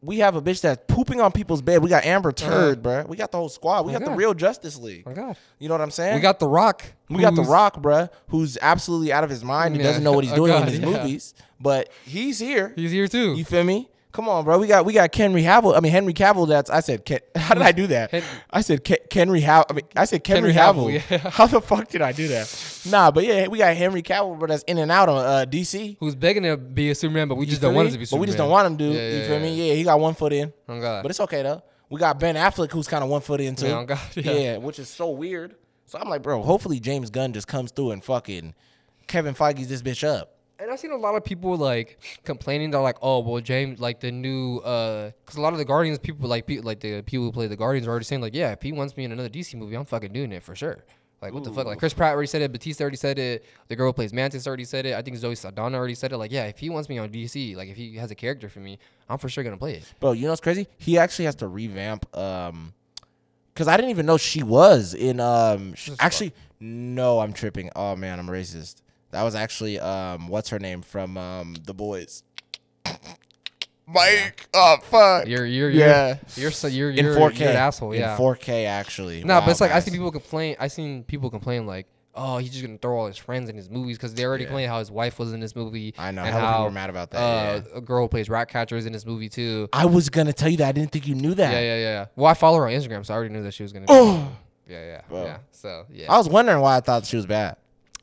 We have a bitch that's pooping on people's bed. We got Amber Turd, bro. We got the whole squad. We got the
God.
real Justice League.
Uh-huh. Oh, God.
You know what I'm saying?
We got The Rock.
We got The
who's-
Rock, bruh, who's absolutely out of his mind. He
Yeah.
doesn't know what he's
Oh,
doing
God,
in his
yeah.
movies, but he's here.
He's here too.
You feel me? Come on, bro. We got we got Henry Cavill. I mean Henry Cavill. That's I said. Ken, how did I do that?
Hen-
I said Ke- Henry Cavill. I mean I said Henry
Henry Cavill,
Cavill.
yeah.
How the fuck did I do that? Nah, but yeah, we got Henry Cavill, bro. That's in and out on uh, DC.
who's begging to be a Superman, but we
You
just
feel
don't want
me?
him to be
But
Superman.
we just don't want him, dude.
Yeah,
you
yeah,
feel
yeah.
me? Yeah, he got one foot in.
Oh God.
But it's okay though. We got Ben Affleck, who's kind of one foot in too.
Yeah, oh God, yeah.
which is so weird. So I'm like, bro, hopefully James Gunn just comes through and fucking Kevin Feige's this bitch up.
And I've seen a lot of people like complaining. They're like, "Oh, well, James, like the new, because a lot of the Guardians people, like pe- like the people who play the Guardians, are already saying like, yeah, if he wants me in another DC movie, I'm fucking doing it for sure. Like, what the fuck? Like Chris Pratt already said it, Batista already said it, the girl who plays Mantis already said it. I think Zoe Saldana already said it. Like, yeah, if he wants me on DC, like if he has a character for me, I'm for sure gonna play it.
Bro, you know what's crazy? He actually has to revamp. Um, because I didn't even know she was in. Um, sh- actually, no, I'm tripping. Oh man, I'm racist. That was actually um, what's her name from um The Boys. Mike, oh fuck.
You're you're
Yeah.
you're you're so you're
in
you're,
4K,
you're an asshole.
in
Yeah.
4K actually.
No, but
Wow,
it's like I
guys.
see people complain. I seen people complain like, "Oh, he's just gonna throw all his friends in his movies because they already complained how his wife was in this movie."
I know,
and
hella people were mad about that,
Uh, A girl who plays Ratcatcher is in this movie too.
I was gonna tell you that. I didn't think you knew that.
Yeah, yeah, yeah. Well, I follow her on Instagram, so I already knew that she was gonna. Be yeah, yeah, yeah. So yeah,
I was wondering why I thought she was bad.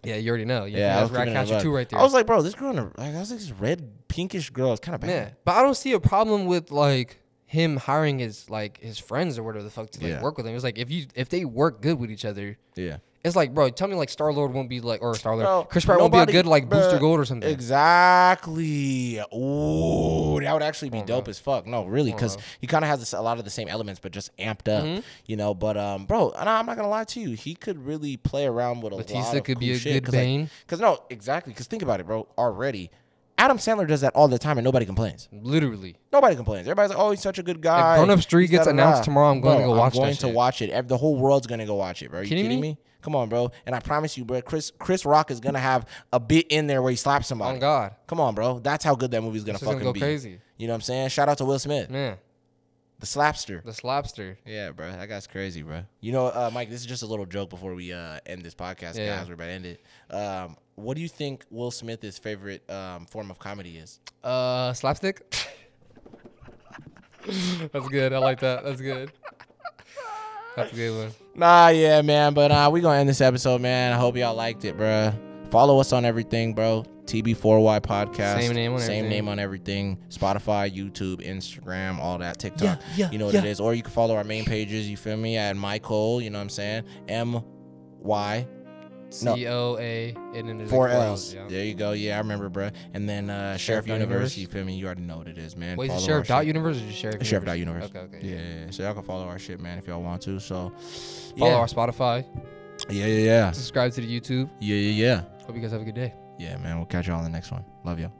Yeah, you already know. You
Yeah, I
yeah,
was,
rat
keeping it a
catcher
buck.
two right there.
I was like, bro, this girl, in a, like, I was like, this red pinkish girl. It's kind of bad.
Yeah, but I don't see a problem with like him hiring his like his friends or whatever the fuck to like
Yeah.
work with him. It's like if you if they work good with each other,
Yeah.
it's like bro, tell me like Star Lord won't be like or Star
Bro,
Lord Chris Pratt won't be a
nobody-
good like Booster
bruh,
Gold or something.
Exactly. Ooh, that would actually be dope as fuck. No, really, because he kind of has this, a lot of the same elements, but just amped up,
Mm-hmm.
you know. But um, bro, and I'm not gonna lie to you, he could really play around with a lot
Batista
of
could
cool
be a
shit,
good
cause like-
Bane.
Cause no, exactly. Cause think about it, bro. Already, Adam Sandler does that all the time, and nobody complains.
Literally,
Nobody complains. Everybody's like, "Oh, he's such a good guy."
Grown Ups 3
He's
gets
da, da,
announced
da.
tomorrow, I'm going to
Bro,
go watch that
I'm going to
shit.
watch it. Ev- The whole world's gonna go watch it, bro. Are you
Kidding
kidding,
me?
me? Come on, bro. And I promise you, bro. Chris Chris Rock is gonna have a bit in there where he slaps somebody.
on God,
Come on, bro. That's how good that movie's gonna
This is gonna
fucking
go
be.
crazy.
You know what I'm saying? Shout out to Will Smith,
man,
the slapster.
the slapster.
Yeah, bro. That guy's crazy, bro. You know, uh, Mike, this is just a little joke before we uh, end this podcast,
Yeah.
guys. We're about to end it. Um, what do you think Will Smith's favorite um, form of comedy is?
Uh, slapstick. That's good. I like that. That's good. That's a good one.
Nah, yeah, man. But uh, we gonna end this episode, man. I hope y'all liked it, bruh. Follow us on everything, bro. TB4Y podcast.
Same name on
Same
everything.
name on everything. Spotify, YouTube, Instagram, all that. TikTok.
yeah,
you know what it is. Or you can follow our main pages. You feel me? At Michael. You know what I'm saying? M Y No.
C O A and then there's
four
like
L's.
yeah.
There you go. Yeah, I remember, bruh. And then uh, Sheriff,
Sheriff dot
Universe.
Universe.
You feel me? You already know what it is, man.
Wait, is it
Follow
Sheriff
our
Dot
shit.
Universe or just Sheriff?
Sheriff dot Universe.
Okay, okay.
Yeah, yeah, yeah. So y'all can follow our shit, man, if y'all want to. So
Follow
yeah.
our Spotify.
yeah, yeah, yeah,
Subscribe to the YouTube.
yeah, yeah, yeah.
Hope you guys have a good day.
Yeah, man. We'll catch y'all on the next one. Love y'all.